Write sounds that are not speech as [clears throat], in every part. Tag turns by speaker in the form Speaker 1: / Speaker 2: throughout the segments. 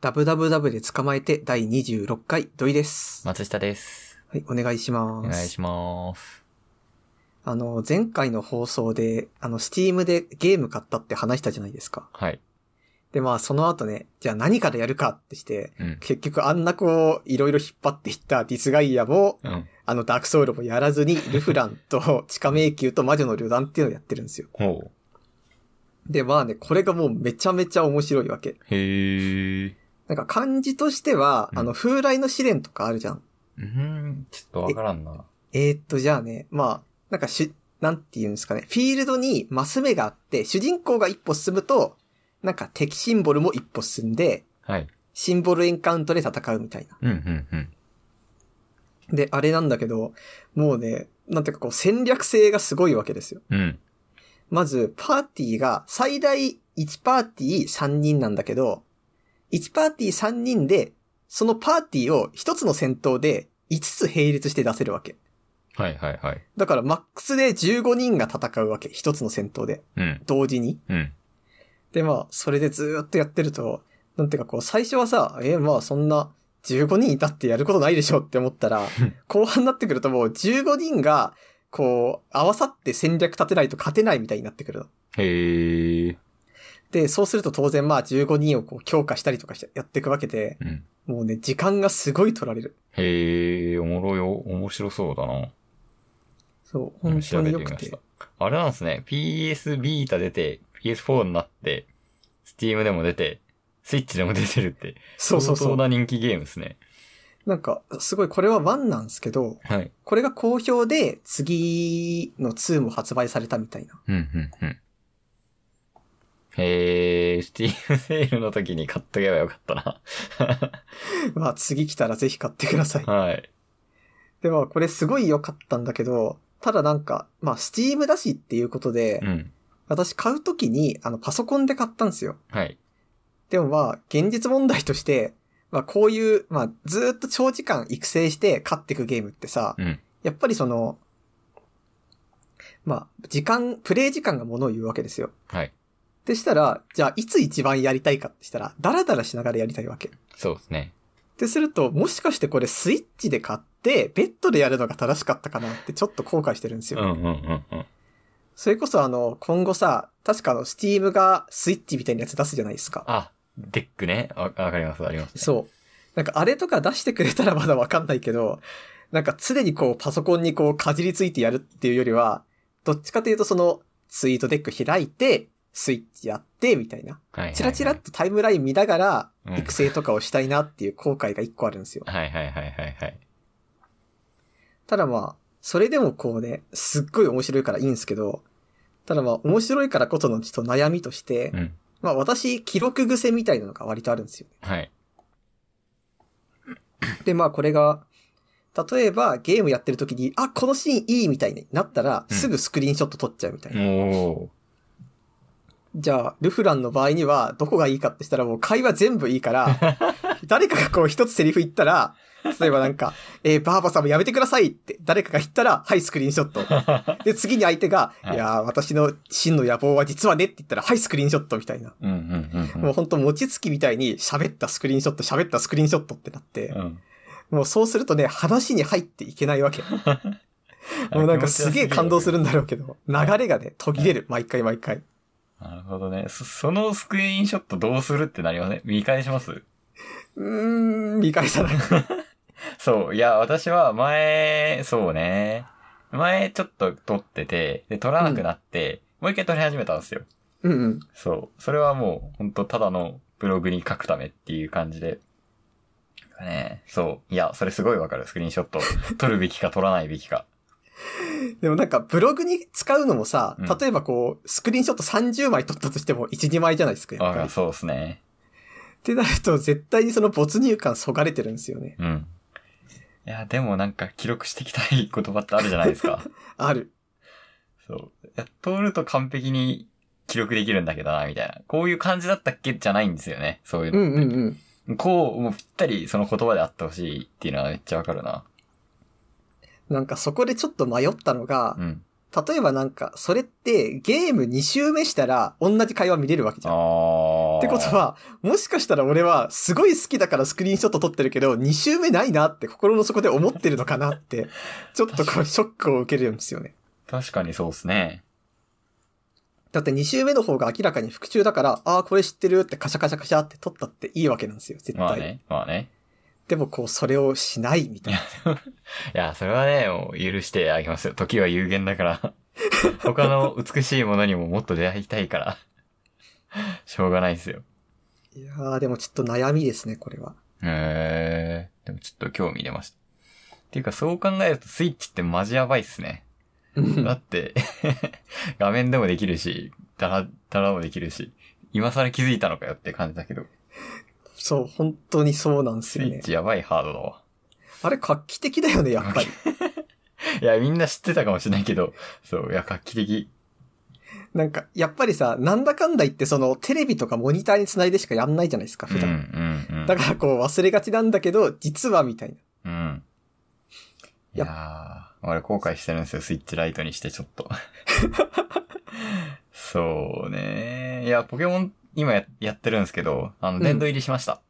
Speaker 1: ダブダブダブで捕まえて第26回土井です。
Speaker 2: 松下です。
Speaker 1: はい、お願いし
Speaker 2: お
Speaker 1: ます。
Speaker 2: 願いします。
Speaker 1: あの、前回の放送で、あの、スティームでゲーム買ったって話したじゃないですか。
Speaker 2: はい。
Speaker 1: で、まあ、その後ね、じゃあ何からやるかってして、
Speaker 2: うん。
Speaker 1: 結局あんなこう、いろいろ引っ張っていったディスガイアも、
Speaker 2: うん。
Speaker 1: あの、ダークソウルもやらずに、ルフランと地下迷宮と魔女の旅団っていうのをやってるんですよ。
Speaker 2: ほう。
Speaker 1: で、まあね、これがもうめちゃめちゃ面白いわけ。
Speaker 2: へー。
Speaker 1: なんか漢字としては、
Speaker 2: うん
Speaker 1: あの、風来の試練とかあるじゃん。
Speaker 2: うん。ちょっとわからんな。
Speaker 1: えーっと、じゃあね、まあ、なんかし、なんて言うんですかね、フィールドにマス目があって、主人公が一歩進むと、なんか敵シンボルも一歩進んで、
Speaker 2: はい。
Speaker 1: シンボルエンカウントで戦うみたいな。
Speaker 2: うん、うん、うん。
Speaker 1: で、あれなんだけど、もうね、なんていうかこう戦略性がすごいわけですよ。
Speaker 2: うん。
Speaker 1: まず、パーティーが最大1パーティー3人なんだけど、1パーティー3人で、そのパーティーを1つの戦闘で5つ並列して出せるわけ。
Speaker 2: はい、はい、はい。
Speaker 1: だからマックスで15人が戦うわけ。1つの戦闘で。
Speaker 2: うん。
Speaker 1: 同時に。
Speaker 2: うん。
Speaker 1: で、まあ、それでずーっとやってると、なんていうかこう、最初はさ、えーまあそんな、15人いたってやることないでしょって思った
Speaker 2: [laughs]
Speaker 1: ら、後半になってくるともう15人が、こう、合わさって戦略立てないと勝てないみたいになってくるの。
Speaker 2: へー。
Speaker 1: で、そうすると当然まあ15人をこう強化したりとかしてやっていくわけで、
Speaker 2: うん。
Speaker 1: もうね、時間がすごい取られる。
Speaker 2: へー。おもろいよ。面白そうだな。
Speaker 1: そう、
Speaker 2: うん
Speaker 1: 本当に良
Speaker 2: 調
Speaker 1: く
Speaker 2: べてみ
Speaker 1: て
Speaker 2: ま。あれなんですね。PS ビータ出て、PS4 になって、Steam でも出て、Switch でも出てるって。
Speaker 1: そうそうそ
Speaker 2: 相当
Speaker 1: う。
Speaker 2: な人気ゲームですね。
Speaker 1: なんか、すごい、これは1なんですけど、
Speaker 2: はい。
Speaker 1: これが好評で、次の2も発売されたみたいな。 [laughs]
Speaker 2: うん、うん、うん。へー、スティームセールの時に買っとけばよかったな。
Speaker 1: まあ、次来たらぜひ買ってください。
Speaker 2: はい。
Speaker 1: でも、これすごい良かったんだけど、ただなんか、まあ、スチームだしっていうことで、
Speaker 2: うん。
Speaker 1: 私買うときに、あの、パソコンで買ったんですよ。
Speaker 2: はい。
Speaker 1: でもまあ、現実問題として、まあ、こういう、まあ、ずーっと長時間育成して勝っていくゲームってさ、
Speaker 2: うん。
Speaker 1: やっぱりその、まあ、時間、プレイ時間がものを言うわけですよ。
Speaker 2: はい。
Speaker 1: でしたら、じゃあ、いつ一番やりたいかってしたら、ダラダラしながらやりたいわけ。
Speaker 2: そうですね。
Speaker 1: ってすると、もしかしてこれスイッチで買って、ベッドでやるのが正しかったかなってちょっと後悔してるんです
Speaker 2: うん
Speaker 1: よ。
Speaker 2: うんうんうん。
Speaker 1: それこそあの、今後さ、確かあの、スティームがスイッチみたいなやつ出すじゃないですか。
Speaker 2: あ、デックね。わわかります、あります、
Speaker 1: そう。なんかあれとか出してくれたらまだわかんないけど、なんか常にこうパソコンにこうかじりついてやるっていうよりは、どっちかというとその、ツイートデック開いて、スイッチやって、みたいな。
Speaker 2: はいはいはい。
Speaker 1: チラチラっとタイムライン見ながら
Speaker 2: うん、
Speaker 1: 育成とかをしたいなっていう後悔が一個あるんですよ。
Speaker 2: はいはいはいはいはい。
Speaker 1: ただまあ、それでもこうね、すっごい面白いからいいんですけど、ただまあ、面白いからこそのちょっと悩みとして、
Speaker 2: うん。
Speaker 1: まあ私、記録癖みたいなのが割とあるんですよ。
Speaker 2: はい。
Speaker 1: でまあ、これが、例えばゲームやってる時に、あ、このシーンいいみたいになったら、
Speaker 2: うん
Speaker 1: すぐスクリーンショット撮っちゃうみたい
Speaker 2: お
Speaker 1: な。
Speaker 2: ー。
Speaker 1: じゃあ、ルフランの場合には、どこがいいかってしたらもう会話全部いい
Speaker 2: [laughs]
Speaker 1: から、誰かがこう一つセリフ言ったら、例えばなん
Speaker 2: [laughs]
Speaker 1: か、えー、バーバさんもやめてくださいって、誰かが言ったら、はい、スクリーンショット。で、次に相手が、
Speaker 2: はい
Speaker 1: いやー、私の真の野望は実はねって言ったら、はい、スクリーンショットみたいな。
Speaker 2: うんうんうんうん。
Speaker 1: もうほんと餅つきみたいに喋ったスクリーンショット、喋ったスクリーンショットってなって
Speaker 2: う、ん。
Speaker 1: もうそうするとね、話に入っていけないわけ。もうなんかすげえ感動するんだろうけど、流れがね、途切れる、毎回毎回。
Speaker 2: なるほどね。そ、そのスクリーンショットどうするってなりません見返します
Speaker 1: うーん、見返さない。
Speaker 2: そう、いや、私は前、そうね。前ちょっと撮ってて、で、撮らなくなって、もう一回撮り始めたんですよ。
Speaker 1: うんうん。
Speaker 2: そう。それはもう、ほんとただのブログに書くためっていう感じで。ね、そう。いや、それすごいわかる。スクリーンショット。撮るべきか撮らないべきか。
Speaker 1: でもなんかブログに使うのもさ
Speaker 2: うん、
Speaker 1: 例えばこう、スクリーンショット30枚撮ったとしても1、2枚じゃないですか、やっぱり。
Speaker 2: あ
Speaker 1: っ
Speaker 2: そうですね。
Speaker 1: てなると絶対にその没入感そがれてるんですよね。
Speaker 2: うん。いや、でもなんか記録していきたい言葉ってあるじゃないですか。
Speaker 1: ある。
Speaker 2: そう。いや、撮ると完璧に記録できるんだけどな、みたいな。こういう感じだったっけじゃないんですよね。そうい
Speaker 1: う
Speaker 2: うの。
Speaker 1: んうんうん。
Speaker 2: こう、もうぴったりその言葉であってほしいっていうのはめっちゃわかるな。
Speaker 1: なんかそこでちょっと迷ったのが
Speaker 2: う、ん。
Speaker 1: 例えばなんか、それってゲーム2周目したら同じ会話見れるわけじ
Speaker 2: あ
Speaker 1: ゃん。
Speaker 2: ー。
Speaker 1: ってことは、もしかしたら俺はすごい好きだからスクリーンショット撮ってるけど、2周目ないなって心の底で思ってるのかなって、ちょっとこうショックを受けるんですよね。
Speaker 2: 確かにそうですね。
Speaker 1: だって2周目の方が明らかに復中だから、ああ、これ知ってるってカシャカシャカシャって撮ったっていいわけなんですよ、絶対。
Speaker 2: まあね、まあね。
Speaker 1: でもこう、それをしないみたいな。
Speaker 2: いや、それはね、もう許してあげますよ。時は有限だから。 [laughs] 他の美しいものにももっと出会いたいから。しょうがないですよ。
Speaker 1: いやー、でもちょっと悩みですね、これは。
Speaker 2: へえー。でもちょっと興味出ました。っていうか、そう考えるとスイッチってマジやばいっすね。だって、 [laughs] 画面でもできるし、だら、だらもできるし、今更気づいたのかよって感じだけど、
Speaker 1: そう、本当にそうなんです
Speaker 2: ス
Speaker 1: よ
Speaker 2: イッ
Speaker 1: ね。
Speaker 2: チやばいハードだわ。
Speaker 1: あれ、画期的だよね、やっぱり。
Speaker 2: いや、みんな知ってたかもしれないけど、そう、いや、画期的。
Speaker 1: なんか、やっぱりさ、なんだかんだ言って、その、テレビとかモニターにつないでしかやんないじゃないですか、
Speaker 2: うん、
Speaker 1: 普
Speaker 2: う
Speaker 1: 段。
Speaker 2: ん、うん。
Speaker 1: だからこう、忘れがちなんだけど、実はみたいな。
Speaker 2: うん。いやー、俺後悔してるんですよ、スイッチライトにしてちょっ [laughs] と。そうねいや、ポケモン、今ややってるんですけど、あの、
Speaker 1: うん
Speaker 2: 殿堂入りしました。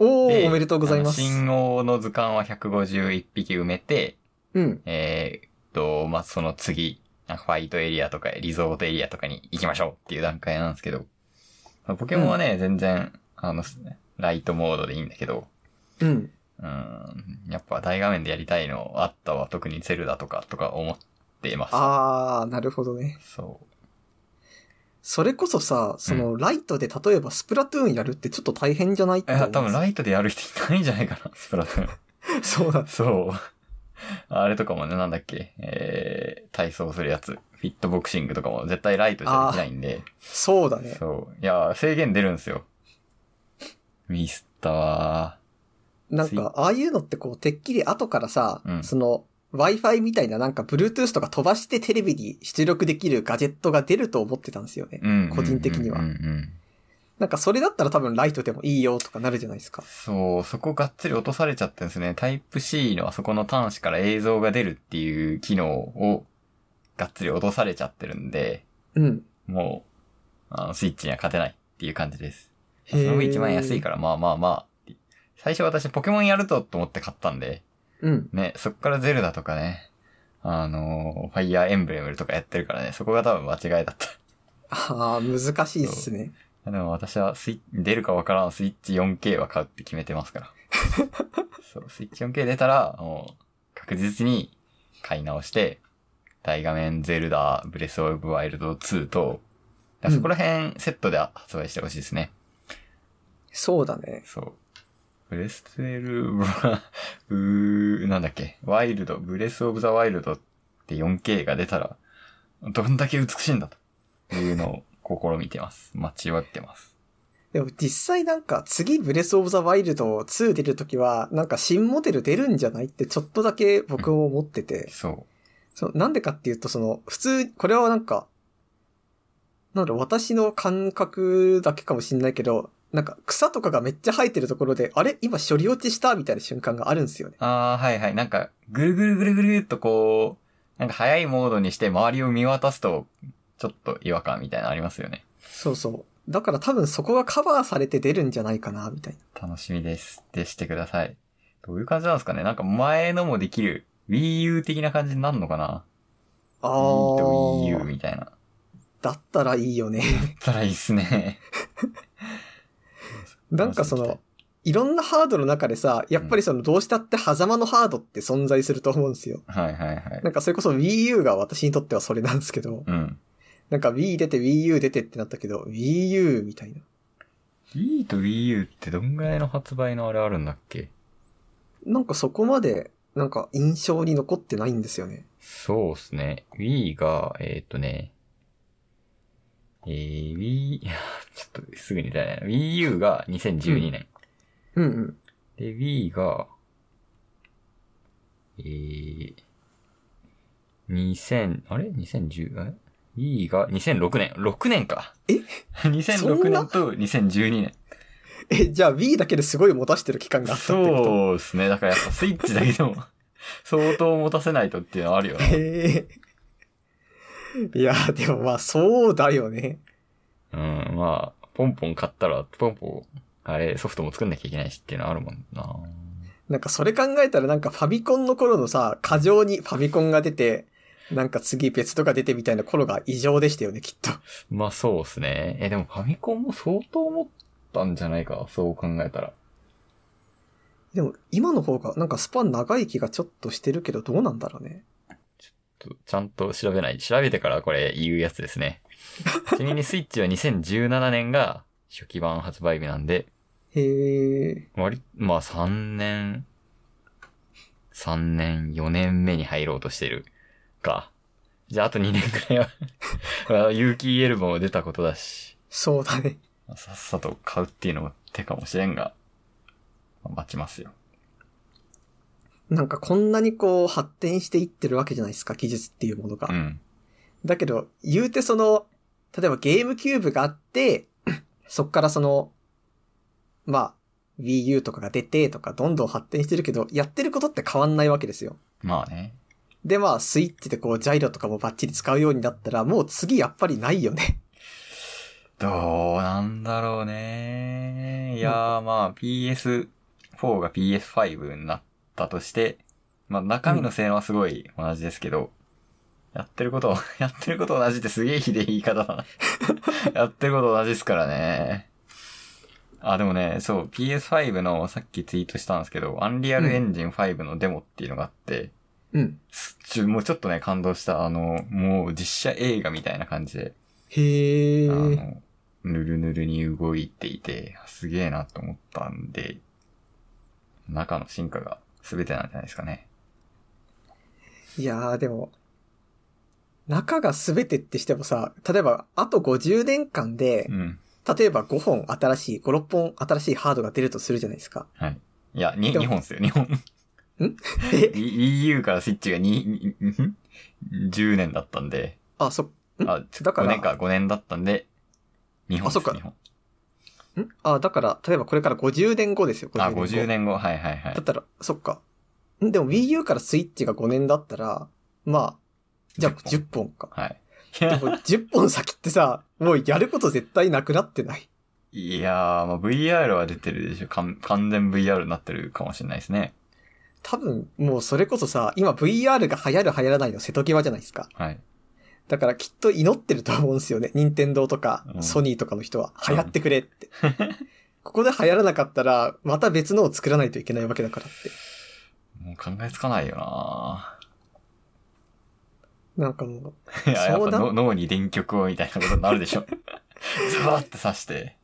Speaker 1: おー、
Speaker 2: で
Speaker 1: おめでとうございます
Speaker 2: あ。の新王の図鑑は151匹埋めて、
Speaker 1: うん。
Speaker 2: えーっと、まあ、その次、なんかファイトエリアとかリゾートエリアとかに行きましょうっていう段階なんですけど、まあポケモンはね、全然、あの、ライトモードでいいんだけど、
Speaker 1: うん。
Speaker 2: うん、やっぱ大画面でやりたいのあったわ。特にゼルダとかとか思っています。
Speaker 1: あー、なるほどね。
Speaker 2: そう。
Speaker 1: それこそさ、その、ライトで例えばスプラトゥーンやるってちょっと大変じゃないって
Speaker 2: い
Speaker 1: 思う
Speaker 2: や、
Speaker 1: んです
Speaker 2: 多分ライトでやる人いないんじゃないかな、スプラトゥーン。 [laughs]
Speaker 1: そうなんです。
Speaker 2: そう。 [laughs] あれとかもね、なんだっけ、えー、体操するやつ。フィットボクシングとかも絶対ライトじゃできないんで。
Speaker 1: そうだね。
Speaker 2: そう。いや、制限出るんですよ。ミスったわ
Speaker 1: なん
Speaker 2: つい
Speaker 1: か、ああいうのってこう、てっきり後からさ、
Speaker 2: うん
Speaker 1: その、Wi-Fi みたいななんか Bluetooth とか飛ばしてテレビに出力できるガジェットが出ると思ってたんですよね。
Speaker 2: ー。うん。
Speaker 1: 個人的には
Speaker 2: うんうんうん
Speaker 1: なんかそれだったら多分ライトでもいいよとかなるじゃないですか。
Speaker 2: そう、そこがっつり落とされちゃってるんですね。タイプ C のあそこの端子から映像が出るっていう機能をがっつり落とされちゃってるんで、
Speaker 1: うん。
Speaker 2: もう、あの、スイッチには勝てないっていう感じです。そ
Speaker 1: へー
Speaker 2: の分一番安いから、まあまあまあ。最初私ポケモンやるとと思って買ったんで、
Speaker 1: うん。
Speaker 2: ね、そっからゼルダとかね、あのーファイヤーエンブレムとかやってるからね、そこが多分間違いだった。
Speaker 1: ああ、難しいっすね。
Speaker 2: でも私はスイ出るかわからんスイッチ 4K は買うって決めてますから。そう、スイッチ 4K 出たら、もう、確実に買い直して、大画面ゼルダ、ブレスオブワイルド2と、だからそこら辺セットで発売してほしいですね。
Speaker 1: そうだね。
Speaker 2: そう。ブレスエルは、うー、なんだっけ、ワイルド、ブレスオブザワイルドって 4K が出たら、どんだけ美しいんだというのを試みてます。待ちわってます。
Speaker 1: でも実際なんか次ブレスオブザワイルド2出るときはなんか新モデル出るんじゃないってちょっとだけ僕も思ってて。
Speaker 2: そう。
Speaker 1: そうなんでかっていうとその普通、これはなんか、なんだろう私の感覚だけかもしんないけど、なんか草とかがめっちゃ生えてるところで、あれ今処理落ちしたみたいな瞬間があるんですよね。
Speaker 2: ああ、はいはい。なんか、ぐるぐるぐるぐるっとこう、なんか早いモードにして周りを見渡すと、ちょっと違和感みたいなのありますよね。
Speaker 1: そうそう。だから多分そこがカバーされて出るんじゃないかな、みたいな。
Speaker 2: 楽しみです。でしてください。どういう感じなんですかねなんか前のもできる Wii U 的な感じになるのかな
Speaker 1: あ
Speaker 2: ?Wii と Wii U
Speaker 1: ー。
Speaker 2: みたいな。
Speaker 1: だったらいいよね。
Speaker 2: だったらいいっすね。 [laughs]
Speaker 1: なんかその、いろんなハードの中でさ、やっぱりそのどうしたって狭間のハードって存在すると思うんですよ。
Speaker 2: はいはいはい。
Speaker 1: なんかそれこそ Wii U が私にとってはそれなんですけど、
Speaker 2: うん。
Speaker 1: なんか Wii 出て Wii U 出てってなったけど、Wii U みたいな。
Speaker 2: Wii と Wii U ってどんぐらいの発売のあれあるんだっけ
Speaker 1: なんかそこまで、なんか印象に残ってないんですよね。
Speaker 2: そうっすね。Wii が、えーっ、とね、えー、Wii、いや [laughs] ちょっとすぐに出ないな。Wii U が2012年。
Speaker 1: うんうん。
Speaker 2: で、Wii が、えー、2000、あれ ?2010、え ?Wii が2006年。6年か。
Speaker 1: え
Speaker 2: ?2006 年と2012年。
Speaker 1: え、じゃあ Wii だけですごい持たしてる期間があったってこ
Speaker 2: そうですね。だからやっぱスイッチだけでも [laughs] 相当持たせないとっていうのはあるよ
Speaker 1: とへえ。いや、でもまあそうだよね。
Speaker 2: な。うん、まあ、ポンポン買ったら、ポンポン、あれ、ソフトも作んなきゃいけないしっていうのあるもんな。
Speaker 1: なんかそれ考えたらなんかファミコンの頃のさ、過剰にファミコンが出て、なんか次別とか出てみたいな頃が異常でしたよね、きっと。
Speaker 2: まあそうっすね。え、でもファミコンも相当持ったんじゃないか、そう考えたら。
Speaker 1: でも今の方がなんかスパン長い気がちょっとしてるけどどうなんだろうね。
Speaker 2: ちゃんと調べない。調べてからこれ言うやつですね。ちなみにスイッチは2017年が初期版発売日なんで、
Speaker 1: へえ。
Speaker 2: 割り、まあ3年、3年、4年目に入ろうとしてるか。じゃああと2年くらいは [laughs] まあ、有機 EL も出たことだし、
Speaker 1: そうだね。
Speaker 2: まあさっさと買うっていうのも手かもしれんが、まあ待ちますよ。
Speaker 1: なんかこんなにこう発展していってるわけじゃないですか、技術っていうものが。
Speaker 2: うん。
Speaker 1: だけど、言うてその、例えばゲームキューブがあって、 [coughs] そっからその、まあ、Wii U とかが出てとかどんどん発展してるけど、やってることって変わんないわけですよ。
Speaker 2: まあね。
Speaker 1: でまあ、スイッチでこう、ジャイロとかもバッチリ使うようになったら、もう次やっぱりないよね。
Speaker 2: どうなんだろうね。いやーまあ PS4 が PS5 になったとして、まあ中身の性能はすごい同じですけど、やってること、 [laughs] やってること同じってすげえひでえ言い方だな。 [laughs] やってること同じですからね。あ、でもね、そう、PS5 のさっきツイートしたんですけど、アンリアルエンジン5のデモっていうのがあって、
Speaker 1: うん。
Speaker 2: すちょもうちょっとね、感動した。あの、もう実写映画みたいな感じで、
Speaker 1: [laughs] へえ。
Speaker 2: あの、ぬるぬるに動いていて、すげえなと思ったんで、中の進化が全てなんじゃないですかね。
Speaker 1: いやー、でも、中が全てってしてもさ、例えば、あと50年間で
Speaker 2: う、ん。
Speaker 1: 例えば5本新しい、5、6本新しいハードが出るとするじゃないですか。
Speaker 2: いや、に、
Speaker 1: でも
Speaker 2: 日本っすよ、日本。
Speaker 1: [laughs] え
Speaker 2: EU からスイッチがに、にん10年だったんで、
Speaker 1: [laughs] あ、そ、
Speaker 2: あ、
Speaker 1: だから
Speaker 2: 5年か、5年だったんで、日本っす
Speaker 1: あそっか
Speaker 2: 日本。
Speaker 1: んあ、だから、例えばこれから50年後ですよ、
Speaker 2: あ、
Speaker 1: 後
Speaker 2: 50年後、はいはいはい
Speaker 1: だっ。たら、そっか。んでも Wii U からスイッチが5年だったら、まあ、じゃあ10本か。
Speaker 2: はい。
Speaker 1: でも10本先ってさ、もうやること絶対なくなってない。
Speaker 2: いやー、まあ、VR は出てるでしょ。完完全 VR になってるかもしれないですね。
Speaker 1: 多分、もうそれこそさ、今 VR が流行る流行らないの瀬戸際じゃないですか。
Speaker 2: はい。
Speaker 1: だからきっと祈ってると思うんですよね。任天堂とか
Speaker 2: う、ん
Speaker 1: ソニーとかの人は、
Speaker 2: うん
Speaker 1: 流行ってくれ
Speaker 2: [laughs]
Speaker 1: って。ここで流行らなかったら、また別のを作らないといけないわけだからって。
Speaker 2: もう考えつかないよなー。
Speaker 1: [laughs] なんかもう、
Speaker 2: いや、や
Speaker 1: そ
Speaker 2: っ
Speaker 1: う
Speaker 2: ぱ
Speaker 1: だ
Speaker 2: の脳に電極をみたいなことになるで
Speaker 1: [laughs]
Speaker 2: しょ。ザワって刺して、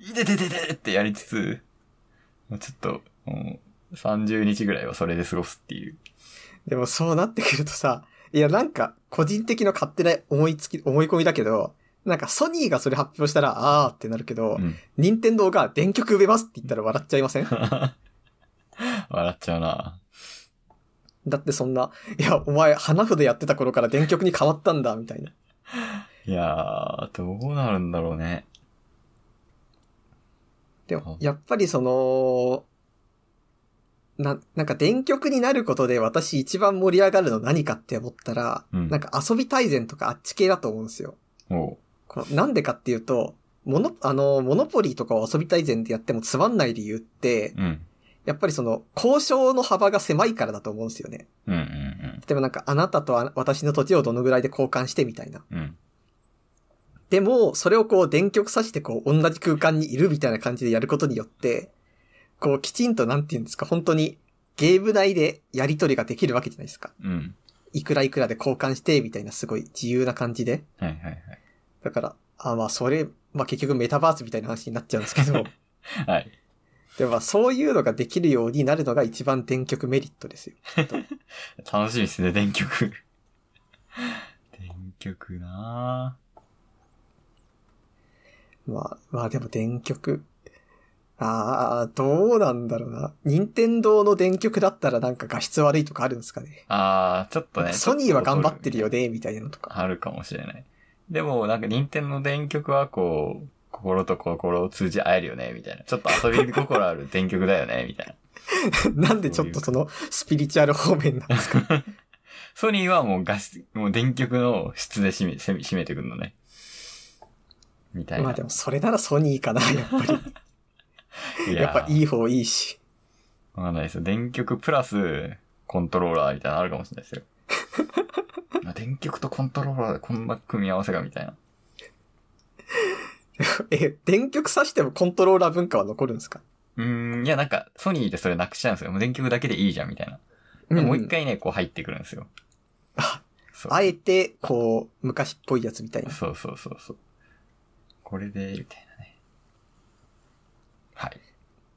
Speaker 2: いててててってやりつつ、もうちょっと、もう30日ぐらいはそれで過ごすっていう。
Speaker 1: でもそうなってくるとさ、いやなんか個人的な勝手な思いつき、思い込みだけど、なんかソニーがそれ発表したら、あーってなるけど
Speaker 2: う、ん
Speaker 1: 任天堂が電極埋めますって言ったら笑っちゃいません
Speaker 2: 笑っちゃうな。
Speaker 1: だってそんな、いや、お前花札やってた頃から電極に変わったんだ、みたいな。
Speaker 2: いやー、どうなるんだろうね。
Speaker 1: で
Speaker 2: うん
Speaker 1: も、やっぱりその、な、なんか電極になることで私一番盛り上がるの何かって思ったら、
Speaker 2: うん
Speaker 1: なんか遊び大全とかあっち系だと思うんですよ。
Speaker 2: も
Speaker 1: このなんでかっていうと、モノ、あの、モノポリーとかを遊びたい前でやってもつまんない理由って
Speaker 2: う、、うん。
Speaker 1: やっぱりその、交渉の幅が狭いからだと思うんですよね。
Speaker 2: うんうん
Speaker 1: 例えばなんか、あなたとあ私の土地をどのぐらいで交換してみたいな。
Speaker 2: うん。うん。
Speaker 1: でも、それをこう、電極さしてこう、同じ空間にいるみたいな感じでやることによって、こう、きちんと、なんて言うんですか、本当に、ゲーム内でやりとりができるわけじゃないですか。
Speaker 2: うん。
Speaker 1: いくらいくらで交換して、みたいなすごい自由な感じで。
Speaker 2: はいはいはい。
Speaker 1: だから、あ、まあ、それ、まあ結局メタバースみたいな話になっちゃうんですけど、
Speaker 2: はい。
Speaker 1: [laughs] でもまあそういうのができるようになるのが一番電極メリットですよ。
Speaker 2: 楽しみですね、電
Speaker 1: [laughs]
Speaker 2: 極。電極な
Speaker 1: まあ、まあでも電極。ああ、どうなんだろうな。任天堂の電極だったらなんか画質悪いとかあるんですかね。
Speaker 2: ー。あー、ちょっとね。
Speaker 1: ソニーは頑張ってる
Speaker 2: よ
Speaker 1: よね、みたいなのとか。
Speaker 2: あるかもしれない。でも、なんか、任天の電極は、こう、心と心を通じ合えるよね、みたいな。ちょっと遊び心ある電極だよね、みたいな。
Speaker 1: [laughs] な
Speaker 2: [laughs]
Speaker 1: んでちょっとそのスピリチュアル方面
Speaker 2: [laughs]
Speaker 1: なんですか。
Speaker 2: ソニーはもうガス、もう電極の質で締め、せ締めてくるのね。みたいな。
Speaker 1: まあでもそれならソニー
Speaker 2: [laughs]
Speaker 1: かな、やっぱり。
Speaker 2: い
Speaker 1: やっぱ
Speaker 2: い。
Speaker 1: いい方いいし。 [laughs]
Speaker 2: わかんないですよ。電極プラスコントローラーみたいなのあるかもしれない
Speaker 1: [laughs]
Speaker 2: ですよ。あ電極とコントローラーでこんな組み合わせがみたいな。
Speaker 1: え、電極挿してもコントローラー文化は残るんですか
Speaker 2: うーん、いやなんかソニーでそれなくしちゃうんですよ。もう電極だけでいいじゃんみたいな。でもう一。
Speaker 1: ん
Speaker 2: 回ね、こう入ってくるんですよ。
Speaker 1: あ
Speaker 2: そう
Speaker 1: あえて、こう、昔っぽいやつみたいな。
Speaker 2: そうそうそうそう。これで、みたいなね。はい。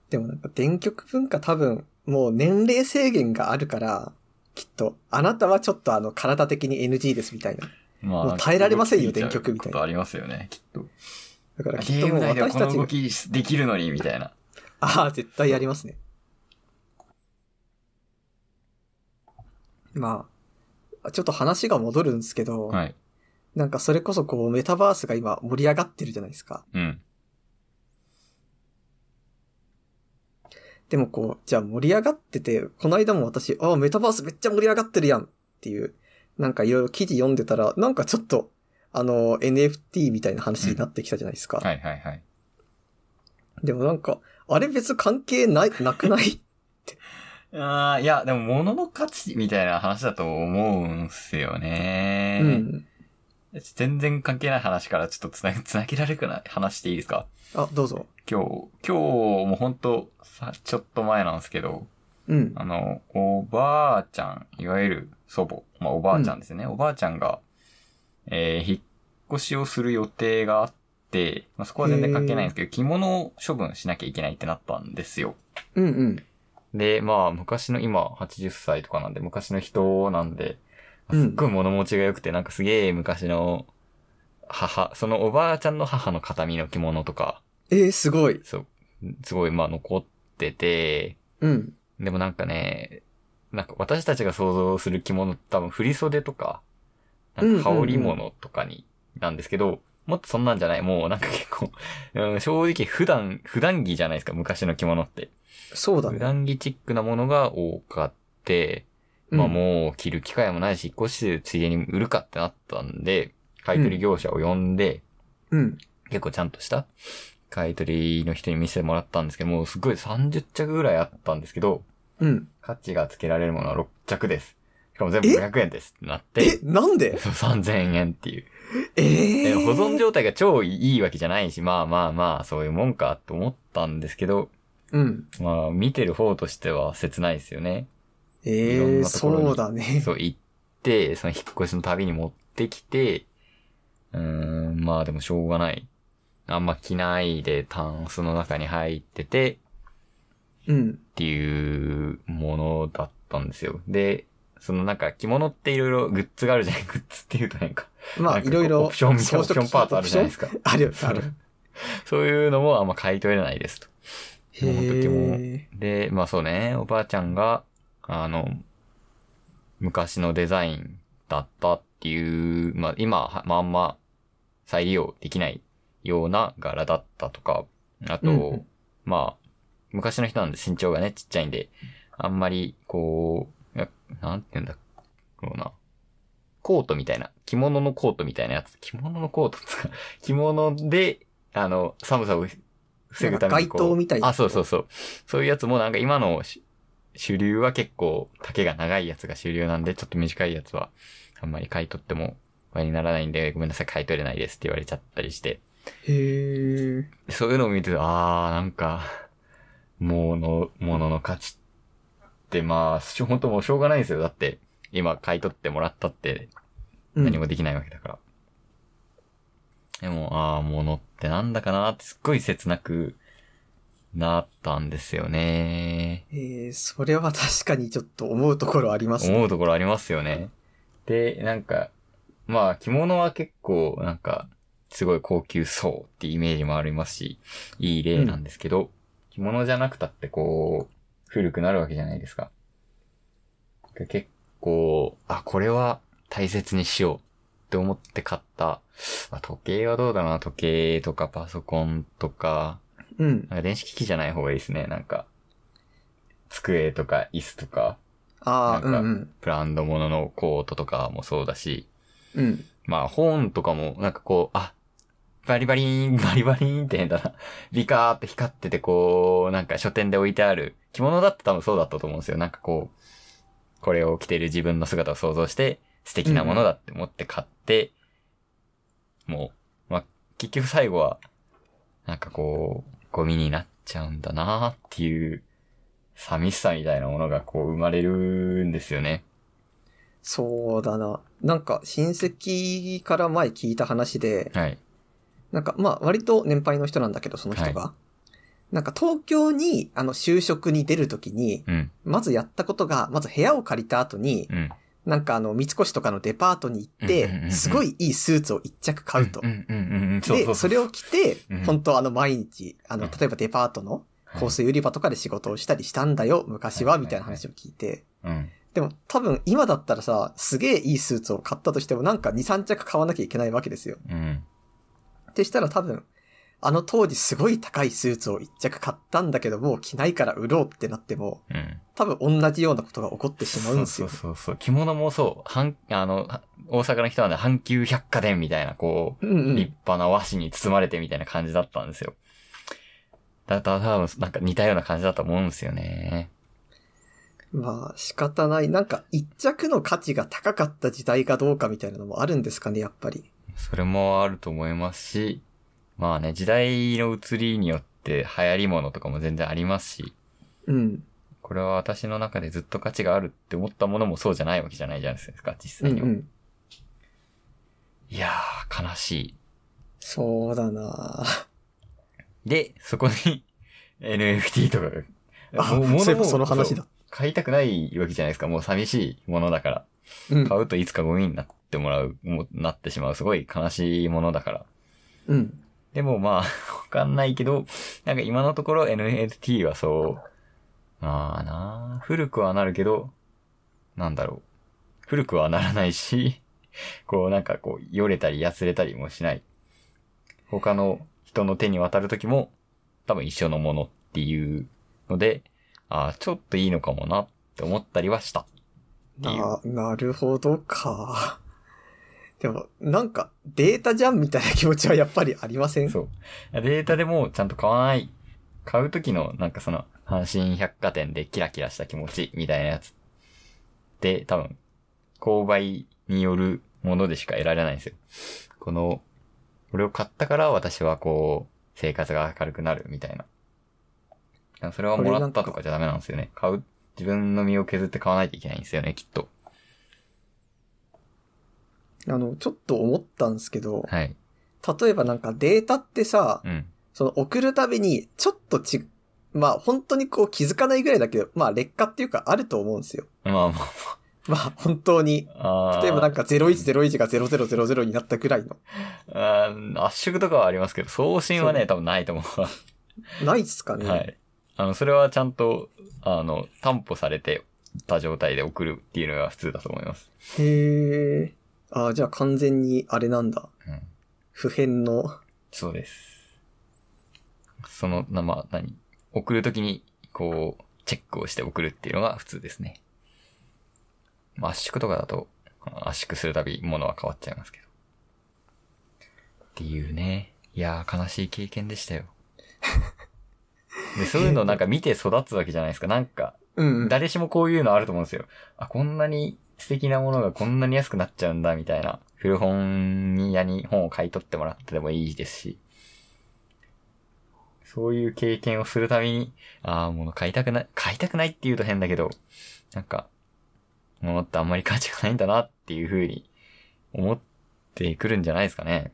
Speaker 1: でもなんか電極文化多分、もう年齢制限があるから、きっと、あなたはちょっとあの、体的に NG ですみたいな。
Speaker 2: ま
Speaker 1: もう耐えられませんよ
Speaker 2: 動き
Speaker 1: 電極みたいな
Speaker 2: ことありますよね、きっと。
Speaker 1: だからきっ
Speaker 2: ゲ
Speaker 1: と
Speaker 2: ー
Speaker 1: も
Speaker 2: ム
Speaker 1: う
Speaker 2: 内では
Speaker 1: 私
Speaker 2: こ
Speaker 1: た
Speaker 2: の
Speaker 1: ち
Speaker 2: 動
Speaker 1: が、
Speaker 2: きできるのに、みたいな。
Speaker 1: ああ、絶対やりますね。まあ、ちょっと話が戻るんですけど、
Speaker 2: はい。
Speaker 1: なんかそれこそこう、メタバースが今盛り上がってるじゃないですか。
Speaker 2: うん。
Speaker 1: でもこう、じゃあ盛り上がってて、この間も私、ああ、メタバースめっちゃ盛り上がってるやんっていう、なんかいろいろ記事読んでたら、なんかちょっと、あの、NFT みたいな話になってきたじゃないですか。
Speaker 2: はいはいはい。
Speaker 1: でもなんか、あれ別関係ない、なくない
Speaker 2: [laughs] あーいや、でも物の価値みたいな話だと思うんすよね。
Speaker 1: うん。
Speaker 2: 全然関係ない話からちょっとつな [laughs] げ、つなげられるかな、話していいですか
Speaker 1: あ、どうぞ。
Speaker 2: 今日、今日もほんと、さ、ちょっと前なんですけど、
Speaker 1: うん。
Speaker 2: あの、おばあちゃん、いわゆる祖母、まあおばあちゃんですね。おばあちゃんが、えー、引っ越しをする予定があって、まあ、そこは全然関係ないんですけど、着物を処分しなきゃいけないってなったんですよ。
Speaker 1: うんうん。
Speaker 2: で、まあ、昔の今、80歳とかなんで、昔の人なんで、す
Speaker 1: うん
Speaker 2: っごい物持ちが良くて、なんかすげえ昔の母、そのおばあちゃんの母の形見の着物とか、
Speaker 1: えー、すごい。
Speaker 2: そう、すごい、まあ、残ってて、
Speaker 1: うん。
Speaker 2: でもなんかね、なんか私たちが想像する着物って多分振袖とか、なんか羽織物とかに、なんですけど、もっとそんなんじゃない。もうなんか結構、うん正直普段、普段着じゃないですか、昔の着物って。
Speaker 1: そうだ
Speaker 2: 普
Speaker 1: ね。
Speaker 2: 段着チックなものが多かって、まあ
Speaker 1: うん
Speaker 2: もう着る機会もないし、引っ越しついでに売るかってなったんで、買い取り業者を呼んで、
Speaker 1: うん。
Speaker 2: 結構ちゃんとした買い取りの人に見せてもらったんですけど、もうすごい30着ぐらいあったんですけど、
Speaker 1: うん。
Speaker 2: 価値がつけられるものは6着です。しかも全部500円ですってなって、
Speaker 1: え、なんで
Speaker 2: そう3000円っていう。
Speaker 1: え
Speaker 2: え
Speaker 1: え
Speaker 2: 保存状態が超いいわけじゃないし、まあまあまあ、そういうもんかと思ったんですけど、
Speaker 1: うん。
Speaker 2: まあ見てる方としては切ないですよね。いろ
Speaker 1: え
Speaker 2: ん
Speaker 1: え
Speaker 2: なところに
Speaker 1: そうだね。
Speaker 2: そう行って、その引っ越しの旅に持ってきて、うーん、まあでもしょうがない。あんま着ないでタンスの中に入ってて、
Speaker 1: うん。
Speaker 2: っていうものだったんですよ。で、そのなんか着物っていろいろグッズがあるじゃない、 [laughs] グッズっていうとなんか。
Speaker 1: まあ、
Speaker 2: なん
Speaker 1: い
Speaker 2: かこう
Speaker 1: ろいろ、
Speaker 2: オプションみたいなオ
Speaker 1: 装
Speaker 2: プシ
Speaker 1: 飾
Speaker 2: ョンパートあるじゃないですか。
Speaker 1: ある、あ
Speaker 2: [laughs]
Speaker 1: る。。
Speaker 2: そういうのもあんま買い取れないですと。
Speaker 1: へ
Speaker 2: もう本当にもう
Speaker 1: え。
Speaker 2: で、まあそうね、おばあちゃんが、あの、昔のデザインだったっていう、まあ今は、まああんま再利用できないような柄だったとか、あと、
Speaker 1: うんうん
Speaker 2: まあ、昔の人なんで身長がね、ちっちゃいんで、あんまり、こう、いやなんて言うんだろうな。コートみたいな、着物のコートみたいなやつ、着物のコートっつうか、 [laughs] 着物で、あの、寒さを防ぐためにこう。
Speaker 1: なんか街灯みたいな
Speaker 2: あ、そうそうそう。そういうやつもなんか今のし主流は結構丈が長いやつが主流なんで、ちょっと短いやつはあんまり買い取っても場にならないんで、ごめんなさい、買い取れないですって言われちゃったりして。
Speaker 1: へえ。
Speaker 2: そういうのを見てて、あー、なんか、もの、ものの価値って、まあ、しょ本当もうしょうがないんですよ。だって、今買い取ってもらったって
Speaker 1: うん
Speaker 2: 何もできないわけだから。でも、ああ、ものってなんだかなってすっごい切なくなったんですよね。
Speaker 1: ええ、それは確かにちょっと思うところありますね。
Speaker 2: 思うところありますよね。で、なんか、まあ着物は結構、なんか、すごい高級そうってイメージもありますし、いい例なんですけど、着物じゃなくたってこう、古くなるわけじゃないですか。結構、あ、これは大切にしようって思って買った、まあ、時計はどうだろうな、時計とかパソコンとか、
Speaker 1: うん。
Speaker 2: なんか電子機器じゃない方がいいですね、なんか。机とか椅子とか。
Speaker 1: ああ、う
Speaker 2: なんんか
Speaker 1: うん。
Speaker 2: ブランド物ののコートとかもそうだし、
Speaker 1: うん。
Speaker 2: まあ本とかもなんかこう、あ、バリバリーン、 [laughs] バリバリーンって変だな。ビカーって光ってて、こう、なんか書店で置いてある、着物だって多分そうだったと思うんですよ。なんかこう、これを着ている自分の姿を想像して、素敵なものだって思って買って、もう、まあ、結局最後は、なんかこう、ゴミになっちゃうんだなっていう、寂しさみたいなものがこう生まれるんですよね。
Speaker 1: そうだな。なんか親戚から前聞いた話で、
Speaker 2: はい。
Speaker 1: なんかまあ割と年配の人なんだけど、その人が。なんか東京にあの就職に出るときに、
Speaker 2: うん、
Speaker 1: まずやったことが、まず部屋を借りた後に、
Speaker 2: うん。
Speaker 1: なんかあの三越とかのデパートに行っ
Speaker 2: うんうんうんう
Speaker 1: て、
Speaker 2: ん
Speaker 1: すごいいいスーツを一着買うと
Speaker 2: う。ん、うん、うんうん。う
Speaker 1: で、
Speaker 2: う
Speaker 1: それを着て
Speaker 2: うん、
Speaker 1: 本当あの毎日、あの、
Speaker 2: うん
Speaker 1: 例えばデパートの
Speaker 2: はい
Speaker 1: 香水売り場とかで仕事をしたりしたんだよ、昔は、
Speaker 2: はい
Speaker 1: みたいな話を聞いて。
Speaker 2: うん。
Speaker 1: でも多分今だったらさ、すげえいいスーツを買ったとしてもなんか2、3着買わなきゃいけないわけですよ。
Speaker 2: うん。
Speaker 1: ってしたら多分、あの当時すごい高いスーツを1着買ったんだけどもう着ないから売ろうってなっても、
Speaker 2: うん。
Speaker 1: 多分同じようなことが起こってしまうんですよ。
Speaker 2: そうそうそうそう。着物もそう。半、あの、は大阪の人はね、阪急百貨店みたいな、こう、
Speaker 1: うんう
Speaker 2: 立
Speaker 1: ん。
Speaker 2: 派な和紙に包まれてみたいな感じだったんですよ。だから多分、なんか似たような感じだと思うんですよね。
Speaker 1: まあ仕方ない。なんか1着の価値が高かった時代かどうかみたいなのもあるんですかね、やっぱり。
Speaker 2: それもあると思いますし、まあね、時代の移りによって流行り物とかも全然ありますし、
Speaker 1: うん。
Speaker 2: これは私の中でずっと価値があるって思ったものもそうじゃないわけじゃないじゃないですか、実
Speaker 1: うん
Speaker 2: 際
Speaker 1: う
Speaker 2: には。
Speaker 1: ん。
Speaker 2: いやー、悲しい。
Speaker 1: そうだなぁ
Speaker 2: で、そこに [laughs] NFT とかが。
Speaker 1: あ
Speaker 2: もも
Speaker 1: そういえばその話だ
Speaker 2: そう買いたくないわけじゃないですか。もう寂しいものだから。
Speaker 1: うん。
Speaker 2: 買うといつかゴミになってもらう、もなってしまう。すごい悲しいものだから。
Speaker 1: うん。
Speaker 2: でもまあ、 [laughs] わかんないけど、なんか今のところ NFT はそう、まあなあ古くはなるけど、なんだろう。古くはならないし、 [laughs] こうなんかこう、よれたりやつれたりもしない。他の人の手に渡るときも、多分一緒のものっていうので、ああ、ちょっといいのかもなって思ったりはした。っていう
Speaker 1: な、なるほどか。でも、なんか、データじゃんみたいな気持ちはやっぱりありません
Speaker 2: そう。データでもちゃんと買わない。買う時の、なんかその、阪神百貨店でキラキラした気持ちみたいなやつって、多分、購買によるものでしか得られないんですよ。この、これを買ったから私はこう、生活が明るくなるみたいな。だからそれはもらったとかじゃダメなんですよね。買う、自分の身を削って買わないといけないんですよね、きっと。
Speaker 1: あの、ちょっと思ったんですけど、
Speaker 2: はい。
Speaker 1: 例えばなんかデータってさ、
Speaker 2: うん。
Speaker 1: その送るたびに、ちょっとち、まあ本当にこう気づかないぐらいだけど、まあ劣化っていうかあると思うんですよ。
Speaker 2: まあま
Speaker 1: まあ本当に。
Speaker 2: あ、あー
Speaker 1: 例えばなんか0101が0000になったぐらいの。
Speaker 2: あー圧縮とかはありますけど、送信はね、多分ないと思うわ。
Speaker 1: ないっすかね。
Speaker 2: はい。あの、それはちゃんと、あの、担保されてた状態で送るっていうのが普通だと思います。
Speaker 1: へえ。ああ、じゃあ完全にあれなんだ。
Speaker 2: うん。
Speaker 1: 普遍の。
Speaker 2: そうです。その、な、まあ、何送るときに、こう、チェックをして送るっていうのが普通ですね。まあ、圧縮とかだと、圧縮するたび、ものは変わっちゃいますけど。っていうね。いやー、悲しい経験でしたよ。でそういうのなんか見て育つわけじゃないですか。なんか、
Speaker 1: うんうん。
Speaker 2: 誰しもこういうのあると思うんですよ。あ、こんなに素敵なものがこんなに安くなっちゃうんだ、みたいな。古本屋に本を買い取ってもらってでもいいですし。そういう経験をするために、ああ、物買いたくない、買いたくないって言うと変だけど、なんか、物ってあんまり価値がないんだなっていう風に思ってくるんじゃないですかね。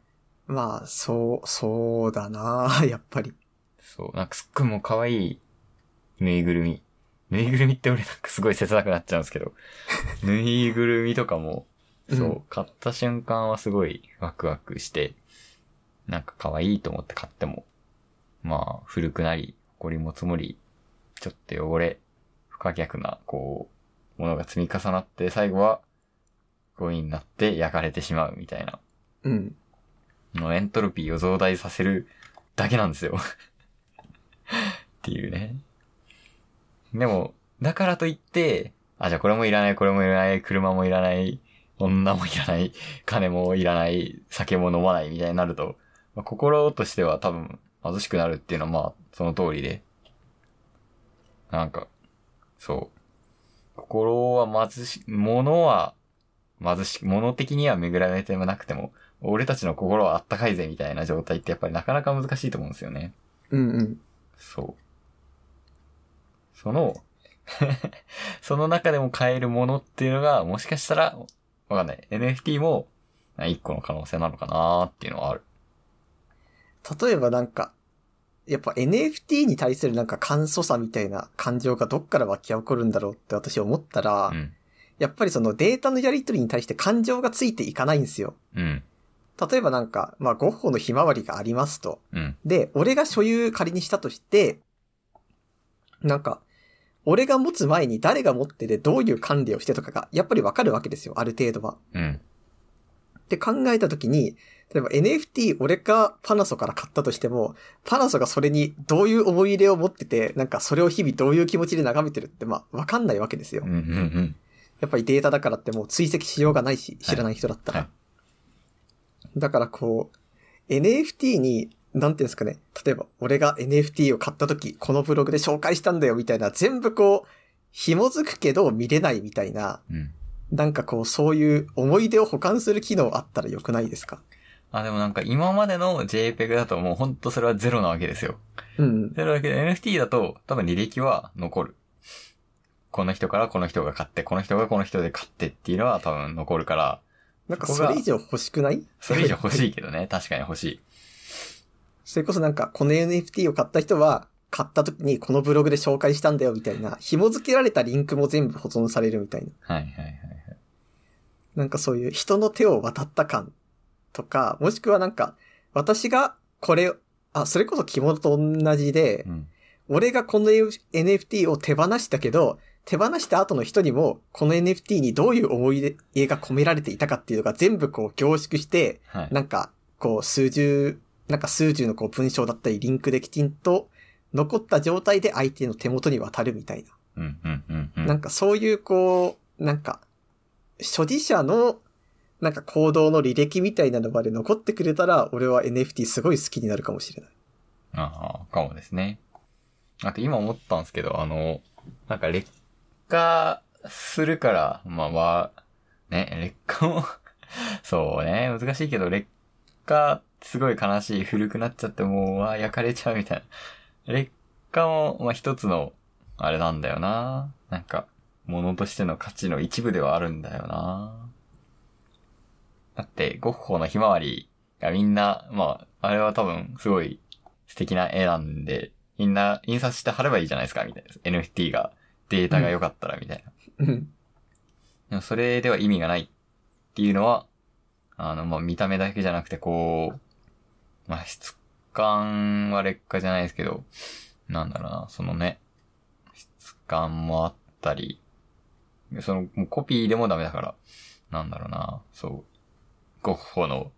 Speaker 1: まあ、そう、そうだなやっぱり。
Speaker 2: そう、なんかすっごいもう可愛いぬいぐるみ。ぬいぐるみって俺なんかすごい切なくなっちゃうんですけど、ぬいぐるみとかも、そう、
Speaker 1: うん
Speaker 2: 買った瞬間はすごいワクワクして、なんか可愛いと思って買っても、まあ、古くなり、埃も積もり、ちょっと汚れ、不可逆な、こう、ものが積み重なって、最後は、ゴミになって焼かれてしまうみたいな。
Speaker 1: うん。
Speaker 2: のエントロピーを増大させるだけなんですよ。っていうね。でも、だからといって、あ、じゃあこれもいらない、これもいらない、車もいらない、女もいらない、金もいらない、酒も飲まないみたいになると、まあ、心としては多分貧しくなるっていうのはまあその通りで、なんか、そう。心は貧し、物は貧し、物的には恵られてもなくても、俺たちの心はあったかいぜみたいな状態ってやっぱりなかなか難しいと思うんですよね。
Speaker 1: うんうん。
Speaker 2: そう。その、 [laughs] その中でも買えるものっていうのが、もしかしたら、わかんない。NFT も、あ一個の可能性なのかなーっていうのはある。
Speaker 1: 例えばなんか、やっぱ NFT に対するなんか簡素さみたいな感情がどっから湧き起こるんだろうって私思ったら、
Speaker 2: うん。
Speaker 1: やっぱりそのデータのやり取りに対して感情がついていかないんですよ。
Speaker 2: うん。
Speaker 1: 例えばなんか、まあ、ゴッホのひまわりがありますと。
Speaker 2: うん。
Speaker 1: で、俺が所有仮にしたとして、なんか、俺が持つ前に誰が持ってでどういう管理をしてとかが、やっぱりわかるわけですよ、ある程度は。
Speaker 2: うん。
Speaker 1: って考えたときに、例えば NFT 俺がパナソから買ったとしても、パナソがそれにどういう思い入れを持ってて、なんかそれを日々どういう気持ちで眺めてるって、まあ、わかんないわけですよ
Speaker 2: うん。。うん。うん。
Speaker 1: やっぱりデータだからってもう追跡しようがないし、
Speaker 2: はい
Speaker 1: 知らない人だったら。
Speaker 2: はい
Speaker 1: だからこう、NFT に、なんていうんですかね、例えば俺が NFT を買った時、このブログで紹介したんだよみたいな、全部こう、紐づくけど見れないみたいな、
Speaker 2: うん。
Speaker 1: なんかこう、そういう思い出を保管する機能あったら良くないですか
Speaker 2: あ、でもなんか今までの JPEG だともうほんとそれはゼロなわけですよ。
Speaker 1: うん。
Speaker 2: ゼロなわけで NFT だと多分履歴は残る。この人からこの人が買って、この人がこの人で買ってっていうのは多分残るから、
Speaker 1: なんか
Speaker 2: そこ
Speaker 1: そ
Speaker 2: が
Speaker 1: れ以上欲しくない
Speaker 2: それ以上欲
Speaker 1: い。
Speaker 2: しいけどね。確かに欲しい。
Speaker 1: [laughs] それこそなんか、この NFT を買った人は、買った時にこのブログで紹介したんだよみたいな、紐づけられたリンクも全部保存されるみたいな。
Speaker 2: はいはいはい。
Speaker 1: なんかそういう人の手を渡った感とか、もしくはなんか、私がこれ、あ、それこそ着物と同じで
Speaker 2: う、ん。
Speaker 1: 俺がこの NFT を手放したけど、手放した後の人にも、この NFT にどういう思い入れが込められていたかっていうのが全部こう凝縮して、
Speaker 2: はい。
Speaker 1: なんか、こう数十、なんか数十のこう文章だったりリンクできちんと残った状態で相手の手元に渡るみたいな。
Speaker 2: うんうんうんうん。
Speaker 1: なんかそういうこう、なんか、所持者の、なんか行動の履歴みたいなのまで残ってくれたら、俺は NFT すごい好きになるかもしれない。
Speaker 2: ああ、かもですね。あと今思ったんですけど、あの、なんか劣化するから、まあまあ、ね、劣化も、 [laughs] そうね、難しいけど、劣化、すごい悲しい、古くなっちゃってもう、わあ、焼かれちゃうみたいな。劣化も、まあ一つの、あれなんだよな。なんか、物としての価値の一部ではあるんだよな。だって、ゴッホのひまわりがみんな、まあ、あれは多分、すごい素敵な絵なんで、みんな印刷して貼ればいいじゃないですか、みたいな。NFT が、データが良かったら、みたいな。
Speaker 1: うん。
Speaker 2: でもそれでは意味がないっていうのは、あの、まあ、見た目だけじゃなくて、こう、まあ、質感は劣化じゃないですけど、なんだろうな、そのね、質感もあったり、その、もうコピーでもダメだから、なんだろうな、そう、ゴッホの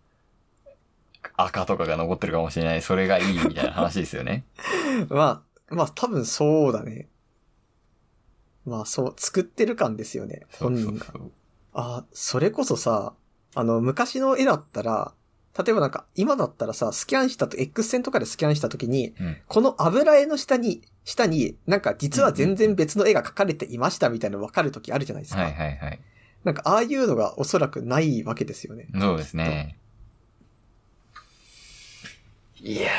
Speaker 2: 赤とかが残ってるかもしれない、それがいいみたいな話ですよね。
Speaker 1: まあ、まあ多分そうだね。まあそう、作ってる感ですよね、
Speaker 2: そう
Speaker 1: 本
Speaker 2: そ
Speaker 1: 人
Speaker 2: う
Speaker 1: が。
Speaker 2: そう。
Speaker 1: あ、それこそさ、あの、昔の絵だったら、例えばなんか、今だったらさ、スキャンしたと、X 線とかでスキャンしたときに、
Speaker 2: うん
Speaker 1: この油絵の下に、下に、なんか実は全然別の絵が描かれていましたみたいなの分かるときあるじゃないですか。
Speaker 2: はいはいはい。
Speaker 1: なんか、ああいうのがおそらくないわけですよね。
Speaker 2: そうですね。いやー、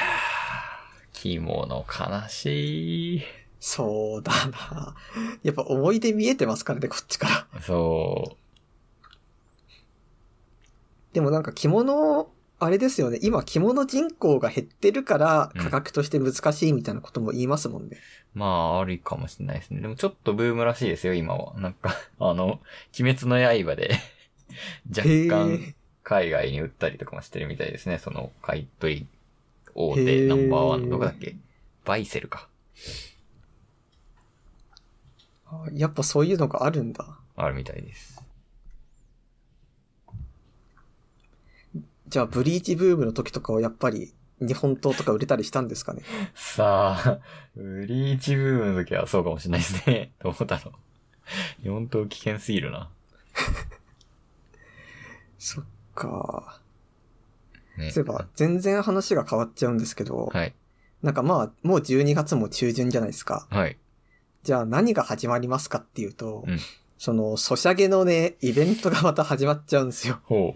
Speaker 2: 着物悲しい。
Speaker 1: そうだな。やっぱ思い出見えてますからね、こっちから。
Speaker 2: そ
Speaker 1: でもなんか着物、あれですよね。今着物人口が減ってるから
Speaker 2: うん
Speaker 1: 価格として難しいみたいなことも言いますもんね。
Speaker 2: う。まあ、ありかもしれないですね。でもちょっとブームらしいですよ、今は。なんか、 [laughs] あの、鬼滅の刃で、 [laughs] 若
Speaker 1: へ
Speaker 2: 干
Speaker 1: え。
Speaker 2: 海外に売ったりとかもしてるみたいですね。その買い取り大手
Speaker 1: へー
Speaker 2: ナンバーワンのどこだっけバイセルか。
Speaker 1: あやっぱそういうのがあるんだ。
Speaker 2: あるみたいです。
Speaker 1: じゃあブリーチブームの時とかはやっぱり日本刀とか売れたりしたんですかね。
Speaker 2: さあ、ブリーチブームの時はそうかもしれないですね。 [laughs] どうだろう。4等危険すぎるな。
Speaker 1: そっか。
Speaker 2: ね。
Speaker 1: そういえば、全然話が変わっちゃうんですけど、
Speaker 2: はい。
Speaker 1: なんかまあ、もう12月も中旬じゃないですか。
Speaker 2: はい。
Speaker 1: じゃあ何が始まりますかっていうと、
Speaker 2: うん
Speaker 1: その、ソシャゲのね、イベントがまた始まっちゃうんですよ。
Speaker 2: ほ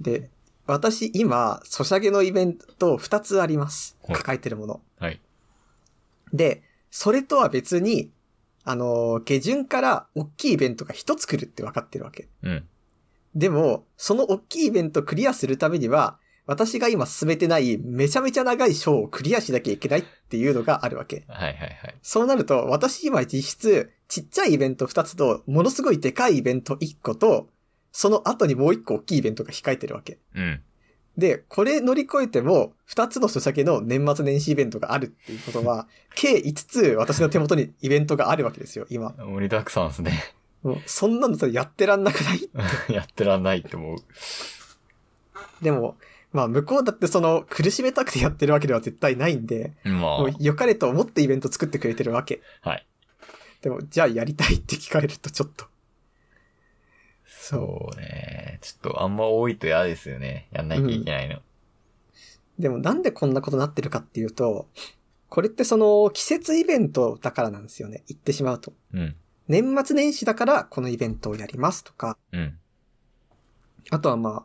Speaker 2: う。
Speaker 1: で、私今、ソシャゲのイベント2つあります。
Speaker 2: はい
Speaker 1: 抱えてるもの。
Speaker 2: はい。
Speaker 1: で、それとは別に、あの、下旬から大きいイベントが1つ来るって分かってるわけ。
Speaker 2: うん。
Speaker 1: でも、その大きいイベントクリアするためには、私が今進めてないめちゃめちゃ長い章をクリアしなきゃいけないっていうのがあるわけ。
Speaker 2: はいはいはい。
Speaker 1: そうなると、私今実質、ちっちゃいイベント2つと、ものすごいでかいイベント1個と、その後にもう1個大きいイベントが控えてるわけ。
Speaker 2: うん。
Speaker 1: で、これ乗り越えても、2つの書籍の年末年始イベントがあるっていうこと
Speaker 2: [laughs]
Speaker 1: は、計5つ私の手元にイベントがあるわけですよ、今。
Speaker 2: 盛りだくさんですね。 [laughs]
Speaker 1: もうそんなのさやってらんなくない
Speaker 2: やってらんないって思う。
Speaker 1: でも、まあ向こうだってその苦しめたくてやってるわけでは絶対ないんで、
Speaker 2: ま
Speaker 1: もう良かれと思ってイベント作ってくれてるわけ。
Speaker 2: あ、はい。
Speaker 1: でも、じゃあやりたいって聞かれるとちょっと。そ
Speaker 2: そうね。ちょっとあんま多いと嫌ですよね。やんなきゃいけないの。
Speaker 1: う。でもなんでこんなことになってるかっていうと、これってその季節イベントだからなんですよね。言ってしまうと。
Speaker 2: うん。
Speaker 1: 年末年始だからこのイベントをやりますとか、
Speaker 2: うん。
Speaker 1: あとはまあ、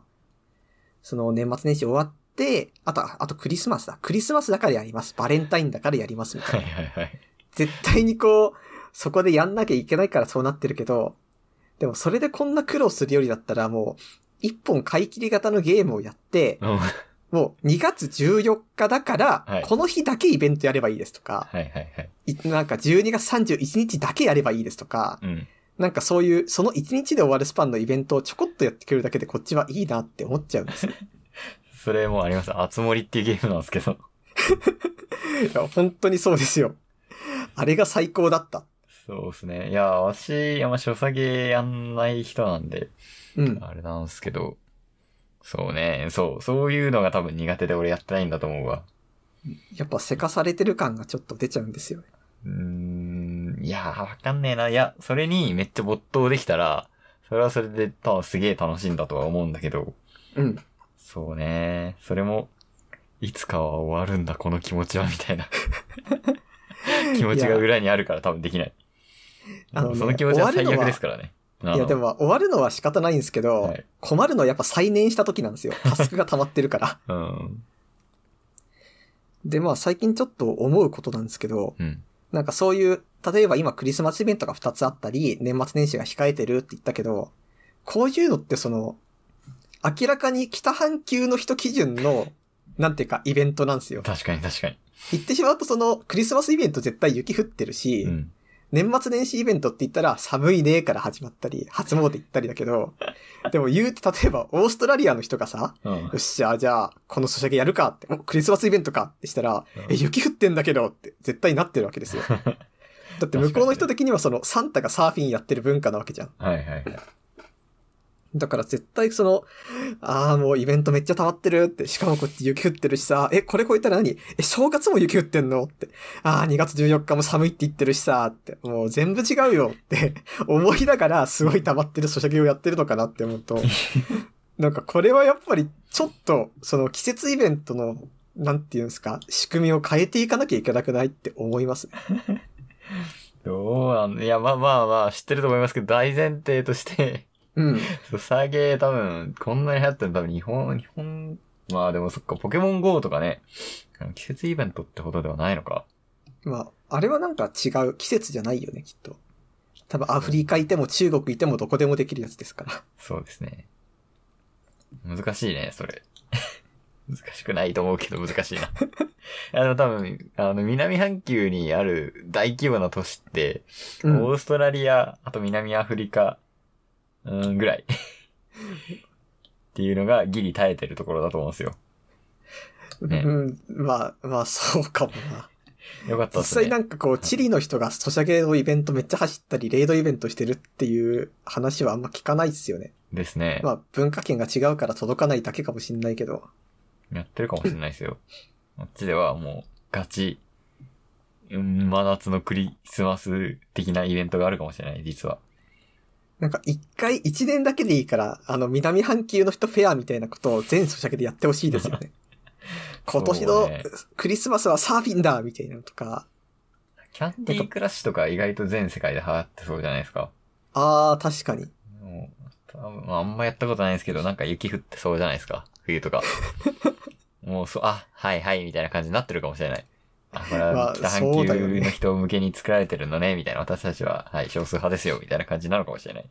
Speaker 1: その年末年始終わって、あとは、あとクリスマスだ。クリスマスだからやります。バレンタインだからやりますみたいな
Speaker 2: はい。はいはい。 [laughs]
Speaker 1: 絶対にこう、そこでやんなきゃいけないからそうなってるけど、でもそれでこんな苦労するよりだったらもう、一本買い切り型のゲームをやって、
Speaker 2: うんはい
Speaker 1: もう2月14日だから、
Speaker 2: はい
Speaker 1: この日だけイベントやればいいですとか、
Speaker 2: はいはい。
Speaker 1: いなんか12月31日だけやればいいですとか、
Speaker 2: うん。
Speaker 1: なんかそういう、その1日で終わるスパンのイベントをちょこっとやってくれるだけでこっちはいいなって思っちゃうんですよ。
Speaker 2: それもあります。あつ森っていうゲームなんですけど。
Speaker 1: いや本当にそうですよ。あれが最高だった。
Speaker 2: そうですね。いや、私、あんま書作業やんない人なんで、
Speaker 1: うん。
Speaker 2: あれなんですけど。そうね。そう。そういうのが多分苦手で俺やってないんだと思うわ。
Speaker 1: やっぱせかされてる感がちょっと出ちゃうんですよね。
Speaker 2: うーん。いやー、わかんねえな。いや、それにめっちゃ没頭できたら、それはそれで多分すげえ楽しいんだとは思うんだけど。
Speaker 1: うん。
Speaker 2: そうね。それも、いつかは終わるんだ、この気持ちは、み
Speaker 1: [laughs]
Speaker 2: たいな。気持ちが裏にあるから多分できない。
Speaker 1: あのね
Speaker 2: その気持ちは最
Speaker 1: 終わるの
Speaker 2: 悪
Speaker 1: は
Speaker 2: ですからね。
Speaker 1: いや、でも、終わるのは仕方ないんですけど、
Speaker 2: はい
Speaker 1: 困るのはやっぱ再燃した時なんですよ。タスクが溜まってるから。
Speaker 2: あの。うん。
Speaker 1: で、まあ、最近ちょっと思うことなんですけど、
Speaker 2: うん。
Speaker 1: なんかそういう、例えば今クリスマスイベントが2つあったり、年末年始が控えてるって言ったけど、こういうのってその、明らかに北半球の人基準の、なんていうか、イベントなんですよ。
Speaker 2: 確かに確かに。
Speaker 1: 言ってしまうとその、クリスマスイベント絶対雪降ってるし、
Speaker 2: うん。
Speaker 1: 年末年始イベントって言ったら寒いねーから始まったり、初詣行ったりだけど、 [laughs] でも言うて例えばオーストラリアの人がさ、
Speaker 2: うん
Speaker 1: よ。っしゃ、じゃあ、このソシャゲやるかって、おクリスマスイベントかってしたら、え、雪降ってんだけどって絶対なってるわけですよ。だって向こうの人的にはそのサンタがサーフィンやってる文化なわけじゃん。
Speaker 2: はいはいはい。
Speaker 1: だから絶対その、ああ、もうイベントめっちゃ溜まってるって、しかもこっち雪降ってるしさ、え、これ超えたら何え、正月も雪降ってんのって、ああ、2月14日も寒いって言ってるしさ、って、もう全部違うよって [laughs] 思いながら、すごい溜まってる咀嚼をやってるのかなって思う [laughs] と、なんかこれはやっぱりちょっと、その季節イベントの、なんていうんですか、仕組みを変えていかなきゃいけなくないって思いますね。
Speaker 2: どうなんいや、まあまあまあ、知ってると思いますけど、大前提として、 [laughs]
Speaker 1: うん。
Speaker 2: そう、サゲ多分、こんなに流行ってるの多分日本、日本、まあでもそっか、ポケモン GO とかね、あの季節イベントってほどではないのか。
Speaker 1: まあ、あれはなんか違う季節じゃないよね、きっと。多分アフリカいても中国いてもどこでもできるやつですから。
Speaker 2: そうですね。難しいね、それ。 [laughs] 難しくないと思うけど難しいな。 [laughs] あの多分、あの南半球にある大規模な都市って、
Speaker 1: うん
Speaker 2: オーストラリア、あと南アフリカ、うん、ぐらい。っていうのがギリ耐えてるところだと思うんですよ。ね
Speaker 1: うん、まあ、まあそうかもな。
Speaker 2: よかった
Speaker 1: 実
Speaker 2: ですね。
Speaker 1: 際なんかこう、チリの人がソシャゲのイベントめっちゃ走ったり、レイドイベントしてるっていう話はあんま聞かないですよね。
Speaker 2: ですね。
Speaker 1: まあ文化圏が違うから届かないだけかもしんないけど。
Speaker 2: やってるかもしれないですよ。あっちではもう、ガチ、うん真夏のクリスマス的なイベントがあるかもしれない、実は。
Speaker 1: なんか一回、一年だけでいいから、あの、南半球の人フェアみたいなことを全ソシャゲでやってほしいです
Speaker 2: [laughs]
Speaker 1: よね。今年
Speaker 2: そ
Speaker 1: の
Speaker 2: うね
Speaker 1: クリスマスはサーフィンだみたいなのとか、
Speaker 2: キャンディークラッシュとか意外と全世界で流行ってそうじゃないですか。
Speaker 1: ああ、確かに。
Speaker 2: もう、多分まああんまやったことないですけど、なんか雪降ってそうじゃないですか。冬
Speaker 1: [laughs]
Speaker 2: とか。もう、そう、あ、はいはい、みたいな感じになってるかもしれない。あ、これ
Speaker 1: ま
Speaker 2: は
Speaker 1: あ
Speaker 2: 北半
Speaker 1: そう
Speaker 2: 球
Speaker 1: だよね
Speaker 2: の人向けに作られてるのね、みたいな。私たちは、はい、少数派ですよ、みたいな感じなのかもしれない。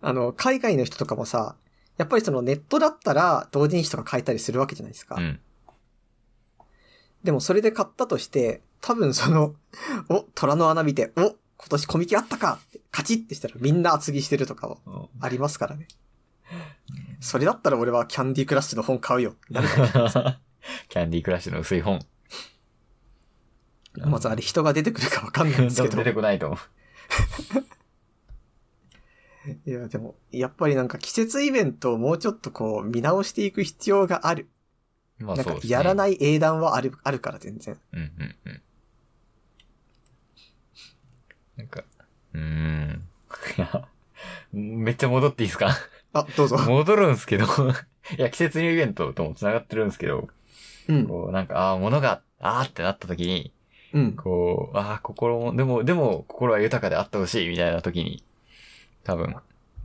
Speaker 1: あの、海外の人とかもさ、やっぱりそのネットだったら同人誌とか買えたりするわけじゃないですか。 [laughs]
Speaker 2: うん。
Speaker 1: でもそれで買ったとして、多分その、 [laughs] お、虎の穴見て、お、今年コミケあったかって、カチッってしたらみんな厚着してるとかもありますからね。それだったら俺はキャンディークラッシュの本買うよ。
Speaker 2: キャンディークラッシュの薄い本。
Speaker 1: まずあれ人が出てくるかわかんないんですけ
Speaker 2: 出
Speaker 1: ど。
Speaker 2: てこないと思う。
Speaker 1: いや、でも、やっぱりなんか季節イベントをもうちょっとこう見直していく必要がある。
Speaker 2: まあ
Speaker 1: なん
Speaker 2: そ
Speaker 1: か
Speaker 2: うですね。
Speaker 1: やら
Speaker 2: い。
Speaker 1: ない英断はある、あるから全然。
Speaker 2: うんうんうん。なんか、うーん。いや、めっちゃ戻っていいですか
Speaker 1: あ、どうぞ。
Speaker 2: 戻るんすけど、 [laughs] いや、季節のイベントとも繋がってるんですけど、
Speaker 1: うん。
Speaker 2: こう、なんか、ああ、物が、ああってなった時に、
Speaker 1: うん。
Speaker 2: こう、ああ、心も、でも、でも、心は豊かであってほしい、みたいな時に、多分、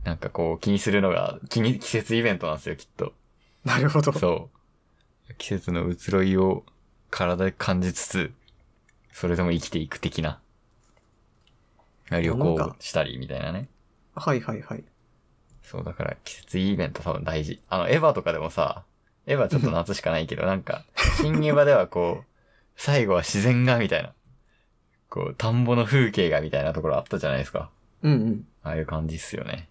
Speaker 2: なんかこう、気にするのが、気に、季節イベントなんですよ、きっと。
Speaker 1: なるほど。
Speaker 2: そう。季節の移ろいを体で感じつつ、それでも生きていく的な。旅行をしたりみたいなね。
Speaker 1: はいはいはい。
Speaker 2: そう、だから季節イベント多分大事。あの、エヴァとかでもさ、エヴァちょっと夏しかないけど、なんか、新エヴァではこう、最後は自然がみたいな。こう、田んぼの風景がみたいなところあったじゃないですか。
Speaker 1: うんうん。
Speaker 2: ああいう感じっすよね。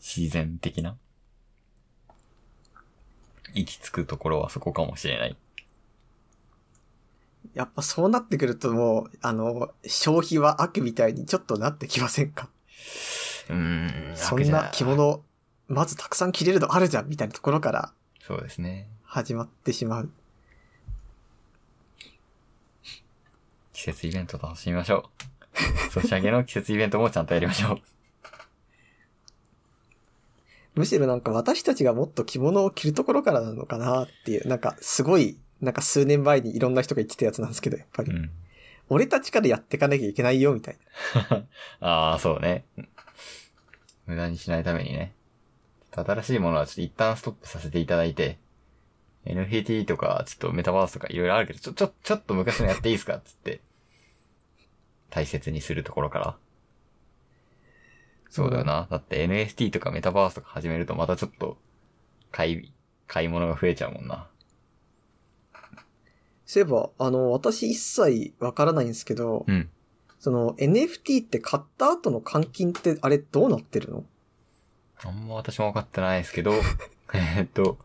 Speaker 2: 自然的な。行き着くところはそこかもしれない。
Speaker 1: やっぱそうなってくるともう、あの、消費は悪みたいにちょっとなってきませんか
Speaker 2: うーん。
Speaker 1: そ
Speaker 2: 楽
Speaker 1: ん
Speaker 2: じゃ
Speaker 1: な着物、まずたくさん着れるのあるじゃんみたいなところから
Speaker 2: そうですね。
Speaker 1: 始まってしまう。
Speaker 2: 季節イベント楽しみましょう。 [laughs] ソシャゲの季節イベントもちゃんとやりましょう。
Speaker 1: むしろなんか私たちがもっと着物を着るところからなのかなっていう、なんかすごい、なんか数年前にいろんな人が言ってたやつなんですけど、やっぱり。
Speaker 2: うん。
Speaker 1: 俺たちからやっていかなきゃいけないよ、みたいな。
Speaker 2: ああ、そうね。無駄にしないためにね。新しいものはちょっと一旦ストップさせていただいて、NFT とか、ちょっとメタバースとかいろいろあるけど、ちょ、ちょ、ちょっと昔のやっていいですかっつって、大切にするところから。そうだよな。だって NFT とかメタバースとか始めるとまたちょっと、買い、買い物が増えちゃうもんな。
Speaker 1: そういえば、あの、私一切わからないんですけど、
Speaker 2: うん。
Speaker 1: その NFT って買った後の換金ってあれどうなってるの
Speaker 2: あんま私も分かってないですけど、えーっと、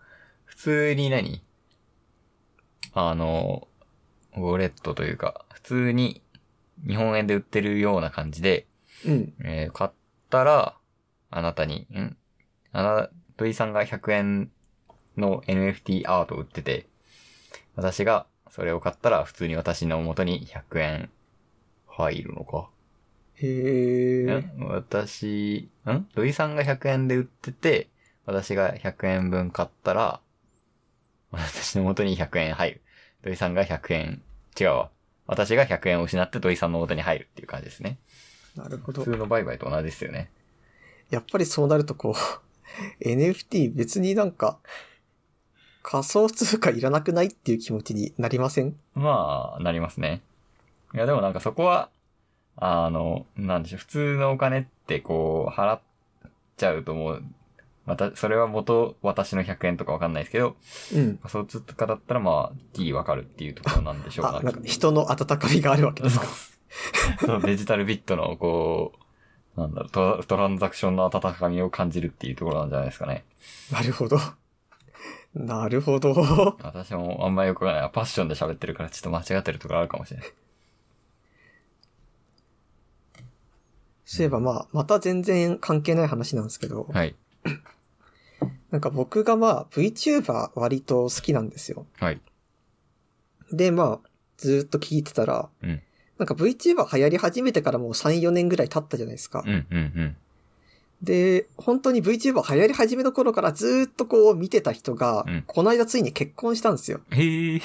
Speaker 2: 普通に何あの、ウォレットというか、普通に日本円で売ってるような感じで、
Speaker 1: うん。
Speaker 2: えー買ったら、あなたに、んあな、土井さんが100円の NFT アートを売ってて、私がそれを買ったら普通に私の元に100円入るのか。
Speaker 1: へえ。
Speaker 2: ん私、ん土井さんが100円で売ってて、私が100円分買ったら、私の元に100円入る。土井さんが100円、違うわ。私が100円を失って土井さんの元に入るっていう感じですね。
Speaker 1: なるほ
Speaker 2: 普
Speaker 1: ど
Speaker 2: 通。の売買と同じですよね。
Speaker 1: やっぱりそうな [laughs] るとこう、NFT 別になんか、仮想通貨いらなくないっていう気持ちになりません
Speaker 2: まあ、なりますね。いや、でもなんかそこは、あの、なんでしょう、普通のお金ってこう、払っちゃうともう、また、それは元、私の100円とかわかんないですけど、
Speaker 1: うん。
Speaker 2: 仮想通貨だったらまあ、T わかるっていうところなんでしょ
Speaker 1: [laughs]
Speaker 2: う
Speaker 1: あ
Speaker 2: か、。
Speaker 1: なんか人の温かみがあるわけですか。
Speaker 2: そうデジタルビットの、こう、なんだろうトラ、トランザクションの温かみを感じるっていうところなんじゃないですかね。
Speaker 1: なるほど。なるほど。
Speaker 2: 私もあんまよくわからない。パッションで喋ってるからちょっと間違ってるところあるかもしれない。
Speaker 1: そういえばまあ、また全然関係ない話なんですけど、
Speaker 2: はい。
Speaker 1: なんか僕がまあ VTuber 割と好きなんですよ。
Speaker 2: はい。
Speaker 1: でまあ、ずーっと聞いてたら、
Speaker 2: うん
Speaker 1: なんか VTuber 流行り始めてからもう3、4年ぐらい経ったじゃないですか。
Speaker 2: うんうんうん。
Speaker 1: で、本当に VTuber 流行り始めの頃からずーっとこう見てた人が、
Speaker 2: うん
Speaker 1: この間ついに結婚したんですよ。
Speaker 2: へえ。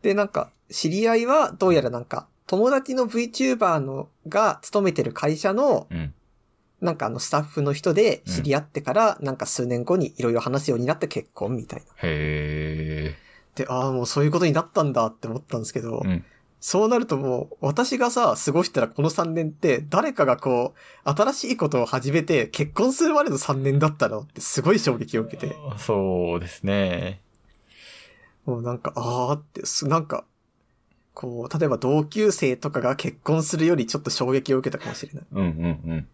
Speaker 1: で、なんか、知り合いはどうやらなんか、友達の VTuber のが勤めてる会社の、
Speaker 2: うん。
Speaker 1: なんかあのスタッフの人で知り合ってから、なんか数年後にいろいろ話すようになって結婚みたいな。
Speaker 2: へえ。
Speaker 1: で、ああ、もうそういうことになったんだって思ったんですけど、
Speaker 2: うん
Speaker 1: そうなるともう、私がさ、過ごしたらこの3年って、誰かがこう、新しいことを始めて、結婚するまでの3年だったのってすごい衝撃を受けて、
Speaker 2: そうですね。
Speaker 1: もうなんか、あーって、すなんか、こう、例えば同級生とかが結婚するよりちょっと衝撃を受けたかもしれない。
Speaker 2: うんうん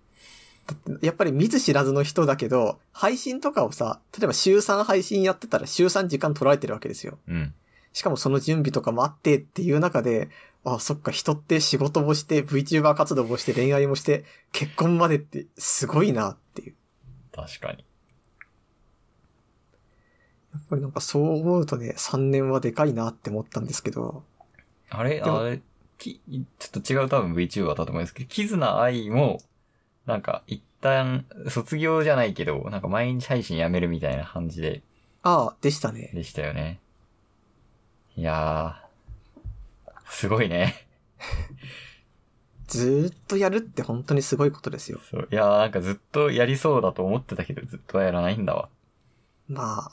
Speaker 1: やっぱり見ず知らずの人だけど、配信とかをさ、例えば週3配信やってたら週3時間取られてるわけですよ。
Speaker 2: うん。うん。
Speaker 1: しかもその準備とかもあってっていう中で、あ、そっか、人って仕事もして、VTuber 活動もして、恋愛もして、結婚までってすごいなっていう。
Speaker 2: 確かに。
Speaker 1: やっぱりなんかそう思うとね、3年はでかいなって思ったんですけど、
Speaker 2: あれ
Speaker 1: も
Speaker 2: あれき、ちょっと違う多分 VTuber だと思うんですけど、キズナ愛も、なんか一旦卒業じゃないけど、なんか毎日配信やめるみたいな感じで、
Speaker 1: ああ、でしたね。
Speaker 2: でしたよね。いやー、すごいね。
Speaker 1: ずーっとやるって本当にすごいことですよ。
Speaker 2: そういやー、なんかずっとやりそうだと思ってたけど、ずっとはやらないんだわ。
Speaker 1: まあ、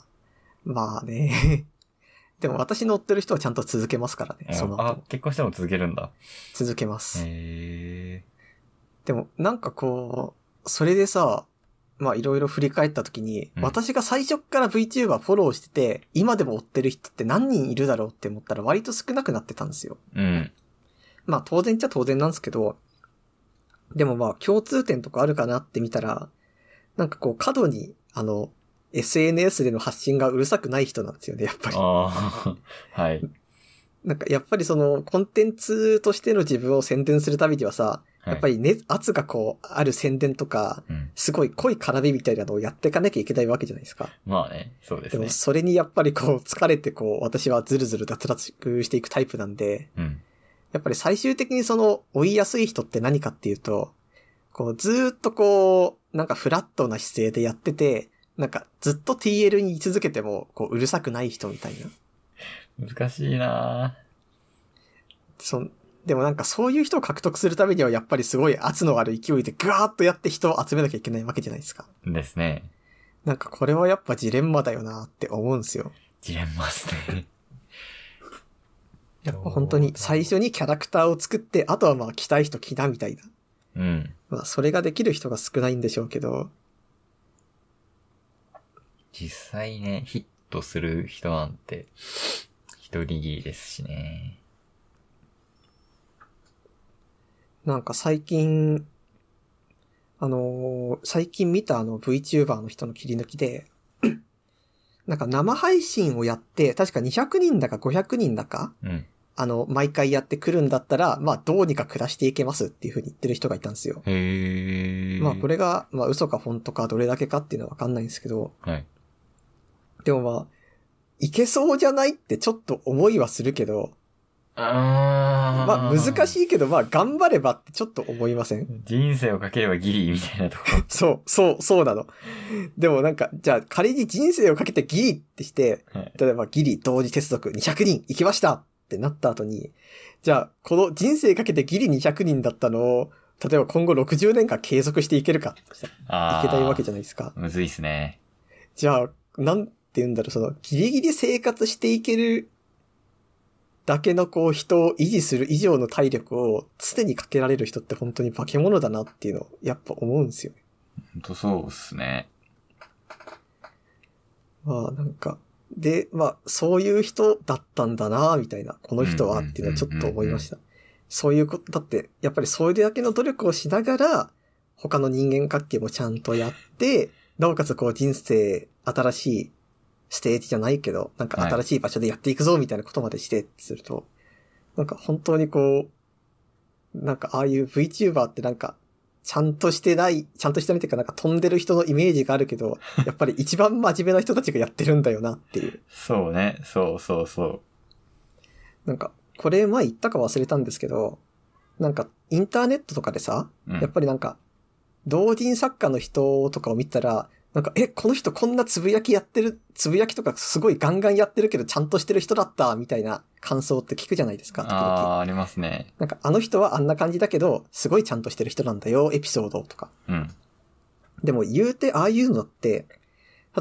Speaker 1: まあね。 [laughs] でも私乗ってる人はちゃんと続けますからね、その後
Speaker 2: あ
Speaker 1: も、
Speaker 2: 結婚しても続けるんだ。
Speaker 1: 続けます。
Speaker 2: へ
Speaker 1: でも、なんかこう、それでさ、まあいろいろ振り返った時に、
Speaker 2: うん
Speaker 1: 私が最初っから VTuber フォローしてて、今でも追ってる人って何人いるだろうって思ったら割と少なくなってたんですよ。
Speaker 2: ー。うん。
Speaker 1: まあ当然っちゃ当然なんですけど、でもまあ共通点とかあるかなって見たら、なんかこう過度に、あの、SNS での発信がうるさくない人なんですよね、やっぱり。
Speaker 2: ああ、 [laughs] はい。
Speaker 1: なんかやっぱりそのコンテンツとしての自分を宣伝するためにはさ、やっぱ
Speaker 2: り、
Speaker 1: り熱圧がこうある宣伝とか、
Speaker 2: うん。
Speaker 1: すごい濃い絡みみたいなのをやっていかなきゃいけないわけじゃないですか。
Speaker 2: まあね、そうで
Speaker 1: ですも
Speaker 2: ね。
Speaker 1: それにやっぱりこう疲れてこう私はずるずる脱落していくタイプなんで、
Speaker 2: うん。
Speaker 1: やっぱり最終的にその追いやすい人って何かっていうと、こうずーっとこうなんかフラットな姿勢でやってて、なんかずっと TL に居続けてもこううるさくない人みたいな。
Speaker 2: 難しいな
Speaker 1: そんでもなんかそういう人を獲得するためにはやっぱりすごい圧のある勢いでぐわーっとやって人を集めなきゃいけないわけじゃないですか。
Speaker 2: ーですね。
Speaker 1: なんかこれはやっぱジレンマだよなって思うんですよ。
Speaker 2: ジレンマっすね。 [laughs]
Speaker 1: やっぱ本当に最初にキャラクターを作って、あとはまあ着たい人着なみたいな。
Speaker 2: うん。
Speaker 1: まあそれができる人が少ないんでしょうけど、
Speaker 2: 実際ね、ヒットする人なんて、一握りですしね。
Speaker 1: なんか最近、あのー最近見たあの VTuber の人の切り抜きで、 [clears throat] なんか生配信をやって、確か200人だか500人だか、
Speaker 2: うん。
Speaker 1: あの、毎回やってくるんだったら、まあどうにか暮らしていけますっていう風に言ってる人がいたんですよ。
Speaker 2: へえ。
Speaker 1: まあこれが、まあ嘘か本当かどれだけかっていうのはわかんないんですけど、
Speaker 2: はい。
Speaker 1: でもまあ、いけそうじゃないってちょっと思いはするけど、
Speaker 2: あ
Speaker 1: まあ難し
Speaker 2: い。
Speaker 1: いけどまあ頑張ればってちょっと思いません [laughs]
Speaker 2: 人生をかければギリみたいなとこ
Speaker 1: そう、そう、そうなの。でもなんか、じゃあ仮に人生をかけてギリってして、
Speaker 2: ろ。はい。
Speaker 1: 例えばギリ同時接続200人行きましたってなった後に、じゃあこの人生かけてギリ200人だったのを、例えば今後60年間継続していけるかってした
Speaker 2: あ
Speaker 1: ら
Speaker 2: [laughs] あ。
Speaker 1: いけないわけじゃないですか。
Speaker 2: むずいっすね。
Speaker 1: じゃあ、なんて言うんだろう、その、ギリギリ生活していけるだけのこう、人を維持する以上の体力を常にかけられる人って本当に化け物だなっていうのを、やっぱ思うんですよね。
Speaker 2: ほんとそうっすね。
Speaker 1: まあ、なんか、で、まあ、そういう人だったんだな、みたいな、この人はっていうのはちょっと思いました。そういうこと、だって、やっぱりそれだけの努力をしながら、他の人間関係もちゃんとやって、なおかつこう人生、新しいステージじゃないけど、なんか
Speaker 2: はい
Speaker 1: 新しい場所でやっていくぞ、みたいなことまでしてってすると、なんか本当にこう、なんかああいう VTuber ってなんか、ちゃんとしてない、ちゃんとしてないっていうかなんか飛んでる人のイメージがあるけど、やっぱり一番真面目な人たちがやってるんだよなっていう。
Speaker 2: そうね。そうそうそ
Speaker 1: なんか、これ前言ったか忘れたんですけど、なんか、インターネットとかでさ、
Speaker 2: うん。
Speaker 1: やっぱりなんか、同人作家の人とかを見たら、なんか、え、この人こんなつぶやきやってる、つぶやきとかすごいガンガンやってるけどちゃんとしてる人だった、みたいな感想って聞くじゃないですか、時々。
Speaker 2: ああー、ありますね。
Speaker 1: なんか、あの人はあんな感じだけど、すごいちゃんとしてる人なんだよ、エピソードとか。
Speaker 2: うん。
Speaker 1: でも言うてああいうのって、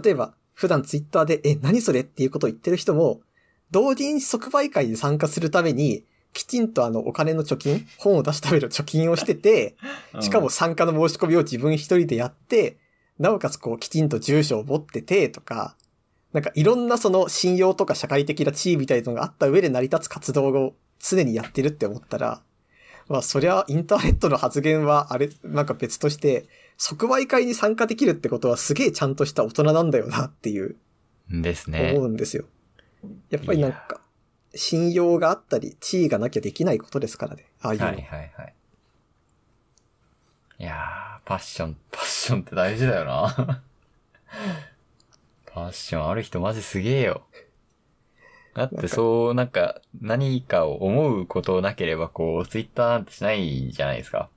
Speaker 1: 例えば普段ツイッターで、え、何それっていうことを言ってる人も、同人誌即売会に参加するために、きちんとあのお金の貯金、本を出すための貯金をしてて、しかも参加の申し込みを自分一人でやって、なおかつこうきちんと住所を持っててとか、なんかいろんなその信用とか社会的な地位みたいなのがあった上で成り立つ活動を常にやってるって思ったら、まあそりゃインターネットの発言はあれ、なんか別として、即売会に参加できるってことはすげえちゃんとした大人なんだよなっていう
Speaker 2: うん。ですね
Speaker 1: 思。うんですよ。やっぱりなんか、信用があったり、地位がなきゃできないことですからね。ああいうの。
Speaker 2: はいはいはい。いやー、パッション、パッションって大事だよな。 [laughs] パッションある人マジすげえよ。だっ
Speaker 1: なんか
Speaker 2: てそう、なんか、何かを思うことなければ、こう、ツイッターなんてしないじゃないですか。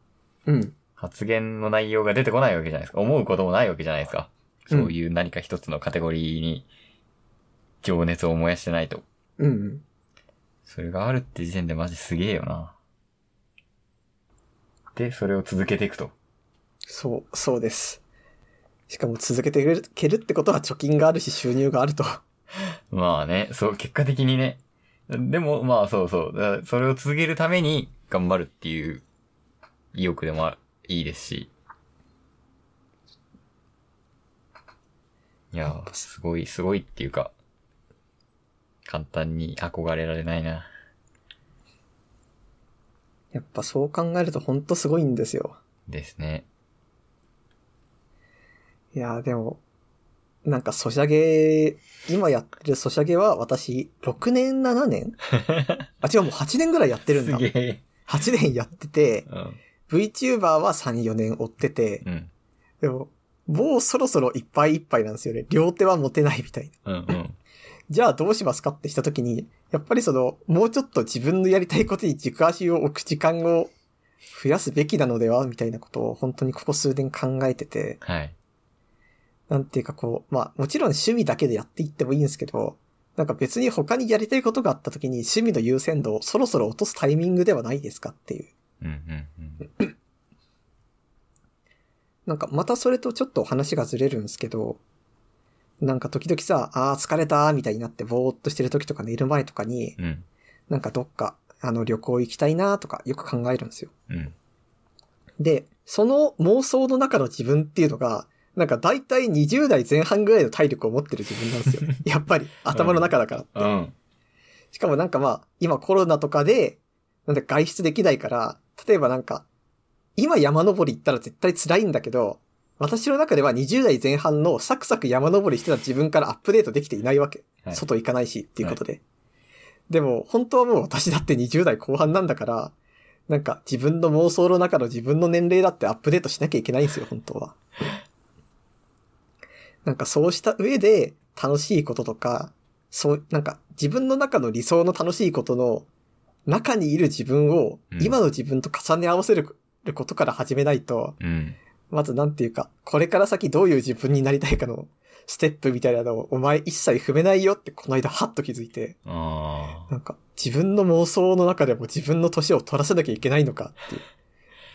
Speaker 1: うん。
Speaker 2: 発言の内容が出てこないわけじゃないですか。思うこともないわけじゃないですか。そういう何か一つのカテゴリーに情熱を燃やしてないと。
Speaker 1: うんうん。
Speaker 2: それがあるって時点でマジすげえよな。で、それを続けていくと。
Speaker 1: そう、そうです。しかも続けていけるってことは貯金があるし収入があると。 [laughs]
Speaker 2: まあね、そう、結果的にね。でも、まあそうそう。だからそれを続けるために頑張るっていう意欲でもあいいですし。いやー、すごい、すごいっていうか、簡単に憧れられないな。
Speaker 1: やっぱそう考えるとほんとすごいんですよ。
Speaker 2: ですね。
Speaker 1: いやーでも、なんかソシャゲ、今やってるソシャゲは私、6年、7年
Speaker 2: [laughs]
Speaker 1: あ、違う、もう8年ぐらいやってるんだ。
Speaker 2: すげえ。
Speaker 1: 8年やってて、
Speaker 2: うん。
Speaker 1: VTuber は3、4年追ってて、
Speaker 2: うん。
Speaker 1: でも、もうそろそろいっぱいいっぱいなんですよね。両手は持てないみたいな。
Speaker 2: うん。うん。
Speaker 1: じゃあどうしますかってした時に、やっぱりその、もうちょっと自分のやりたいことに軸足を置く時間を増やすべきなのではみたいなことを本当にここ数年考えてて、
Speaker 2: はい。
Speaker 1: なんていうかこう、まあもちろん趣味だけでやっていってもいいんですけど、なんか別に他にやりたいことがあった時に趣味の優先度をそろそろ落とすタイミングではないですかっていう。
Speaker 2: うんうんうん。
Speaker 1: なんかまたそれとちょっとお話がずれるんですけど、なんか時々さ、ああ疲れたーみたいになってぼーっとしてる時とか寝る前とかに、
Speaker 2: うん。
Speaker 1: なんかどっか、あの、旅行行きたいなとかよく考えるんですよ。
Speaker 2: うん。
Speaker 1: で、その妄想の中の自分っていうのが、なんか大体20代前半ぐらいの体力を持ってる自分なん
Speaker 2: [laughs]
Speaker 1: ですよね。やっぱり、頭の中だからって。
Speaker 2: うん。
Speaker 1: しかもなんかまあ、今コロナとかで、なんで外出できないから、例えばなんか、今山登り行ったら絶対辛いんだけど、私の中では20代前半のサクサク山登りしてた自分からアップデートできていないわけ。
Speaker 2: はい
Speaker 1: 外行かないしっていうことで。でも、本当はもう私だって20代後半なんだから、なんか自分の妄想の中の自分の年齢だってアップデートしなきゃいけないんですよ、本当は。なんかそうした上で楽しいこととか、そう、なんか自分の中の理想の楽しいことの中にいる自分を
Speaker 2: うん
Speaker 1: 今の自分と重ね合わせることから始めないと、
Speaker 2: うん。
Speaker 1: まずなんていうか、これから先どういう自分になりたいかのステップみたいなのをお前一切踏めないよってこの間ハッと気づいて、
Speaker 2: ああ。
Speaker 1: なんか自分の妄想の中でも自分の年を取らせなきゃいけないのかっていう、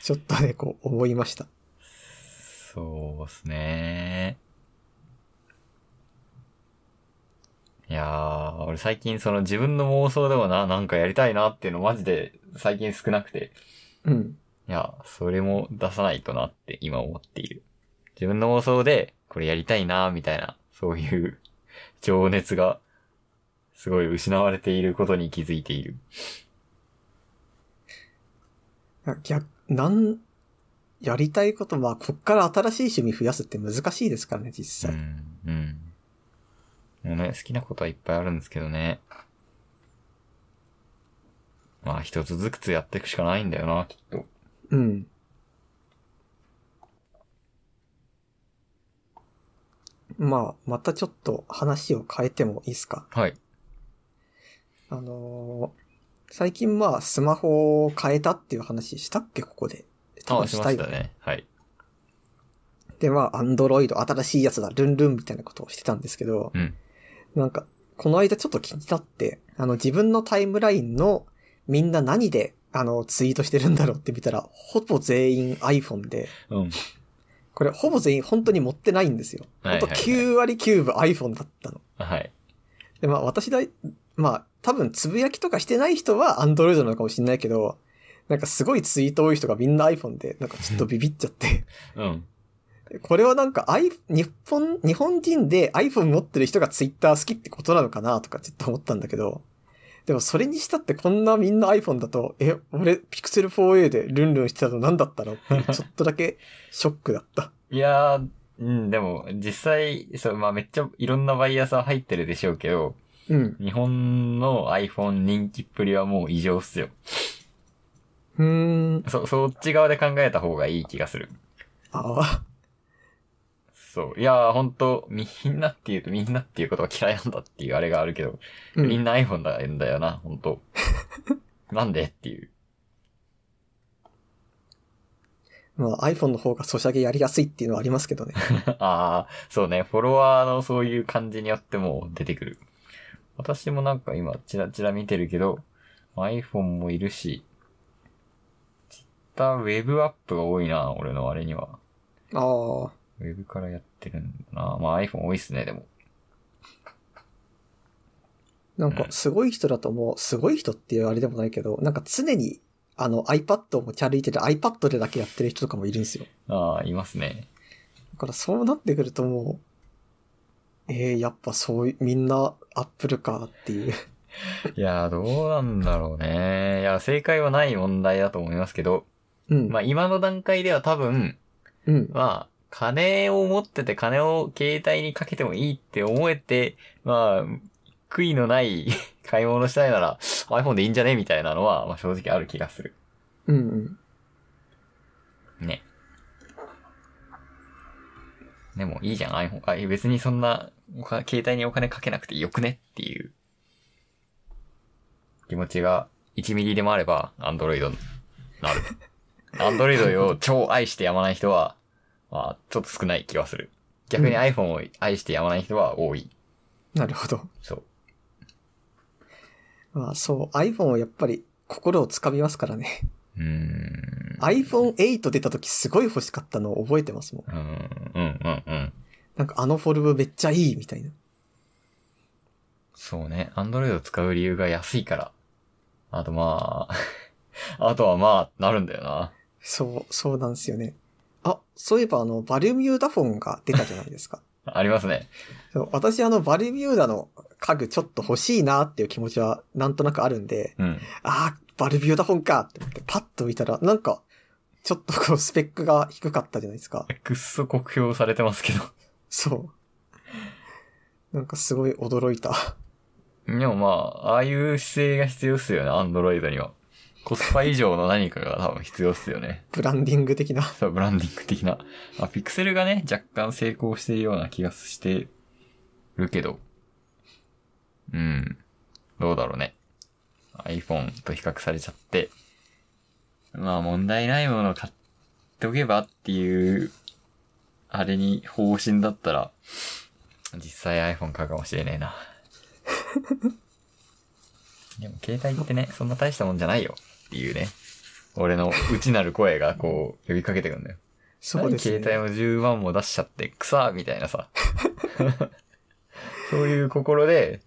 Speaker 1: ちょっとね、こう思いました。
Speaker 2: そうですね。いやー、俺最近その自分の妄想でもな、なんかやりたいなっていうのマジで最近少なくて。
Speaker 1: うん。
Speaker 2: いや、それも出さないとなって今思っている。自分の妄想でこれやりたいなみたいな、そういう [laughs] 情熱がすごい失われていることに気づいている。
Speaker 1: 逆、なん、やりたいこと、まあ、こっから新しい趣味増やすって難しいですからね、実
Speaker 2: う
Speaker 1: 際。
Speaker 2: ん、うん。もうね、好きなことはいっぱいあるんですけどね。まあ、一つずつやっていくしかないんだよな、きっと。
Speaker 1: うん。まあ、またちょっと話を変えてもいいですか
Speaker 2: はい。
Speaker 1: あのー最近まあスマホを変えたっていう話したっけここで。多
Speaker 2: あ、
Speaker 1: 分
Speaker 2: しまし
Speaker 1: よ
Speaker 2: たね。はい。
Speaker 1: でまあアンドロイド新しいやつだ、ルンルンみたいなことをしてたんですけど、
Speaker 2: うん。
Speaker 1: なんかこの間ちょっと気になって、あの自分のタイムラインのみんな何であのツイートしてるんだろうって見たら、ほぼ全員 iPhone で、
Speaker 2: うん。
Speaker 1: これほぼ全員本当に持ってないんですよ。
Speaker 2: はいはいはい
Speaker 1: ほんと9割9分 iPhone だったの。
Speaker 2: はい。
Speaker 1: で、まあ私だい、まあ多分つぶやきとかしてない人は Android なのかもしれないけど、なんかすごいツイート多い人がみんな iPhone で、なんかちょっとビビっちゃって。 [laughs]
Speaker 2: うん。
Speaker 1: これはなんか i、日本、日本人で iPhone 持ってる人が Twitter 好きってことなのかなとかちょっと思ったんだけど、でもそれにしたってこんなみんな iPhone だと、え、俺 Pixel 4a でルンルンしてたの何だったの [laughs] っていうちょっとだけショックだった。
Speaker 2: いやー、うん、でも、実際、そう、まあ、めっちゃいろんなバイアスは入ってるでしょうけど、
Speaker 1: うん。
Speaker 2: 日本の iPhone 人気っぷりはもう異常っすよ。
Speaker 1: うーん。
Speaker 2: そ、そっち側で考えた方がいい気がする。
Speaker 1: ああ。
Speaker 2: そう。いやー、ほんと、みんなっていうと、みんなっていうことが嫌いなんだっていうあれがあるけど、
Speaker 1: うん
Speaker 2: みんな iPhone だんだよな、ほ
Speaker 1: [laughs]
Speaker 2: んと。なんでっていう。 [laughs]
Speaker 1: まあ iPhone の方がソシャゲやりやすいっていうのはありますけ [laughs] どね。
Speaker 2: ああ、そうね、フォロワーのそういう感じによっても出てくる。私もなんか今、ちらちら見てるけど、iPhone もいるし、Twitter、ウェブアップが多いな、俺のあれには。
Speaker 1: ああ。
Speaker 2: ウェブからやってるんだな。まあ iPhone 多いっすね、でも。
Speaker 1: なんかすごい人だともう、すごい人っていうあれでもないけど、なんか常にあの iPad を持ち歩いてて iPad でだけやってる人とかもいるんですよ。
Speaker 2: ああ、いますね。
Speaker 1: だからそうなってくるともう、えー、やっぱそうい、みんな Apple かっていう。
Speaker 2: いやー、どうなんだろうね。いや、正解はない問題だと思いますけど、
Speaker 1: うん。
Speaker 2: まあ今の段階では多分、
Speaker 1: うん。
Speaker 2: まあ、金を持ってて金を携帯にかけてもいいって思えて、まあ、悔いのない [laughs] 買い物したいなら iPhone でいいんじゃねみたいなのは、まあ正直ある気がする。
Speaker 1: うんうん。
Speaker 2: ね。でもいいじゃん、iPhone。あ、別にそんな、お金携帯にお金かけなくてよくねっていう気持ちが1ミリでもあれば、Android に
Speaker 1: [laughs]
Speaker 2: なる。Android を超愛してやまない人は、まあ、ちょっと少ない気はする。逆に
Speaker 1: うん
Speaker 2: iPhone を愛してやまない人は多い。
Speaker 1: なるほど。
Speaker 2: そう。
Speaker 1: まあそう、iPhone はやっぱり心をつかみますからね。
Speaker 2: うーん。
Speaker 1: iPhone8 出た時すごい欲しかったのを覚えてますもん。
Speaker 2: うーん、うん、うん、うん。
Speaker 1: なんかあのフォルムめっちゃいいみたいな。
Speaker 2: そうね。アンドロイド使う理由が安いから。あとまあ、 [laughs] あとはまあ、なるんだよな。
Speaker 1: そう、そうなんですよね。あ、そういえばあの、バルミューダフォンが出たじゃないですか。
Speaker 2: ありますね。
Speaker 1: そう私あの、バルミューダの家具ちょっと欲しいなっていう気持ちはなんとなくあるんで、
Speaker 2: うん。
Speaker 1: あー、バルミューダフォンかって思ってパッと見たら、なんか、ちょっとこう、スペックが低かったじゃないですか。
Speaker 2: くっそ酷評されてますけど。
Speaker 1: そう。なんかすごい驚いた。
Speaker 2: でもまあ、ああいう姿勢が必要っすよね、アンドロイドには。コスパ以上の何かが多分必要っすよね。
Speaker 1: ブランディング的な。
Speaker 2: そう、ブランディング的な。まあ、ピクセルがね、若干成功してるような気がしてるけど。うん。どうだろうね。iPhone と比較されちゃって。まあ問題ないものを買っておけばっていう、あれに方針だったら、実際 iPhone 買うかもしれねえな。でも携帯ってね、そんな大したもんじゃないよっていうね。俺の内なる声がこう呼びかけてくるんだよ。
Speaker 1: そうですね。
Speaker 2: 携帯も10万も出しちゃって、くさーみたいなさ。 [laughs] そういう心で、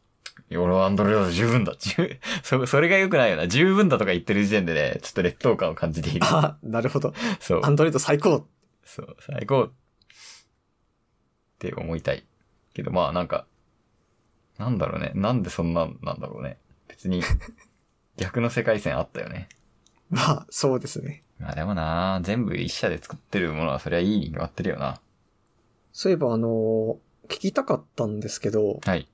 Speaker 2: いや俺はアンドロイドで十分だ。 [laughs] 十そ、それが良くないよな。十分だとか言ってる時点でね、ちょっと劣等感を感じている。
Speaker 1: [laughs] あー、なるほど。
Speaker 2: そう
Speaker 1: ア。ンドロイド最高。
Speaker 2: そう、最高って思いたい。けどまあなんか、なんだろうね。なんでそんなんなんだろうね。別に、逆の世界線あったよね。
Speaker 1: まあ、そうですね。
Speaker 2: まあでもな全部一社で作ってるものはそりゃいいに決まってるよな。
Speaker 1: そういえばあのー聞きたかったんですけど、
Speaker 2: はい。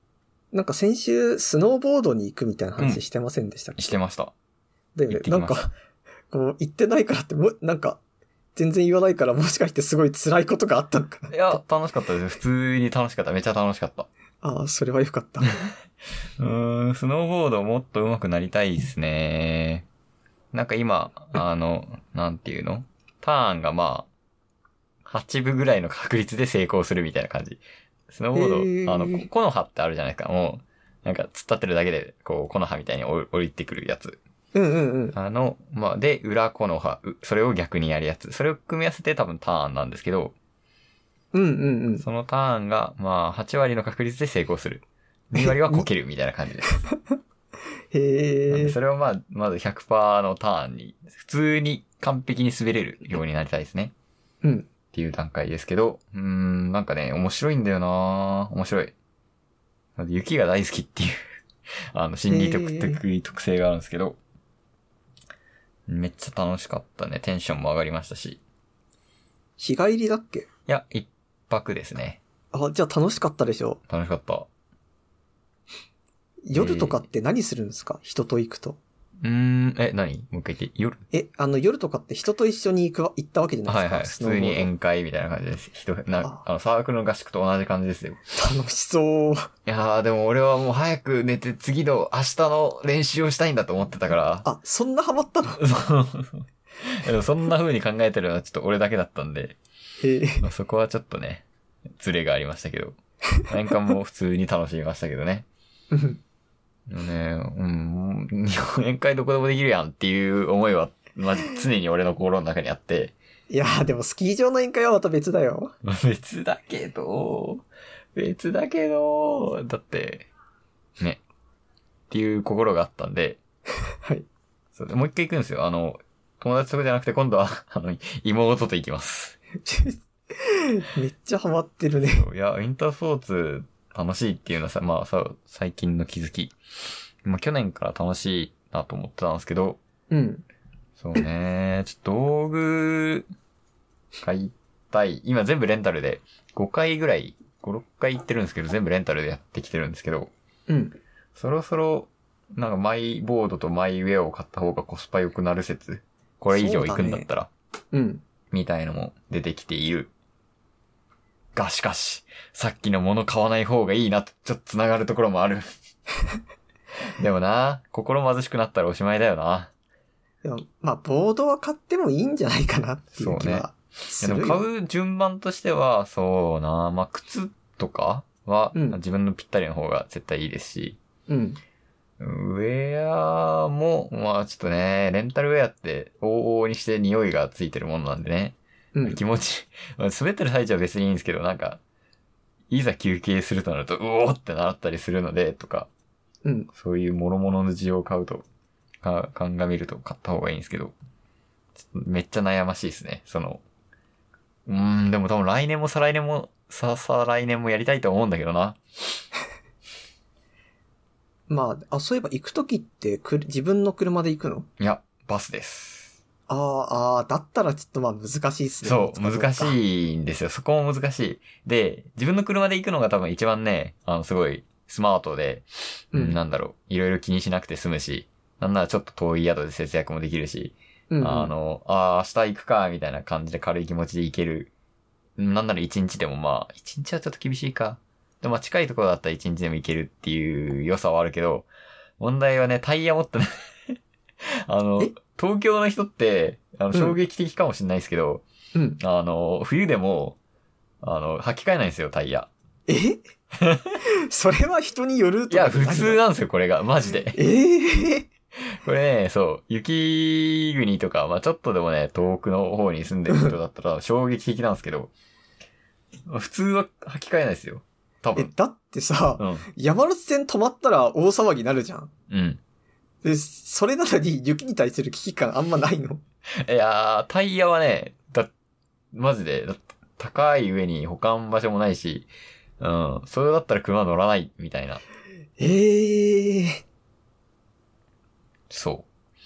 Speaker 1: なんか先週、スノーボードに行くみたいな話してませんでしたっ
Speaker 2: してました。
Speaker 1: け、
Speaker 2: 行って
Speaker 1: で、
Speaker 2: き
Speaker 1: な
Speaker 2: ま
Speaker 1: ん
Speaker 2: した
Speaker 1: か、こう、行ってないからって、も、なんか、全然言わないから、もしかしてすごい辛いことがあったのかな。
Speaker 2: いや、楽しかったです。普通に楽しかった。めっちゃ楽しかった。
Speaker 1: ああ、それは良かった。
Speaker 2: うーん、スノーボードもっと上手くなりたいですね。なんか今、あの、なんていうのターンがまあ、8分ぐらいの確率で成功するみたいな感じ。スノーボ
Speaker 1: へ
Speaker 2: ー
Speaker 1: ー
Speaker 2: ド、あの、こ木の葉ってあるじゃないですか。もう、なんか突っ立ってるだけで、こう、木の葉みたいに降り降りてくるやつ。
Speaker 1: うんうんうん。
Speaker 2: あの、まあ、で、裏木の葉、うそれを逆にやるやつ。それを組み合わせて多分ターンなんですけど、
Speaker 1: うんうんうん。
Speaker 2: そのターンが、まあ、8割の確率で成功する。2割はこけるみたいな感じです。なん
Speaker 1: へ
Speaker 2: で
Speaker 1: [laughs] え
Speaker 2: そ。れをまあ、まず100%のターンに、普通に完璧に滑れるようになりたいですね。
Speaker 1: うん。
Speaker 2: っていう段階ですけど、うーん、なんかね、面白いんだよな面白い。なんで雪が大好きっていう、 [laughs] あの、心
Speaker 1: へ
Speaker 2: 理特
Speaker 1: ー
Speaker 2: 特異特性があるんですけど、めっちゃ楽しかったね。テンションも上がりましたし。
Speaker 1: 日帰りだっけ
Speaker 2: いや、一泊ですね。
Speaker 1: あ、じゃあ楽しかったでしょ。
Speaker 2: 楽しかった。
Speaker 1: 夜とかって何するんですか人と行くと。
Speaker 2: うーん、え、何もう一回言って、夜
Speaker 1: え、あの夜とかって人と一緒に行くわ、行ったわけじゃないで
Speaker 2: は
Speaker 1: す
Speaker 2: い
Speaker 1: か。
Speaker 2: は
Speaker 1: スノー
Speaker 2: い。普通
Speaker 1: ボード
Speaker 2: に宴会みたいな感じです。人、な
Speaker 1: あ、
Speaker 2: あの、サークルの合宿と同じ感じですよ。
Speaker 1: 楽しそう。
Speaker 2: いやー、でも俺はもう早く寝て次の明日の練習をしたいんだと思ってたから。
Speaker 1: あ、そんなハマったの
Speaker 2: そうそうでも [laughs] そんな風に考えてるのはちょっと俺だけだったんで、
Speaker 1: へえ。
Speaker 2: まあ、そこはちょっとね、ズレがありましたけど。年間も普通に楽しみましたけどね。
Speaker 1: うん
Speaker 2: でもね、うん、 [laughs] 宴会どこでもできるやんっていう思いは、まあ、常に俺の心の中にあって。
Speaker 1: いやーでもスキー場の宴会はまた別だよ。
Speaker 2: [laughs] 別だけど、別だけど、だって、ね、っていう心があったんで、
Speaker 1: はい。 [laughs]
Speaker 2: そうでもう一回行くんですよ。あの、友達とかじゃなくて今度は、 [laughs] あの、妹と行きます。
Speaker 1: めっちゃハマってるね。
Speaker 2: いや、ウィンタースポーツ楽しいっていうのはさ、まあさ、最近の気づき。まあ去年から楽しいなと思ってたんですけど、
Speaker 1: うん。
Speaker 2: そうね、ちょっと道具、買いたい。今全部レンタルで、5回ぐらい、5、6回行ってるんですけど、全部レンタルでやってきてるんですけど、
Speaker 1: うん。
Speaker 2: そろそろ、なんかマイボードとマイウェアを買った方がコスパ良くなる説。これ以上行くんだったら、
Speaker 1: うん。
Speaker 2: みたいのも出てきている。がしかし、さっきのもの買わない方がいいなと、ちょっと繋がるところもある。 [laughs] でもな、心貧しくなったらおしまいだよな。
Speaker 1: でもまあ、ボードは買ってもいいんじゃないかなっていう気はす
Speaker 2: いや
Speaker 1: る
Speaker 2: で
Speaker 1: よ。
Speaker 2: も買う順番としては、そうな、まあ、靴とかは、
Speaker 1: うん
Speaker 2: 自分のぴったりの方が絶対いいですし、
Speaker 1: うん。
Speaker 2: ウェアも、まあちょっとね、レンタルウェアって往々にして匂いがついてるものなんでね、
Speaker 1: うん。
Speaker 2: 気持ち、 [laughs] まあ滑ってる最中は別にいいんですけど、なんか、いざ休憩するとなると、うおーってなったりするので、とか、
Speaker 1: うん。
Speaker 2: そういう諸々の事情を買うと、か、鑑みると買った方がいいんですけど、ちょっとめっちゃ悩ましいですね。その、うーん、でも多分来年も再来年も、さ、再来年もやりたいと思うんだけどな。
Speaker 1: まあ、あ、そういえば行くときってくる自分の車で行くの
Speaker 2: いや、バスです。
Speaker 1: ああ、ああ、だったらちょっとまあ難しいっすね。
Speaker 2: そう、難
Speaker 1: い。
Speaker 2: しいんですよ。そこも難しい。で、自分の車で行くのが多分一番ね、あの、すごいスマートで、う
Speaker 1: うん
Speaker 2: ん、なんだろう、いろいろ気にしなくて済むし、なんならちょっと遠い宿で節約もできるし、
Speaker 1: うん、うん。
Speaker 2: あの、ああ、明日行くか、みたいな感じで軽い気持ちで行ける。なんなら一日でもまあ、一日はちょっと厳しいか。でもまあ近いところだったら一日でも行けるっていう良さはあるけど、問題はね、 [laughs] タイヤ持ってない。あの
Speaker 1: え、
Speaker 2: 東京の人って、あの、
Speaker 1: ん
Speaker 2: 衝撃的かもしれないですけど、
Speaker 1: うん。
Speaker 2: あの、冬でも、あの、履き替えないんですよ、タイヤ。
Speaker 1: え [laughs] それは人による
Speaker 2: い
Speaker 1: と
Speaker 2: や、
Speaker 1: かじゃな
Speaker 2: 普
Speaker 1: いの
Speaker 2: 通なんですよ、これが。マジで。
Speaker 1: ええ
Speaker 2: これね、そう、雪国とか、まあちょっとでもね、遠くの方に住んでる人だっ
Speaker 1: [laughs]
Speaker 2: たら衝撃的なんですけど、普通は履き替えないですよ。多
Speaker 1: え、
Speaker 2: 分。
Speaker 1: だってさ、
Speaker 2: うん。
Speaker 1: 山手線止まったら大騒ぎになるじゃん。
Speaker 2: うん。
Speaker 1: で、それなのに雪に対する危機感あんまないの。
Speaker 2: いやー、タイヤはね、だ、マジで、だ高い上に保管場所もないし、うん。それだったら車乗らない、みたいな。
Speaker 1: ええ
Speaker 2: そう。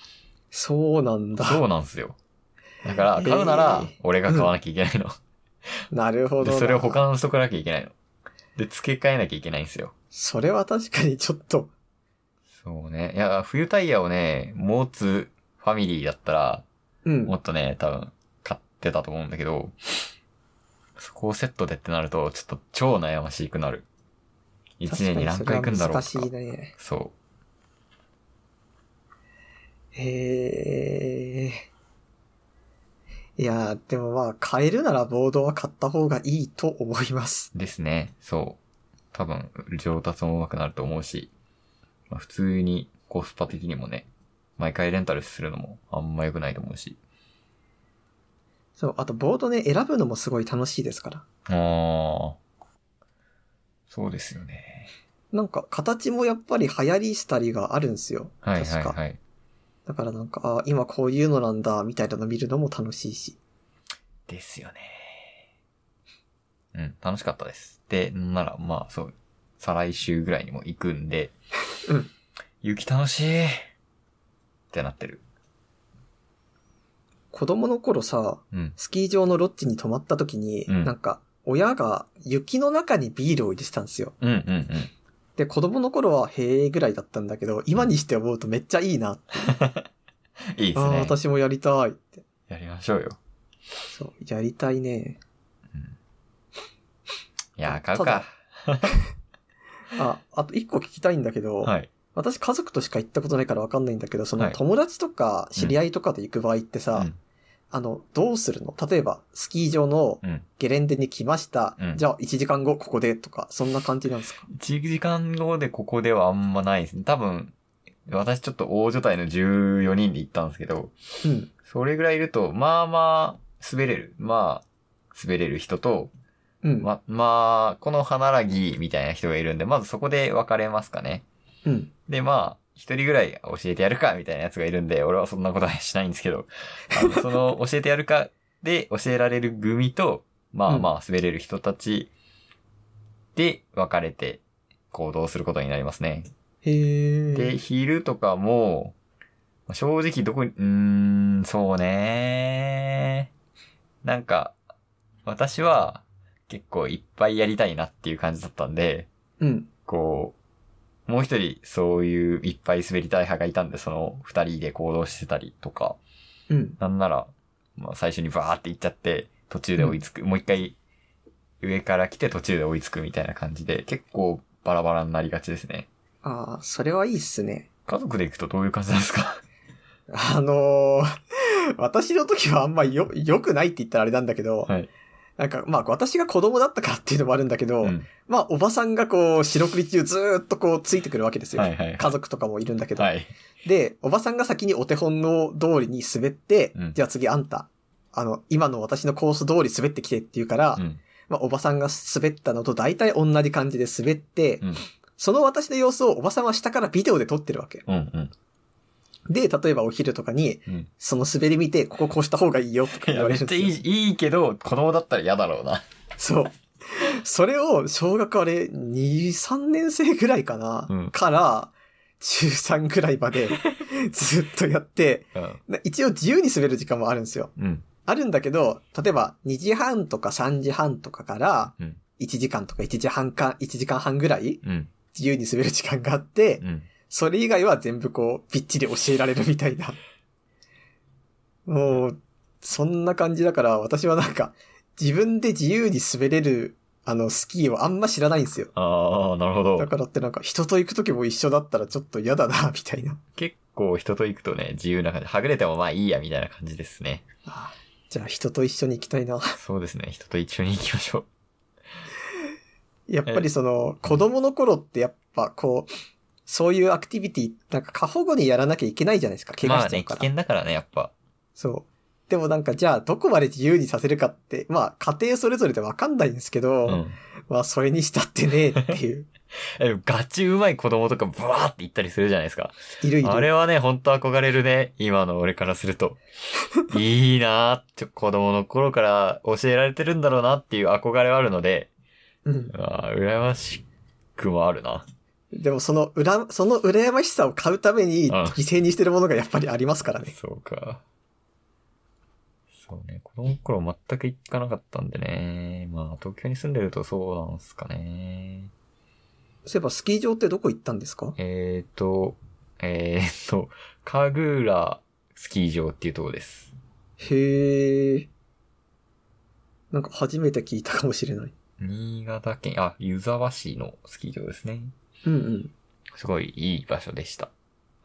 Speaker 1: そうなんだ。
Speaker 2: そうなんですよ。だから、買うなら
Speaker 1: えー、
Speaker 2: 俺が買わなきゃいけないの。
Speaker 1: なるほど
Speaker 2: で、
Speaker 1: な。
Speaker 2: それを保管しとかなきゃいけないの。で、付け替えなきゃいけないんですよ。
Speaker 1: それは確かにちょっと、
Speaker 2: そうね。いや、冬タイヤをね、持つファミリーだったら、
Speaker 1: うん
Speaker 2: も。っとね、多分、買ってたと思うんだけど、そこをセットでってなると、ちょっと超悩ましくなる。 1年に何回行くんだろうとか。
Speaker 1: 確かにそれは難しいね。
Speaker 2: そ
Speaker 1: へえ。いやー、でもまあ、買えるならボードは買った方がいいと思います。
Speaker 2: う。ですね。そう。多分、上達も上手くなると思うし、まあ、普通にコスパ的にもね、毎回レンタルするのもあんま良くないと思うし。
Speaker 1: そう、あとボードね、選ぶのもすごい楽しいですから。
Speaker 2: ああ。そうですよね。
Speaker 1: なんか、形もやっぱり流行りしたりがあるんですよ。
Speaker 2: はいはい
Speaker 1: 確か。
Speaker 2: はい。
Speaker 1: だからなんか、あー今こういうのなんだ、みたいなの見るのも楽しいし。
Speaker 2: ですよね。うん、楽しかったです。で、なんなら、まあ、そう、再来週ぐらいにも行くんで、
Speaker 1: うん
Speaker 2: 雪楽しいってなってる。
Speaker 1: 子供の頃さ、
Speaker 2: うん。
Speaker 1: スキー場のロッジに泊まった時に、
Speaker 2: うん
Speaker 1: なんか、親が雪の中にビールを入れてたんですよ。
Speaker 2: うんうんうん。
Speaker 1: で、子供の頃はへえぐらいだったんだけど、今にして思うとめっちゃいいな。
Speaker 2: いいで
Speaker 1: ああ
Speaker 2: す
Speaker 1: ー、
Speaker 2: ね。
Speaker 1: 私もやりたいって。
Speaker 2: やりましょうよ。
Speaker 1: そう、やりたいね。
Speaker 2: いやー、買う
Speaker 1: ただ
Speaker 2: か。
Speaker 1: あ、あと一個聞きたいんだけど、
Speaker 2: はい。
Speaker 1: 私家族としか行ったことないからわかんないんだけど、そ
Speaker 2: は
Speaker 1: の
Speaker 2: い
Speaker 1: 友達とか知り合いとかで行く場合ってさ、
Speaker 2: うん
Speaker 1: あの、どうするの例えば、スキー場の
Speaker 2: うん。
Speaker 1: ゲレンデに来ました。
Speaker 2: うん
Speaker 1: じゃあ1時間後ここでとか、そんな感じなんですか
Speaker 2: 1時間後でここではあんまないですね。多分、私ちょっと大所帯の14人で行ったんですけど、
Speaker 1: うん。
Speaker 2: それぐらいいると、まあまあ、滑れる。まあ、滑れる人と、
Speaker 1: うん。
Speaker 2: ま、まあ、この花らぎみたいな人がいるんで、まずそこで分かれますかね。
Speaker 1: うん。
Speaker 2: で、まあ、一人ぐらい教えてやるかみたいなやつがいるんで、俺はそんなことはしないんですけど、あのそ
Speaker 1: [laughs]
Speaker 2: の教えてやるかで教えられる組と、まあ
Speaker 1: うん
Speaker 2: まあ滑れる人たちで分かれて行動することになりますね。
Speaker 1: へ
Speaker 2: で、
Speaker 1: え。
Speaker 2: 昼とかも、まあ正直どこに、うーん、そうねなんか、私は結構いっぱいやりたいなっていう感じだったんで、
Speaker 1: うん。
Speaker 2: こう、もう一人そういういっぱい滑りたい派がいたんで、その二人で行動してたりとか、
Speaker 1: うん。
Speaker 2: なんなら、まあ最初にバーって行っちゃって、途中で追いつく、もう一回上から来て途中で追いつくみたいな感じで、結構バラバラになりがちですね。
Speaker 1: ああ、それはいいっすね。
Speaker 2: 家族で行くとどういう感じなんですか
Speaker 1: あのー [laughs] 私の時はあんまよ、良くないって言ったらあれなんだけど、
Speaker 2: はい
Speaker 1: なんか、まあ、私が子供だったからっていうのもあるんだけど、
Speaker 2: うん
Speaker 1: まあ、おばさんがこう、白首中ずーっとこう、ついてくるわけですよ。
Speaker 2: はいはいはい
Speaker 1: 家族とかもいるんだけど。
Speaker 2: はい。
Speaker 1: で、おばさんが先にお手本の通りに滑って、
Speaker 2: うん
Speaker 1: じゃあ次あんた、あの、今の私のコース通り滑ってきてって言うから、
Speaker 2: うん。
Speaker 1: まあ、おばさんが滑ったのと大体同じ感じで滑って、
Speaker 2: うん
Speaker 1: その私の様子をおばさんは下からビデオで撮ってるわけ。
Speaker 2: うんうん。
Speaker 1: で、例えばお昼とかに、
Speaker 2: うん
Speaker 1: その滑り見て、こここうした方がいいよとか言
Speaker 2: い [laughs] や、
Speaker 1: わ
Speaker 2: め
Speaker 1: れ
Speaker 2: っ
Speaker 1: るん
Speaker 2: ちゃ
Speaker 1: です
Speaker 2: い
Speaker 1: よ。
Speaker 2: い、いいけど、子供だったら嫌だろうな。
Speaker 1: そう。それを、小学あれ、2、3年生ぐらいかな、
Speaker 2: うん
Speaker 1: から、中3ぐらいまで、 [laughs] ずっとやって、
Speaker 2: うん。
Speaker 1: な一応自由に滑る時間もあるんですよ。
Speaker 2: うん。
Speaker 1: あるんだけど、例えば2時半とか3時半とかから
Speaker 2: うん、
Speaker 1: 1時間とか1時半か、1時間半ぐらい
Speaker 2: うん。
Speaker 1: 自由に滑る時間があって、
Speaker 2: うん。
Speaker 1: それ以外は全部こう、びっちり教えられるみたいな。 [laughs] もう、そんな感じだから、私はなんか、自分で自由に滑れる、あの、スキーをあんま知らないんですよ。
Speaker 2: ああ、なるほ
Speaker 1: だ
Speaker 2: ど。
Speaker 1: からってなんか、人と行く時も一緒だったらちょっと嫌だな、みたい
Speaker 2: [laughs]
Speaker 1: な。
Speaker 2: 結構人と行くとね、自由な感じ。はぐれてもまあいいや、みたいな感じですね。
Speaker 1: ああじゃあ、人と一緒に行きたいな。 [laughs]
Speaker 2: そうですね。人と一緒に行きましょう。
Speaker 1: やっぱりその、子供の頃ってやっぱこう、そういうアクティビティ、なんか過保護にやらなきゃいけないじゃないですか。怪我
Speaker 2: ま
Speaker 1: し
Speaker 2: あ
Speaker 1: ちゃう
Speaker 2: ね、
Speaker 1: か
Speaker 2: 危
Speaker 1: ら。
Speaker 2: 険だからね、やっぱ。
Speaker 1: そう。でもなんかじゃあどこまで自由にさせるかって、まあ家庭それぞれでわかんないんですけど、
Speaker 2: うん。
Speaker 1: まあそれにしたってねっていう。
Speaker 2: [laughs] えガチうまい子供とかブワーって行ったりするじゃないですか。
Speaker 1: いるいる。
Speaker 2: あれはね、ほんと憧れるね。今の俺からする [laughs] と。いいなーって子供の頃から教えられてるんだろうなっていう憧れはあるので、
Speaker 1: うん。
Speaker 2: あー羨ましくもあるな。
Speaker 1: でもその裏、その羨ましさを買うために
Speaker 2: うん
Speaker 1: 犠牲にしてるものがやっぱりありますからね。
Speaker 2: そうか。そうね。子供の頃全く行かなかったんでね。まあ、東京に住んでるとそうなんすかね。
Speaker 1: そういえばスキー場ってどこ行ったんですか
Speaker 2: えーと、えーと、カグーラスキー場っていうとこです。
Speaker 1: へえ。なんか初めて聞いたかもしれない。
Speaker 2: 新潟県、あ、湯沢市のスキー場ですね。
Speaker 1: うんうん。
Speaker 2: すごいいい場所でした。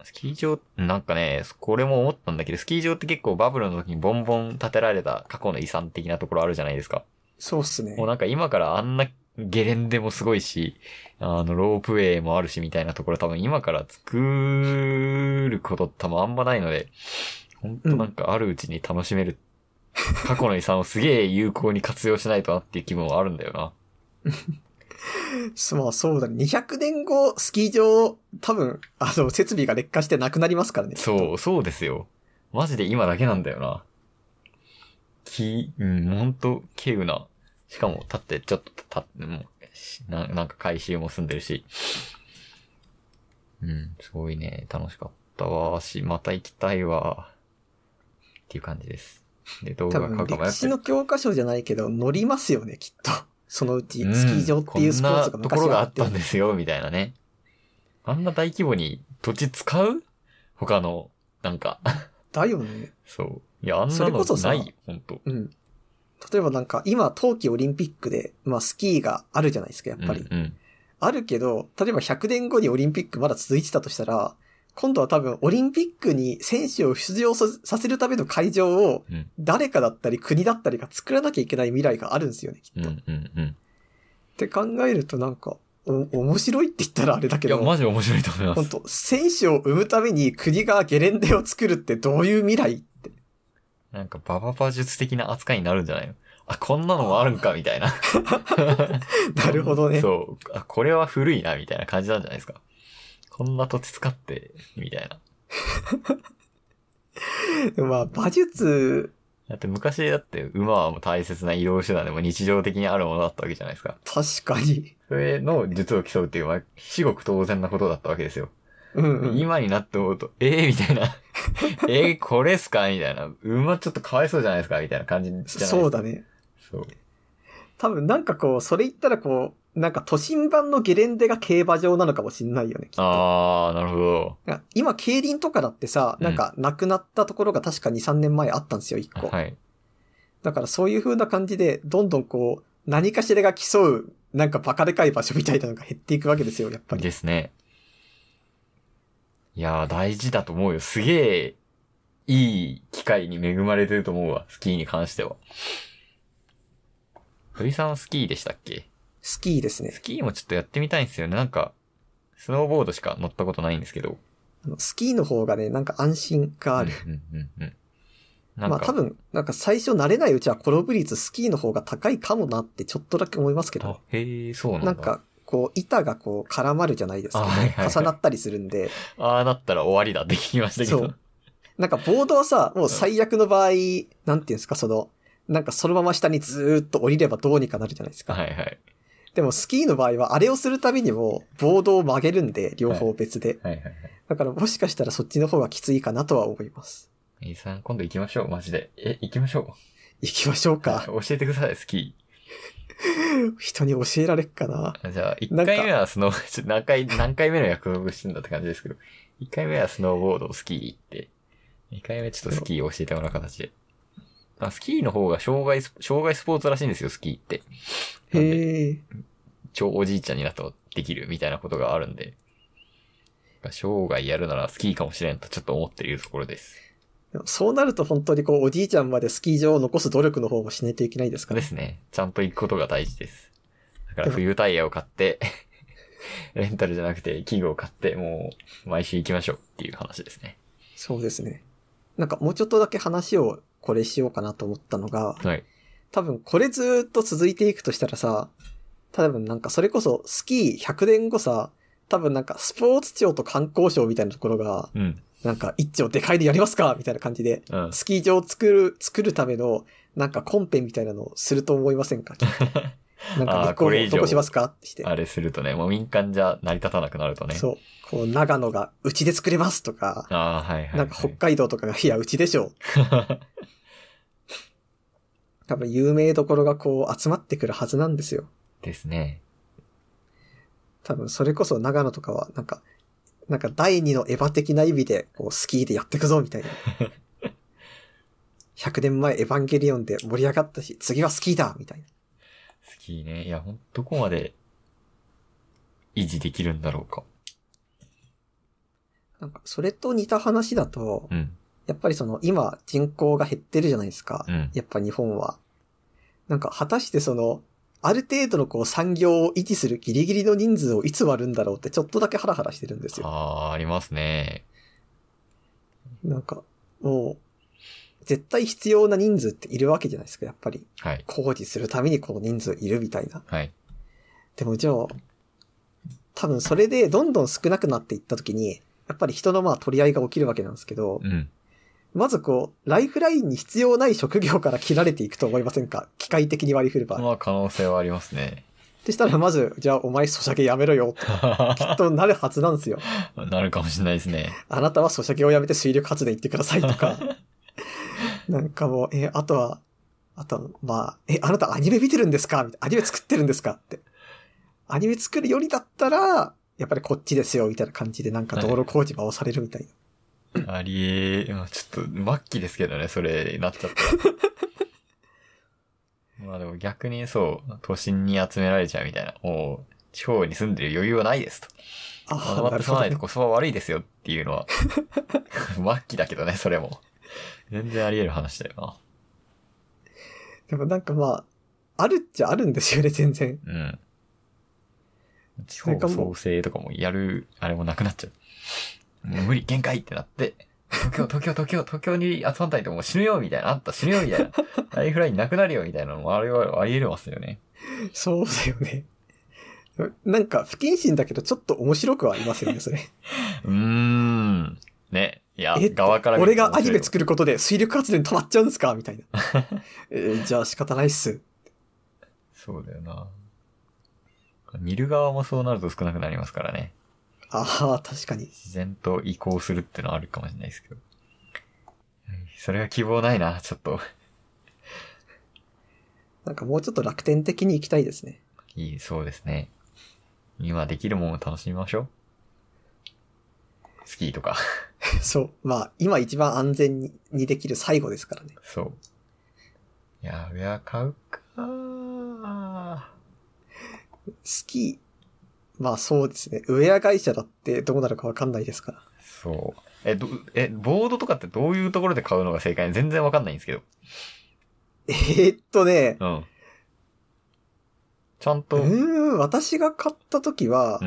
Speaker 2: スキー場、なんかね、これも思ったんだけど、スキー場って結構バブルの時にボンボン建てられた過去の遺産的なところあるじゃないですか。
Speaker 1: そうっすね
Speaker 2: もう。なんか今からあんなゲレンデもすごいし、あの、ロープウェイもあるしみたいなところ多分今から作ること多分あんまないので、本当なんかあるうちに楽しめる、過去の遺産をすげえ有効に活用しないとなっていう気分はあるんだよな。
Speaker 1: そうまあそうだね。200年後、スキー場、多分、あの、設備が劣化してなくなりますからね。
Speaker 2: そう、そうですよ。マジで今だけなんだよな。き、うん、ほんと、稀有な。しかも、立って、ちょっと、立って、もうしな、なんか回収も済んでるし。うん、すごいね、楽しかったわ、し、また行きたいわ。っていう感じです。で、動
Speaker 1: 多
Speaker 2: 画買う
Speaker 1: 分、
Speaker 2: か迷
Speaker 1: 歴
Speaker 2: っ
Speaker 1: 史
Speaker 2: て
Speaker 1: の教科書じゃないけど、乗りますよね、きっと。 [laughs] そのうち、スキー場っていうスポーツが
Speaker 2: うんこんなとこ
Speaker 1: 昔
Speaker 2: ろが
Speaker 1: は
Speaker 2: あ
Speaker 1: あっ
Speaker 2: ってたん。ですよ、みたいなね。あんな大規模に土地使う他の、なんか、
Speaker 1: だよね。
Speaker 2: そう。いや、あん
Speaker 1: そ
Speaker 2: な
Speaker 1: れこ
Speaker 2: の
Speaker 1: そさ
Speaker 2: ないよ、ほんと。
Speaker 1: うん。例えばなんか、今、冬季オリンピックで、まあ、スキーがあるじゃないですか、やっぱり。
Speaker 2: うんうん
Speaker 1: あるけど、例えば100年後にオリンピックまだ続いてたとしたら、今度は多分オリンピックに選手を出場ささせるための会場を
Speaker 2: うん
Speaker 1: 誰かだったり国だったりが作らなきゃいけない未来があるんですよね、き
Speaker 2: う
Speaker 1: っ
Speaker 2: ん
Speaker 1: と。
Speaker 2: う
Speaker 1: っ
Speaker 2: んうん。
Speaker 1: て考えるとなんか、お、面白いって言ったらあれだけ
Speaker 2: いや、
Speaker 1: ど、
Speaker 2: マジ面白いと思いま
Speaker 1: 本
Speaker 2: す。
Speaker 1: 当選手を生むために国がゲレンデを作るってどういう未来 [laughs] って。
Speaker 2: なんか、バババ術的な扱いになるんじゃないのあ、こんなのもあるんか、みたいな。
Speaker 1: なるほどね。
Speaker 2: そう。あ、これは古いな、みたいな感じなんじゃないですか。こんな土地使って、みたいな。
Speaker 1: まあ、馬術、
Speaker 2: だって昔だって馬はもう大切な移動手段でも日常的にあるものだったわけじゃないですか。
Speaker 1: 確かに。
Speaker 2: それの術を競うっていうのは至極当然なことだったわけですよ。
Speaker 1: うん、うん。
Speaker 2: 今になって思うと、ええみたい
Speaker 1: [laughs]
Speaker 2: な。えー、これっすかみたいな。馬ちょっとかわいそうじゃないですかみたいな感じじゃないですか。
Speaker 1: そうだね。
Speaker 2: そう。
Speaker 1: 多分なんかこう、それ言ったらこう、なんか都心版のゲレンデが競馬場なのかもしんないよね、きっと。
Speaker 2: あー、なるほど。
Speaker 1: なんか今、競輪とかだってさ、
Speaker 2: うん
Speaker 1: なんか亡くなったところが確か2、3年前あったんですよ、1個。
Speaker 2: はい。
Speaker 1: だからそういう風な感じで、どんどんこう、何かしらが競う、なんかバカでかい場所みたいなのが減っていくわけですよ、やっぱり。
Speaker 2: ですね。いやー、大事だと思うよ。すげえ、いい機会に恵まれてると思うわ。スキーに関しては。鳥さんはスキーでしたっけ
Speaker 1: スキーですね
Speaker 2: ス。キーもちょっとやってみたいんですよね。なんか、スノーボードしか乗ったことないんですけど。
Speaker 1: あのスキーの方がね、なんか安心がある。
Speaker 2: うんうんうんうん。なん
Speaker 1: まあ
Speaker 2: か、
Speaker 1: 多分、なんか最初慣れないうちは転ぶ率スキーの方が高いかもなってちょっとだけ思いますけど。
Speaker 2: あ、へえ、そうなんだ。
Speaker 1: なんか、こう、板がこう、絡まるじゃないですか、
Speaker 2: あはいはいはい
Speaker 1: 重なったりするんで、
Speaker 2: ああ、だったら終わりだって聞きましたけど。
Speaker 1: そうなんかボードはさ、もう最悪の場合、なんていうんですか、その、なんかそのまま下にずーっと降りればどうにかなるじゃないですか。
Speaker 2: はいはい。
Speaker 1: でもスキーの場合は、あれをするためにも、ボードを曲げるんで、両方別で。
Speaker 2: はいはいはい。
Speaker 1: だからもしかしたらそっちの方がきついかなとは思います。
Speaker 2: えいさん、今度行きましょう、マジで。え、行きましょ
Speaker 1: 行きましょう
Speaker 2: う。
Speaker 1: か。
Speaker 2: 教えてください、スキー。
Speaker 1: 人に教えられっかな。
Speaker 2: じゃあ、一
Speaker 1: なんか
Speaker 2: 回目はスノー、ち [laughs] ょ何回、何回目の約束してんだって感じですけど、一回目はスノーボード、スキー行って、二回目ちょっとスキーを教えてもらう形で。あ、スキーの方が障害ス、障害スポーツらしいんですよ、スキーって。なんで、
Speaker 1: へえ。
Speaker 2: 超おじいちゃんになったらできるみたいなことがあるんで、生涯やるならスキーかもしれんとちょっと思っているところです。
Speaker 1: でもそうなると本当にこう、おじいちゃんまでスキー場を残す努力の方もしないといけないですか
Speaker 2: で
Speaker 1: ね。
Speaker 2: すね。ちゃんと行くことが大事です。だから冬タイヤを買って、 [laughs] レンタルじゃなくて器具を買って、もう毎週行きましょうっていう話ですね。
Speaker 1: そうですね。なんかもうちょっとだけ話をこれしようかなと思ったのが、
Speaker 2: はい。
Speaker 1: 多分これずーっと続いていくとしたらさ、多分なんかそれこそスキー100年後さ、多分なんかスポーツ庁と観光省みたいなところが、
Speaker 2: うん。
Speaker 1: なんか一丁でかいでやりますかみたいな感じで、
Speaker 2: うん。
Speaker 1: スキー場を作る、作るための、なんかコンペみたいなのをすると思いませんかきっ
Speaker 2: [laughs]
Speaker 1: となん
Speaker 2: あー
Speaker 1: か日
Speaker 2: これ
Speaker 1: 光
Speaker 2: 以上
Speaker 1: どこしますかってして。
Speaker 2: あれするとね、もう民間じゃ成り立たなくなるとね。
Speaker 1: そう。こう、長野がうちで作れますとか、
Speaker 2: ああ、はいはい、はい。
Speaker 1: なんか北海道とかが、いや、うちでしょ。多分有名どころがこう集まってくるはずなんですよ。
Speaker 2: [laughs] ですね。
Speaker 1: 多分それこそ長野とかは、なんか、なんか第二のエヴァ的な意味で、こう、スキーでやってくぞ、みた
Speaker 2: [laughs]
Speaker 1: いな。100年前エヴァンゲリオンで盛り上がったし、次はスキーだみたいな。
Speaker 2: スキーね。いや、ほんどこまで維持できるんだろうか。
Speaker 1: なんか、それと似た話だと、
Speaker 2: うん。
Speaker 1: やっぱりその、今、人口が減ってるじゃないですか。
Speaker 2: うん。
Speaker 1: やっぱ日本は。なんか、果たしてその、ある程度のこう産業を維持するギリギリの人数をいつ割るんだろうってちょっとだけハラハラしてるんですよ。
Speaker 2: あー、ありますね。
Speaker 1: なんか、もう、絶対必要な人数っているわけじゃないですか、やっぱり。
Speaker 2: はい。
Speaker 1: 工事するためにこの人数いるみたいな。
Speaker 2: はい。
Speaker 1: でもじゃあ、多分それでどんどん少なくなっていった時に、やっぱり人のまあ取り合いが起きるわけなんですけど、
Speaker 2: うん。
Speaker 1: まずこう、ライフラインに必要ない職業から切られていくと思いませんか機械的に割り振れば。っ
Speaker 2: まあ、可能性はありますね。
Speaker 1: てしたらまず、じゃあお前ソシャゲやめろよ、となるはずなんですよ。
Speaker 2: [laughs] なるかもしれないですね。
Speaker 1: あなたはソシャゲをやめて水力発電行ってくださいと
Speaker 2: [laughs]
Speaker 1: か。なんかもう、えあとは、あとは、まあ、え、あなたアニメ見てるんですかみたいなアニメ作ってるんですかって。アニメ作るよりだったら、やっぱりこっちですよ、みたいな感じでなんか道路工事場をされるみたいな。
Speaker 2: ありえ、まあちょっと末期ですけどね、それなっち
Speaker 1: [laughs]
Speaker 2: ゃったら。まあでも逆にそう、都心に集められちゃうみたいな。もう、地方に住んでる余裕はないですと。まと
Speaker 1: ああ、
Speaker 2: ま
Speaker 1: な
Speaker 2: って
Speaker 1: る
Speaker 2: 住
Speaker 1: ほ
Speaker 2: ま
Speaker 1: ど、
Speaker 2: ないと
Speaker 1: ね。
Speaker 2: コスパ悪いですよっていう
Speaker 1: [laughs]
Speaker 2: のは、末期だけどね、それも。全然あり得る話だよ
Speaker 1: でもなんかまあ、あるっちゃあるんですよね、全
Speaker 2: [laughs]
Speaker 1: 然。
Speaker 2: な。うん。地方創生とかもやる、あれもなくなっちゃう。もう無理、限界ってなって、東京、東京、東京、東京に集まんないともう死ぬよみたいな、あんた死ぬよみ
Speaker 1: [laughs]
Speaker 2: たいな、ライフラインなくなるよみたいなのもあれはあり得ますよね。
Speaker 1: そうだよね。なんか不謹慎だけどちょっと面白くはありますよね、それ。
Speaker 2: うーん。ね。いや
Speaker 1: え、
Speaker 2: 側から見
Speaker 1: 俺
Speaker 2: ると面白いよ
Speaker 1: がアニメ作ることで水力発電止まっちゃうんですかみたい
Speaker 2: [laughs]
Speaker 1: な。えーじゃあ仕方ないっす。
Speaker 2: そうだよな。見る側もそうなると少なくなりますからね。
Speaker 1: ああ、確かに。
Speaker 2: 自然と移行するってのはあるかもしれないですけど。それは希望ないな、ちょっと。
Speaker 1: なんかもうちょっと楽天的に行きたいですね。
Speaker 2: いい、そうですね。今できるもんを楽しみましょう。スキーとか。 [laughs]
Speaker 1: そう。まあ、今一番安全ににできる最後ですからね。
Speaker 2: そう。いや、ウェア買うか
Speaker 1: スキー、まあそうですね。ウェア会社だってどうなるかわかんないですから。
Speaker 2: そう。え、ど、え、ボードとかってどういうところで買うのが正解全然わかんないんですけど。
Speaker 1: えーっとね、
Speaker 2: うん。ちゃん
Speaker 1: う
Speaker 2: と、うん。
Speaker 1: ーん、私が買った時は、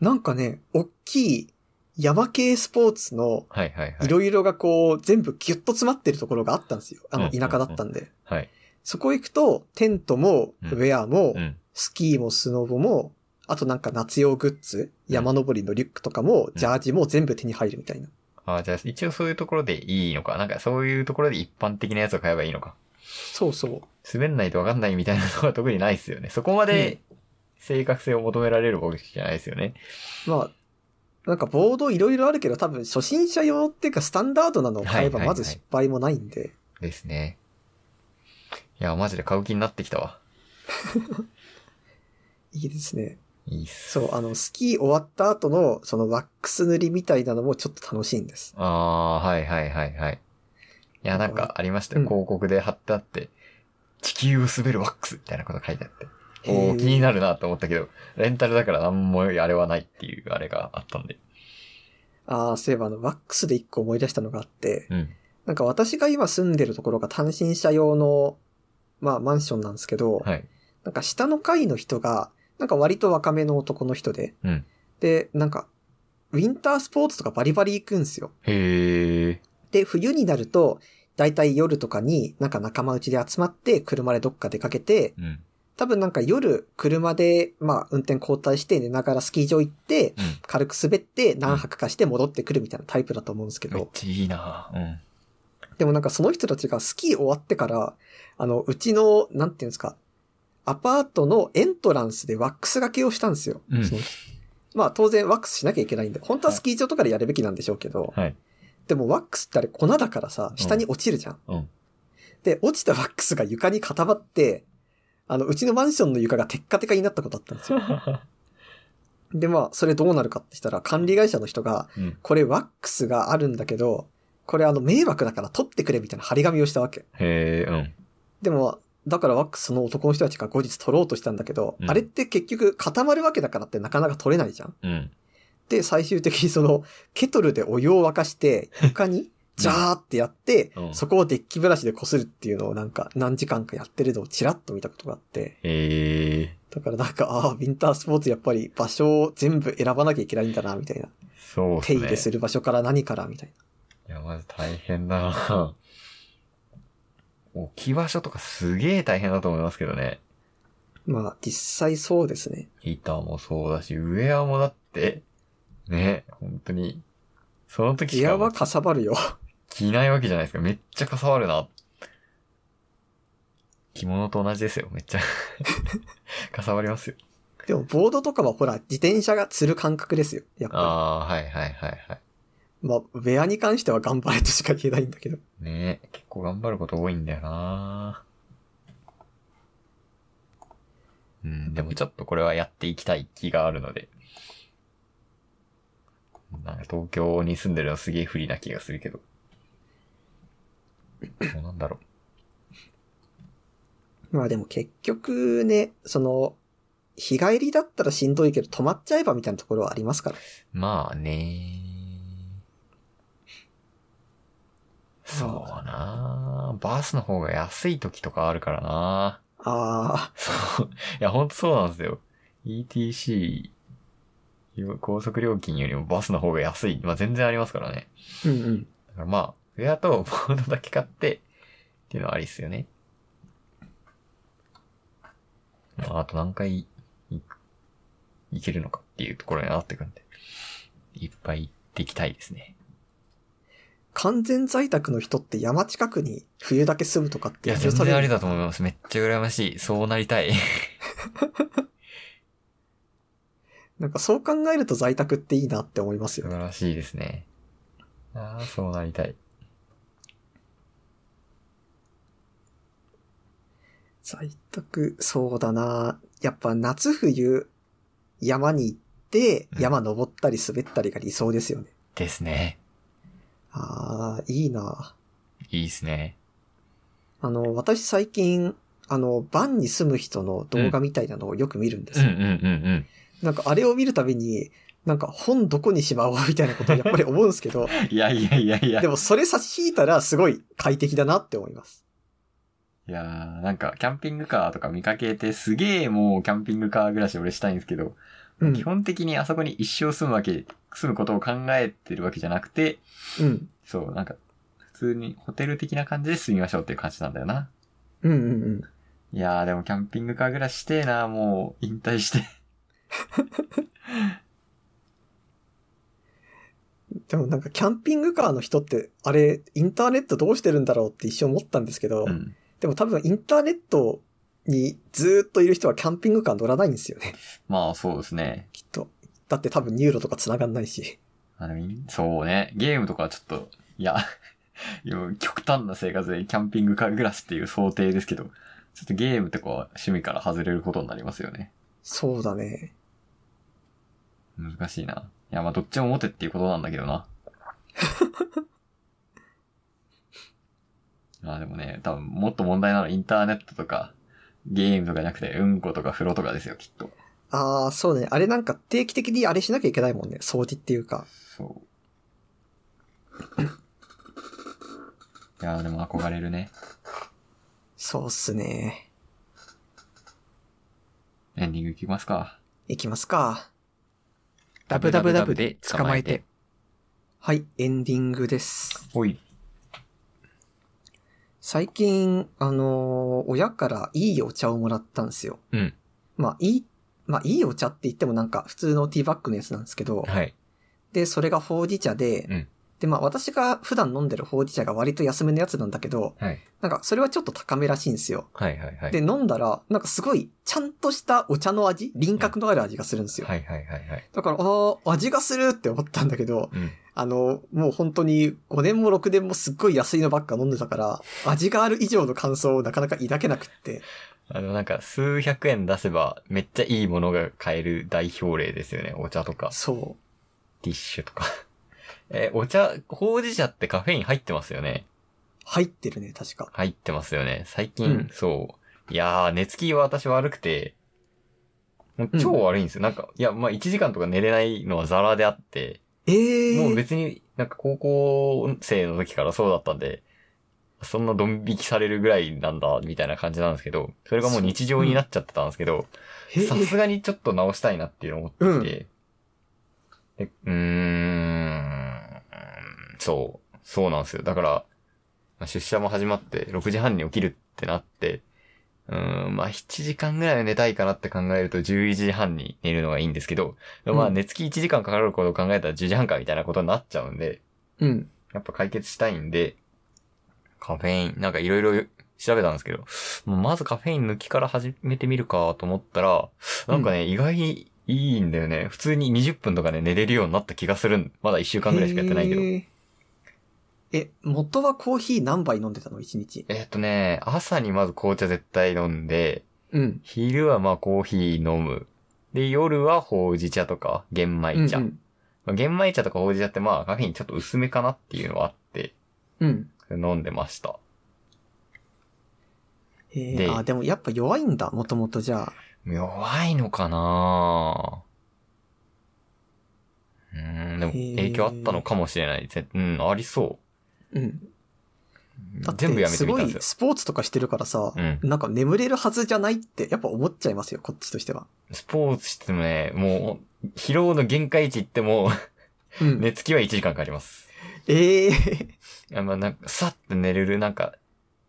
Speaker 1: なんかね、おっきい山系スポーツの
Speaker 2: はいはいはいい。
Speaker 1: ろいろがこう、全部ギュッと詰まってるところがあったんですよ。あ
Speaker 2: う
Speaker 1: の、
Speaker 2: んうん
Speaker 1: 田舎だったんで。
Speaker 2: はい。
Speaker 1: そこ行くと、テントも、
Speaker 2: う
Speaker 1: ウ
Speaker 2: ん
Speaker 1: ェアも
Speaker 2: う、ん。
Speaker 1: スキーもスノボも、あとなんか夏用グッズ、
Speaker 2: うん
Speaker 1: 山登りのリュックとかも、ジャージも全部手に入るみたいな。
Speaker 2: ああ、じゃあ一応そういうところでいいのか。なんかそういうところで一般的なやつを買えばいいのか。
Speaker 1: そうそう。
Speaker 2: 滑んないとわかんないみたいなのは特にないですよね。 [laughs] そこまで正確性を求められる僕じゃないですよね。
Speaker 1: まあ、なんかボードいろいろあるけど、多分初心者用っていうかスタンダードなのを買えば
Speaker 2: は
Speaker 1: ま
Speaker 2: いはいはい
Speaker 1: ず失敗もないんで。
Speaker 2: ですね。いや、マジで買う気になってきたわ。
Speaker 1: いいですね。
Speaker 2: いいっす。
Speaker 1: そう、あの、スキー終わった後の、そのワックス塗りみたいなのもちょっと楽しいんです。
Speaker 2: ああー、はいはいはいはい。いや、なんかありましたよ。
Speaker 1: うん
Speaker 2: 広告で貼ってあって、地球を滑るワックスみたいなこと書いてあって。お
Speaker 1: へ
Speaker 2: お
Speaker 1: ー
Speaker 2: 気になるなと思ったけど、レンタルだから何もあれはないっていうあれがあったんで。
Speaker 1: ああ、そういえばあの、ワックスで一個思い出したのがあって、
Speaker 2: うん。
Speaker 1: なんか私が今住んでるところが単身者用の、まあマンションなんですけど、
Speaker 2: はい。
Speaker 1: なんか下の階の人が、なんか割と若めの男の人で、
Speaker 2: うん
Speaker 1: で、なんか、ウィンタースポーツとかバリバリ行くんですよ。
Speaker 2: へえ。
Speaker 1: で、冬になると、だいたい夜とかになんか仲間内で集まって車でどっか出かけて、
Speaker 2: うん。
Speaker 1: 多分なんか夜車で、まあ運転交代して寝ながらスキー場行って、
Speaker 2: うん。
Speaker 1: 軽く滑って何泊かして戻ってくるみたいなタイプだと思うんですけ
Speaker 2: めっ
Speaker 1: ど、
Speaker 2: ちゃいいなうん。
Speaker 1: でもなんかその人たちがスキー終わってから、あの、うちの、なんていうんですか、アパートのエントランスでワックス掛けをしたんですよ。
Speaker 2: うん
Speaker 1: そのまあ当然ワックスしなきゃいけないんで、本当はスキー場とかでやるべきなんでしょうけど、
Speaker 2: はい。 [laughs]
Speaker 1: でもワックスってあれ粉だからさ、
Speaker 2: ん
Speaker 1: 下に落ちるじゃん。
Speaker 2: うん
Speaker 1: で、落ちたワックスが床に固まって、あの、うちのマンションの床がテッカテカになったことあったんですよ。で、まあ、それどうなるかってしたら、管理会社の人が、
Speaker 2: うん。
Speaker 1: これワックスがあるんだけど、これあの迷惑だから取ってくれみたいな張り紙をしたわけ。
Speaker 2: へえ、うん。
Speaker 1: でも、だからワックスの男の人たちが後日取ろうとしたんだけど、
Speaker 2: うん
Speaker 1: あれって結局固まるわけだからってなかなか取れないじゃん。
Speaker 2: うん。
Speaker 1: で、最終的にその、ケトルでお湯を沸かして、床
Speaker 2: [laughs]
Speaker 1: に、ジャーってやって、
Speaker 2: うん
Speaker 1: そこをデッキブラシで擦るっていうのをなんか何時間かやってるのをチラッと見たことがあって、
Speaker 2: へえ
Speaker 1: だからなんか、ああ、ウィンタースポーツやっぱり場所を全部選ばなきゃいけないんだな、みたいな。
Speaker 2: ー、そうっす
Speaker 1: 手
Speaker 2: ね。
Speaker 1: 入れする場所から何から、みたい
Speaker 2: いや、まず大変だな [laughs] 置き場所とかすげえ大変だと思いますけどね。
Speaker 1: な。まあ、実際そうですね。
Speaker 2: 板もそうだし、ウェアもだって、ね、本当に、その時
Speaker 1: ギ
Speaker 2: し
Speaker 1: ア
Speaker 2: か
Speaker 1: はかさばるよ。 [laughs]
Speaker 2: 着ないわけじゃないですか。めっちゃかさわるな。着物と同じですよ。めっちゃ。 [laughs] かさわりますよ。
Speaker 1: でも、ボードとかはほら、自転車が釣る感覚ですよ。やっぱ
Speaker 2: ああ、はいはいはいはい。
Speaker 1: り。まあ、ウェアに関しては頑張れとしか言えないんだけど。
Speaker 2: ねえ、結構頑張ること多いんだよなうん、でもちょっとこれはやっていきたい気があるので。なんか東京に住んでるのすげえ不利な気がするけど。もうなんだろ
Speaker 1: まあでも結局ね、その、日帰りだったらしんどいけど、泊まっちゃえばみたいなところはありますから。
Speaker 2: う。まあねそうなバスの方が安い時とかあるからな
Speaker 1: ああ、
Speaker 2: そう。いや、ほんとそうなんですよ。ETC、よ高速料金よりもバスの方が安い。まあ、全然ありますからね。
Speaker 1: うんうん。
Speaker 2: だからまあ、ウェアとボードだけ買って、っていうのはありっすよね。まあ、あと何回い、いけるのかっていうところになってくるんで。いっぱい行ってきたいですね。
Speaker 1: 完全在宅の人って山近くに冬だけ住むとかっ
Speaker 2: い
Speaker 1: て
Speaker 2: や、全然ありだと思います。めっちゃ羨ましい。そうなりたい。
Speaker 1: なんかそう考えると在宅っていいなって思いますよ
Speaker 2: 素
Speaker 1: ね。
Speaker 2: 晴らしいですね。ああ、そうなりたい。
Speaker 1: 在宅、そうだなやっぱ夏冬、山に行って、
Speaker 2: うん
Speaker 1: 山登ったり滑ったりが理想ですよね。
Speaker 2: ですね。
Speaker 1: ああ、いいない
Speaker 2: いっすね。
Speaker 1: あの、私最近、あの、バンに住む人の動画みたいなのをよく見るんですよ。
Speaker 2: うんうん
Speaker 1: なんかあれを見るたびに、なんか本どこにしまおうみたいなことをやっぱり思うんですけど、
Speaker 2: うん。いやいやいやいや。
Speaker 1: でもそれ差し引いたらすごい快適だなって思います。
Speaker 2: いやー、なんか、キャンピングカーとか見かけて、すげーもう、キャンピングカー暮らし俺したいんですけど、
Speaker 1: うん
Speaker 2: 基。本的にあそこに一生住むわけ、住むことを考えてるわけじゃなくて、
Speaker 1: うん。
Speaker 2: そう、なんか、普通にホテル的な感じで住みましょうっていう感じなんだよな。
Speaker 1: うんうんうん。
Speaker 2: いやー、でもキャンピングカー暮らししてーなー、もう、引退して。
Speaker 1: でもなんかキャンピングカーの人って、あれ、インターネットどうしてるんだろうって一瞬思ったんですけど、
Speaker 2: うん。
Speaker 1: でも多分インターネットにずーっといる人はキャンピングカー乗らないんですよね。
Speaker 2: まあ、そうですね。
Speaker 1: きっと。だって多分ニューロとか繋がんないし。
Speaker 2: あの、みんそうね。ゲームとかはちょっと、いや、 [laughs] いや極端な生活でキャンピングカー暮らしっていう想定ですけど、ちょっとゲームとかは趣味から外れることになりますよね。
Speaker 1: そうだね。
Speaker 2: 難しいな。いや、まあ、どっちも持てっていうことなんだけどな。まあでもね、多分もっと問題なのはインターネットとか、ゲームとかじゃなくて、うんことか風呂とかですよ、きっと。
Speaker 1: ああ、そうだね。あれなんか定期的にあれしなきゃいけないもんね。掃除っていうか。
Speaker 2: そう。いやーでも憧れるね。
Speaker 1: そうっすね。
Speaker 2: エンディングいきますか。
Speaker 1: いきますか。
Speaker 2: ダブダブダブで捕まえて。
Speaker 1: はい、エンディングです。
Speaker 2: ほい。
Speaker 1: 最近、あのー親からいいお茶をもらったんですよ。
Speaker 2: うん。
Speaker 1: まあ、いい、まあ、いいお茶って言ってもなんか普通のティーバッグのやつなんですけど、
Speaker 2: はい。
Speaker 1: で、それがほうじ茶で、
Speaker 2: うん
Speaker 1: で、まあ、私が普段飲んでるほうじ茶が割と安めのやつなんだけど、
Speaker 2: はい。
Speaker 1: なんかそれはちょっと高めらしいんですよ。
Speaker 2: はいはいはい。
Speaker 1: で、飲んだら、なんかすごい、ちゃんとしたお茶の味輪郭のある味がするんですよ。
Speaker 2: はいはいはいはい。
Speaker 1: だから、あー味がするって思ったんだけど、
Speaker 2: うん。
Speaker 1: あの、もう本当に5年も6年もすっごい安いのばっか飲んでたから、味がある以上の感想をなかなか抱けなくって。
Speaker 2: あの、なんか、数百円出せば、めっちゃいいものが買える代表例ですよね。お茶とか、
Speaker 1: そ
Speaker 2: ティッシュとか。 [laughs] え、お茶、ほうじ茶ってカフェイン入ってますよね。
Speaker 1: う。入ってるね、確か。
Speaker 2: 入ってますよね。最近、
Speaker 1: うん
Speaker 2: そう、いやー、寝つきは私悪くて、もう超悪いんですよ。なんか、いや、まあ1時間とか寝れないのはザラであって、
Speaker 1: ええ
Speaker 2: もう別になんか高校生の時からそうだったんで、そんなドン引きされるぐらいなんだ、みたいな感じなんですけど、それがもう日常になっちゃってたんですけど、
Speaker 1: へえ
Speaker 2: さすがにちょっと直したいなっていうのを思っていて、でうーん、そう、そうなんですよ。だから、まあ出社も始まって、6時半に起きるってなって、うーん、まあ7時間ぐらいは寝たいかなって考えると11時半に寝るのがいいんですけど、ま
Speaker 1: う
Speaker 2: あ
Speaker 1: ん
Speaker 2: 寝つき1時間かかることを考えたら10時半かみたいなことになっちゃうんで、
Speaker 1: うん。
Speaker 2: やっぱ解決したいんで、カフェイン、なんかいろいろ調べたんですけど、もうまずカフェイン抜きから始めてみるかと思ったら、なんかね、意外にいいんだよね。普通に20分とかね、寝れるようになった気がするん。まだ1週間ぐらいしかやってないけど。
Speaker 1: へええ、元はコーヒー何杯飲んでたの一日。
Speaker 2: えーっとね、朝にまず紅茶絶対飲んで、
Speaker 1: うん。
Speaker 2: 昼はまあコーヒー飲む。で、夜はほうじ茶とか玄米茶。
Speaker 1: うんうん。
Speaker 2: まあ玄米茶とかほうじ茶ってまあカフェインちょっと薄めかなっていうのはあって、
Speaker 1: うん。
Speaker 2: 飲んでました。
Speaker 1: へえ
Speaker 2: で
Speaker 1: あ、でもやっぱ弱いんだ、もともとじゃあ。
Speaker 2: 弱いのかなうーん、でも
Speaker 1: へー
Speaker 2: 影響あったのかもしれない。ぜうん、ありそ
Speaker 1: うん。だ
Speaker 2: う
Speaker 1: っ。
Speaker 2: 全部やめてみ
Speaker 1: ご
Speaker 2: たんですよ
Speaker 1: い。スポーツとかしてるからさ、
Speaker 2: うん
Speaker 1: なんか眠れるはずじゃないってやっぱ思っちゃいますよ、こっちとしては。
Speaker 2: スポーツしてもね、もう、疲労の限界値行っても、
Speaker 1: うん。
Speaker 2: [laughs] 寝つきは1時間かかります。
Speaker 1: ええ
Speaker 2: あまあ、なんか、さって寝れる、なんか、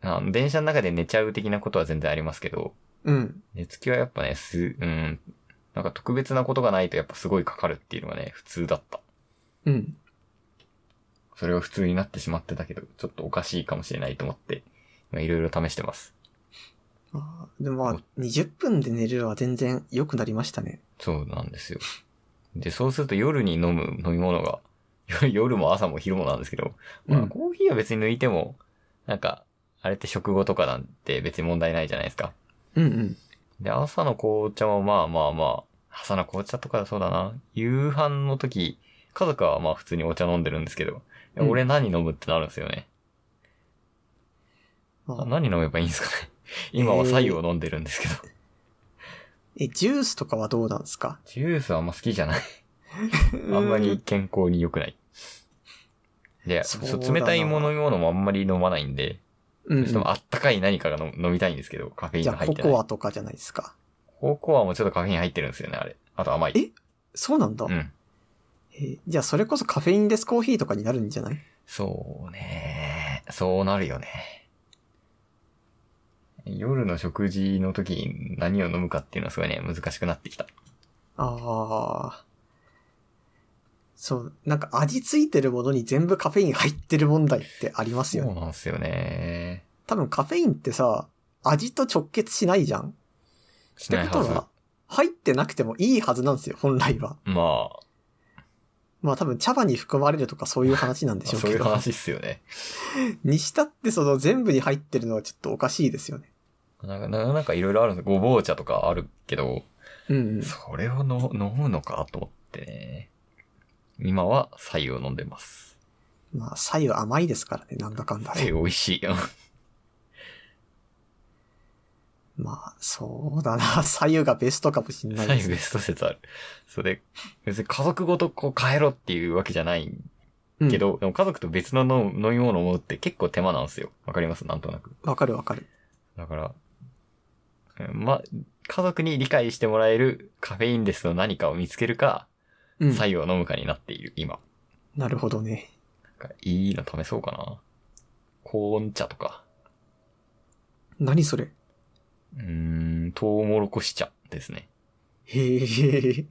Speaker 2: あの電車の中で寝ちゃう的なことは全然ありますけど、
Speaker 1: [laughs] うん。
Speaker 2: 寝つきはやっぱね、す、うん、なんか特別なことがないとやっぱすごいかかるっていうのがね、普通だった。
Speaker 1: うん。
Speaker 2: それが普通になってしまってたけど、ちょっとおかしいかもしれないと思って、今いろいろ試してます。
Speaker 1: あーでもまあ、20分で寝るのは全然良くなりましたね。
Speaker 2: そうなんですよ。で、そうすると夜に飲む飲み物が、 [laughs] 夜夜も朝も昼もなんですけど、ま
Speaker 1: う
Speaker 2: あ
Speaker 1: ん
Speaker 2: コーヒーは別に抜いても、なんか、あれって食後とかなんて別に問題ないじゃないですか。
Speaker 1: うんうん。
Speaker 2: で、朝の紅茶もまあまあまあ、朝の紅茶とかそうだな。夕飯の時、家族はまあ普通にお茶飲んでるんですけど、いや
Speaker 1: うん
Speaker 2: 俺何飲むってなるんですよね。
Speaker 1: あー
Speaker 2: 何飲めばいいんですかね。今は白湯を飲んでるんですけど。
Speaker 1: え、ジュースとかはどうなんですか
Speaker 2: ジュースはあんま好きじゃない。
Speaker 1: あ
Speaker 2: あんまり。健康に良くない。で、
Speaker 1: そ
Speaker 2: そう
Speaker 1: だ
Speaker 2: う
Speaker 1: な
Speaker 2: 冷たいもの飲み物もあんまり飲まないんで、
Speaker 1: うんうん。
Speaker 2: ちょっとあったかい何かが飲飲みたいんですけど、カフェイン
Speaker 1: じゃ
Speaker 2: が
Speaker 1: あ、
Speaker 2: 入っ
Speaker 1: コ
Speaker 2: てない。
Speaker 1: コアとかじゃないですか。
Speaker 2: ココアもちょっとカフェイン入ってるんですよね、あれ。あと甘い。
Speaker 1: えそうなんだ。
Speaker 2: うん。
Speaker 1: えーじゃあ、それこそカフェインレスコーヒーとかになるんじゃない
Speaker 2: そうね。そうなるよね。夜の食事の時に何を飲むかっていうのはすごいね、難しくなってきた。
Speaker 1: ああ。そう、なんか味付いてるものに全部カフェイン入ってる問題ってあります
Speaker 2: そ
Speaker 1: よ
Speaker 2: う
Speaker 1: ね。
Speaker 2: なんですよね。
Speaker 1: 多分カフェインってさ、味と直結しないじゃんっ
Speaker 2: してない
Speaker 1: こと
Speaker 2: はず。
Speaker 1: は、入ってなくてもいいはずなんですよ、本来は。
Speaker 2: まあ、
Speaker 1: まあ多分茶葉に含まれるとかそういう話なんでしょう
Speaker 2: そうい
Speaker 1: け
Speaker 2: う
Speaker 1: ど。
Speaker 2: 話っすよね。
Speaker 1: [laughs] にしたってその全部に入ってるのはちょっとおかしいですよね。
Speaker 2: なんか、なんかいろいろあるんですごぼう茶とかあるけど、
Speaker 1: うんうん。
Speaker 2: それをの飲むのかと思ってね。今は白湯を飲んでます。
Speaker 1: まあ、左右甘いですからね、なんだかんだ
Speaker 2: で、
Speaker 1: ね。
Speaker 2: 美味しい。
Speaker 1: まあ、そうだな。 [laughs] 左右がベストかもしんない
Speaker 2: 白
Speaker 1: で
Speaker 2: 湯
Speaker 1: す
Speaker 2: ベ
Speaker 1: ね。
Speaker 2: スト説ある。それ、別に家族ごとこう帰ろうっていうわけじゃない
Speaker 1: うん
Speaker 2: けど、でも家族と別の飲む飲み物を飲むって結構手間なんですよ。わかりますなんとなく。
Speaker 1: わかるわかる。
Speaker 2: だから、うんま、家族に理解してもらえるカフェインレスの何かを見つけるか、
Speaker 1: うん。
Speaker 2: 白湯を飲むかになっている、今。
Speaker 1: なるほどね。
Speaker 2: なんかいいの試そうかな。コーン茶とか。
Speaker 1: 何それ
Speaker 2: うーん、トウモロコシ茶ですね。
Speaker 1: へえ。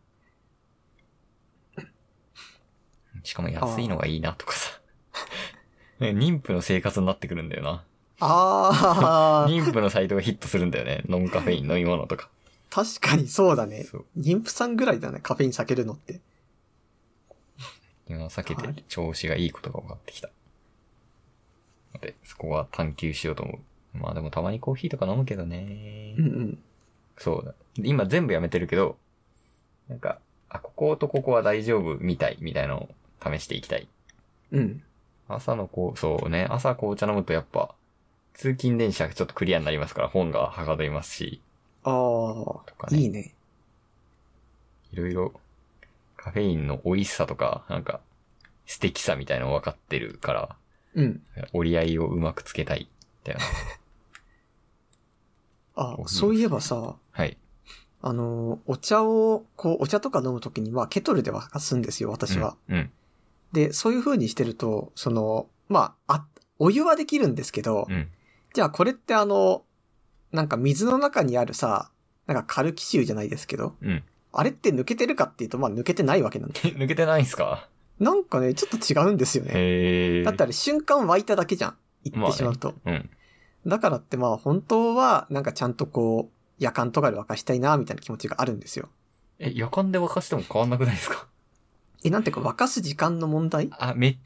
Speaker 2: しかも安いのがいいなとかさ。 [laughs] 妊婦の生活になってくるんだよな。
Speaker 1: ああ、
Speaker 2: 妊婦のサイトがヒットするんだよ
Speaker 1: [laughs]
Speaker 2: ね。ノンカフェイン飲み物とか。
Speaker 1: 確かにそうだね。
Speaker 2: そう。
Speaker 1: 妊婦さんぐらいだね、カフェイン避けるのって。
Speaker 2: 今避け
Speaker 1: はい
Speaker 2: て調子がいいことが分かってきた。ので、そこは探求しようと思う。まあでもたまにコーヒーとか飲むけどね。
Speaker 1: うんうん。
Speaker 2: そうだ。今全部やめてるけど、なんか、あ、こことここは大丈夫みたい、みたいなのを試していきたい。
Speaker 1: うん。
Speaker 2: 朝のこう、そうね、朝紅茶飲むとやっぱ、通勤電車がちょっとクリアになりますから本がはかどりますし、
Speaker 1: あ
Speaker 2: とか
Speaker 1: あ、
Speaker 2: ね。
Speaker 1: いいね。
Speaker 2: いろいろカフェインの美味しさとか、なんか素敵さみたいなの分かってるから、
Speaker 1: うん。
Speaker 2: 折り合いをうまくつけたい。だよな。
Speaker 1: あ
Speaker 2: う、ん
Speaker 1: そういえばさ、
Speaker 2: はい。
Speaker 1: あの、お茶を、こう、お茶とか飲むときには、ケトルで沸かすんですよ、私は。
Speaker 2: うん。うん。
Speaker 1: で、そういう風にしてると、その、まあ、あ、お湯はできるんですけど、
Speaker 2: うん。 [laughs]
Speaker 1: じゃあこれってあの、なんか水の中にあるさ、なんかカルキ臭じゃないですけど、
Speaker 2: うん。
Speaker 1: あれって抜けてるかっていうと、まあ抜けてないわけなんだ。
Speaker 2: 抜けてないんすか
Speaker 1: なんかね、ちょっと違うんですよね。
Speaker 2: へえ。
Speaker 1: だってあれ瞬間湧いただけじゃん。言っ
Speaker 2: ま
Speaker 1: て
Speaker 2: あね
Speaker 1: しまうと。
Speaker 2: うん。
Speaker 1: だからってまあ本当は、なんかちゃんとこう、夜間とかで沸かしたいな、みたいな気持ちがあるんですよ。
Speaker 2: え、夜間で沸かしても変わんなくないですか
Speaker 1: え、なんていうか沸かす時間の問題
Speaker 2: あ、め、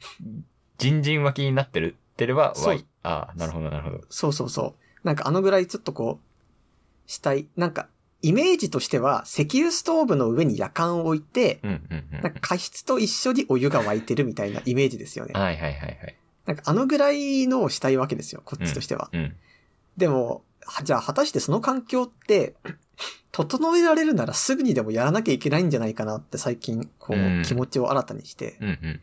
Speaker 2: じんじん沸きになってるってれば、
Speaker 1: そう
Speaker 2: わい。あなるほど、なるほど。
Speaker 1: そうそうそう。なんかあのぐらいちょっとこう、したい。なんか、イメージとしては、石油ストーブの上に夜間を置いて、
Speaker 2: うん、うん、うん。
Speaker 1: なんか加湿と一緒にお湯が沸いてるみたいなイメージですよね。
Speaker 2: はいはいはいはい。
Speaker 1: なんかあのぐらいのをしたいわけですよ、こっちとしては。
Speaker 2: うん。
Speaker 1: でも、はじゃあ果たしてその環境って、整えられるならすぐにでもやらなきゃいけないんじゃないかなって最近、こ
Speaker 2: うん
Speaker 1: う、気持ちを新たにして。
Speaker 2: うん、うん。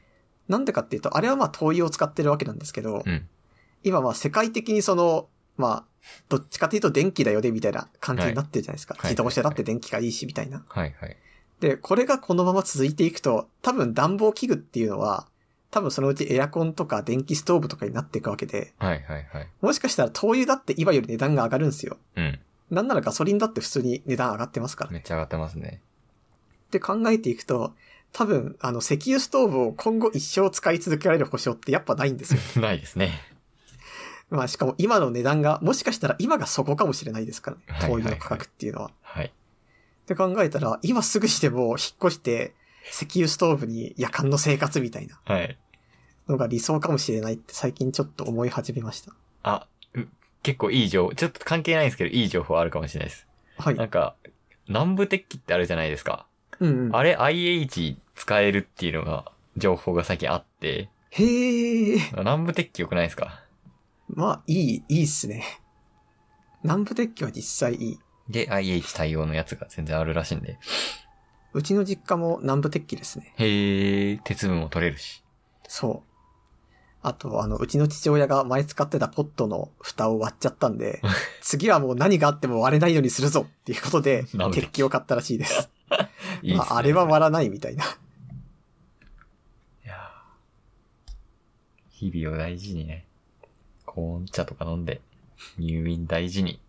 Speaker 1: なんでかっていうと、あれはまあ灯油を使ってるわけなんですけど、
Speaker 2: うん
Speaker 1: 今まあ世界的にその、まあ、どっちかというと電気だよねみたいな感じになってるじゃないですか。
Speaker 2: はいはい
Speaker 1: 自動車だって電気がいいしみたいな。
Speaker 2: はいはい。
Speaker 1: で、これがこのまま続いていくと、多分暖房器具っていうのは、多分そのうちエアコンとか電気ストーブとかになっていくわけで、
Speaker 2: はいはいはい。
Speaker 1: もしかしたら灯油だって今より値段が上がるんですよ。
Speaker 2: うん。
Speaker 1: なんならガソリンだって普通に値段上がってますから。
Speaker 2: めっちゃ上がってますね。
Speaker 1: って考えていくと、多分、あの、石油ストーブを今後一生使い続けられる保証ってやっぱないんです
Speaker 2: [laughs]
Speaker 1: よ。
Speaker 2: [laughs] ないですね。
Speaker 1: まあ、しかも今の値段が、もしかしたら今がそこかもしれないですからね
Speaker 2: はい。
Speaker 1: 灯油の価格っていうのは。
Speaker 2: はい。
Speaker 1: って考えたら、今すぐしても引っ越して、石油ストーブに夜間の生活みたいな。
Speaker 2: はい。
Speaker 1: のが理想かもしれないって最近ちょっと思い始めました。
Speaker 2: あ、う結構いい情報、ちょっと関係ないんですけど、いい情報あるかもしれないです。
Speaker 1: はい。
Speaker 2: なんか、南部鉄器ってあるじゃないですか。
Speaker 1: うんうん。
Speaker 2: あれ IH 使えるっていうのが、情報が最近あって、
Speaker 1: へえ。
Speaker 2: 南部鉄器良くないですか
Speaker 1: まあ、いい、いいっすね。南部鉄器は実際いい。
Speaker 2: で、IH 対応のやつが全然あるらしいんで。
Speaker 1: うちの実家も南部鉄器ですね。
Speaker 2: へえ、鉄分も取れるし。
Speaker 1: そう。あと、あの、うちの父親が前使ってたポットの蓋を割っちゃったん
Speaker 2: [laughs]
Speaker 1: で、次はもう何があっても割れないようにするぞっていうことで
Speaker 2: 南部、鉄器
Speaker 1: 鉄器を買ったらしいです。
Speaker 2: いいです
Speaker 1: ま
Speaker 2: ね。
Speaker 1: あ、あれは割らないみたいな。
Speaker 2: いやー日々を大事にね。コーン茶とか飲んで、入眠大事に。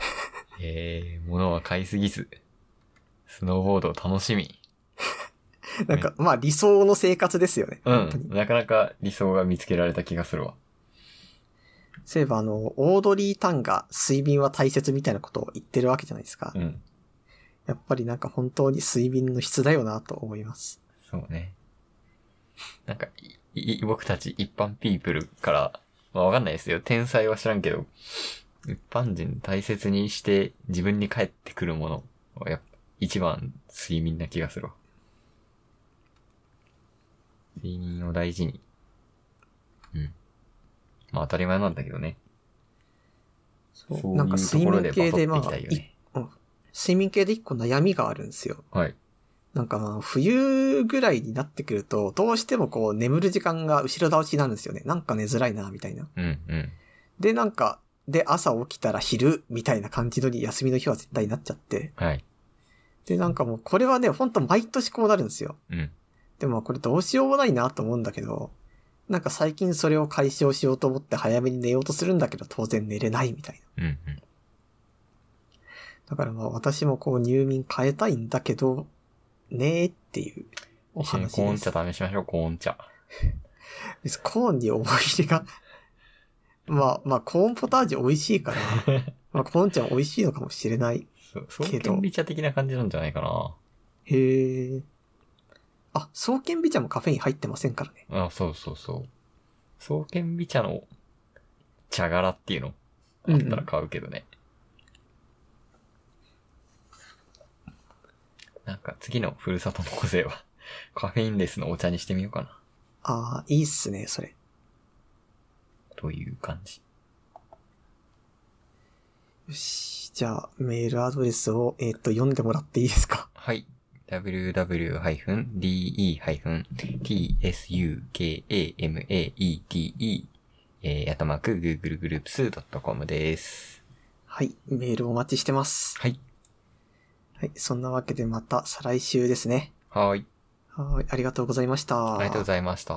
Speaker 2: [laughs] えー、物は買いすぎず、スノーボードを楽しみ。
Speaker 1: なんか、まあ理想の生活ですよね。
Speaker 2: う
Speaker 1: 本当に
Speaker 2: ん。なかなか理想が見つけられた気がするわ。
Speaker 1: そういえばあの、オードリー・タンが睡眠は大切みたいなことを言ってるわけじゃないですか
Speaker 2: う。ん。
Speaker 1: やっぱりなんか本当に睡眠の質だよなと思います。
Speaker 2: そうね。なんか、いい僕たち一般ピープルから、まあわかんないですよ。天才は知らんけど、一般人大切にして自分に返ってくるものはやっぱ一番睡眠な気がするわ。睡眠を大事に。うん。まあ当たり前なんだけどね。
Speaker 1: そう
Speaker 2: そうい
Speaker 1: なんか
Speaker 2: うと
Speaker 1: 睡
Speaker 2: ころで
Speaker 1: 眠
Speaker 2: バトって
Speaker 1: 系
Speaker 2: い
Speaker 1: でま
Speaker 2: き
Speaker 1: あ、
Speaker 2: たいよ
Speaker 1: い
Speaker 2: ね。
Speaker 1: 睡眠系で一個悩みがあるんですよ。
Speaker 2: はい。
Speaker 1: なんかまあ冬ぐらいになってくると、どうしてもこう眠る時間が後ろ倒しになるんですよね。なんか寝づらいな、みたいな。
Speaker 2: うんうん。
Speaker 1: で、なんか、で、朝起きたら昼、みたいな感じのに休みの日は絶対なっちゃって。
Speaker 2: はい。
Speaker 1: で、なんかもうこれはね、ほんと毎年こうなるんですよ。
Speaker 2: うん。
Speaker 1: でもこれどうしようもないなと思うんだけど、なんか最近それを解消しようと思って早めに寝ようとするんだけど当然寝れないみたいな。
Speaker 2: うんうん。
Speaker 1: だからまあ私もこう入眠変えたいんだけど、ねえっていうお
Speaker 2: 一緒に
Speaker 1: 話
Speaker 2: コー
Speaker 1: で
Speaker 2: ン
Speaker 1: す
Speaker 2: 茶。試しましょう、コーン茶。
Speaker 1: 別にコーンに思い入れが。 [laughs] まあまあコーンポタージュ美味しいから、 [laughs] まあコーンちゃん美味しいのかもしれない。
Speaker 2: そう、そう
Speaker 1: けど
Speaker 2: 顕微茶的な感じなんじゃないかな。
Speaker 1: へえ。あ、双剣美茶もカフェイン入ってませんからね。
Speaker 2: あ、そうそうそう。双剣美茶の茶柄っていうの
Speaker 1: う
Speaker 2: あ
Speaker 1: ん
Speaker 2: っ
Speaker 1: うん
Speaker 2: たら買うけどね。なんか次のふるさとの個性は [laughs] カフェインレスのお茶にしてみようかな。
Speaker 1: ああ、いいっすね、それ。
Speaker 2: という感じ。
Speaker 1: よし。じゃあ、メールアドレスを、えーっと、読んでもらっていいですか。 [laughs]
Speaker 2: はい。www-de-tsukamate えー、やとまく googlegroups.com です。
Speaker 1: はい。メールお待ちしてます。
Speaker 2: はい。
Speaker 1: はい。そんなわけでまた再来週ですね。
Speaker 2: はい。
Speaker 1: はい。ありがとうございました。
Speaker 2: ありがとうございました。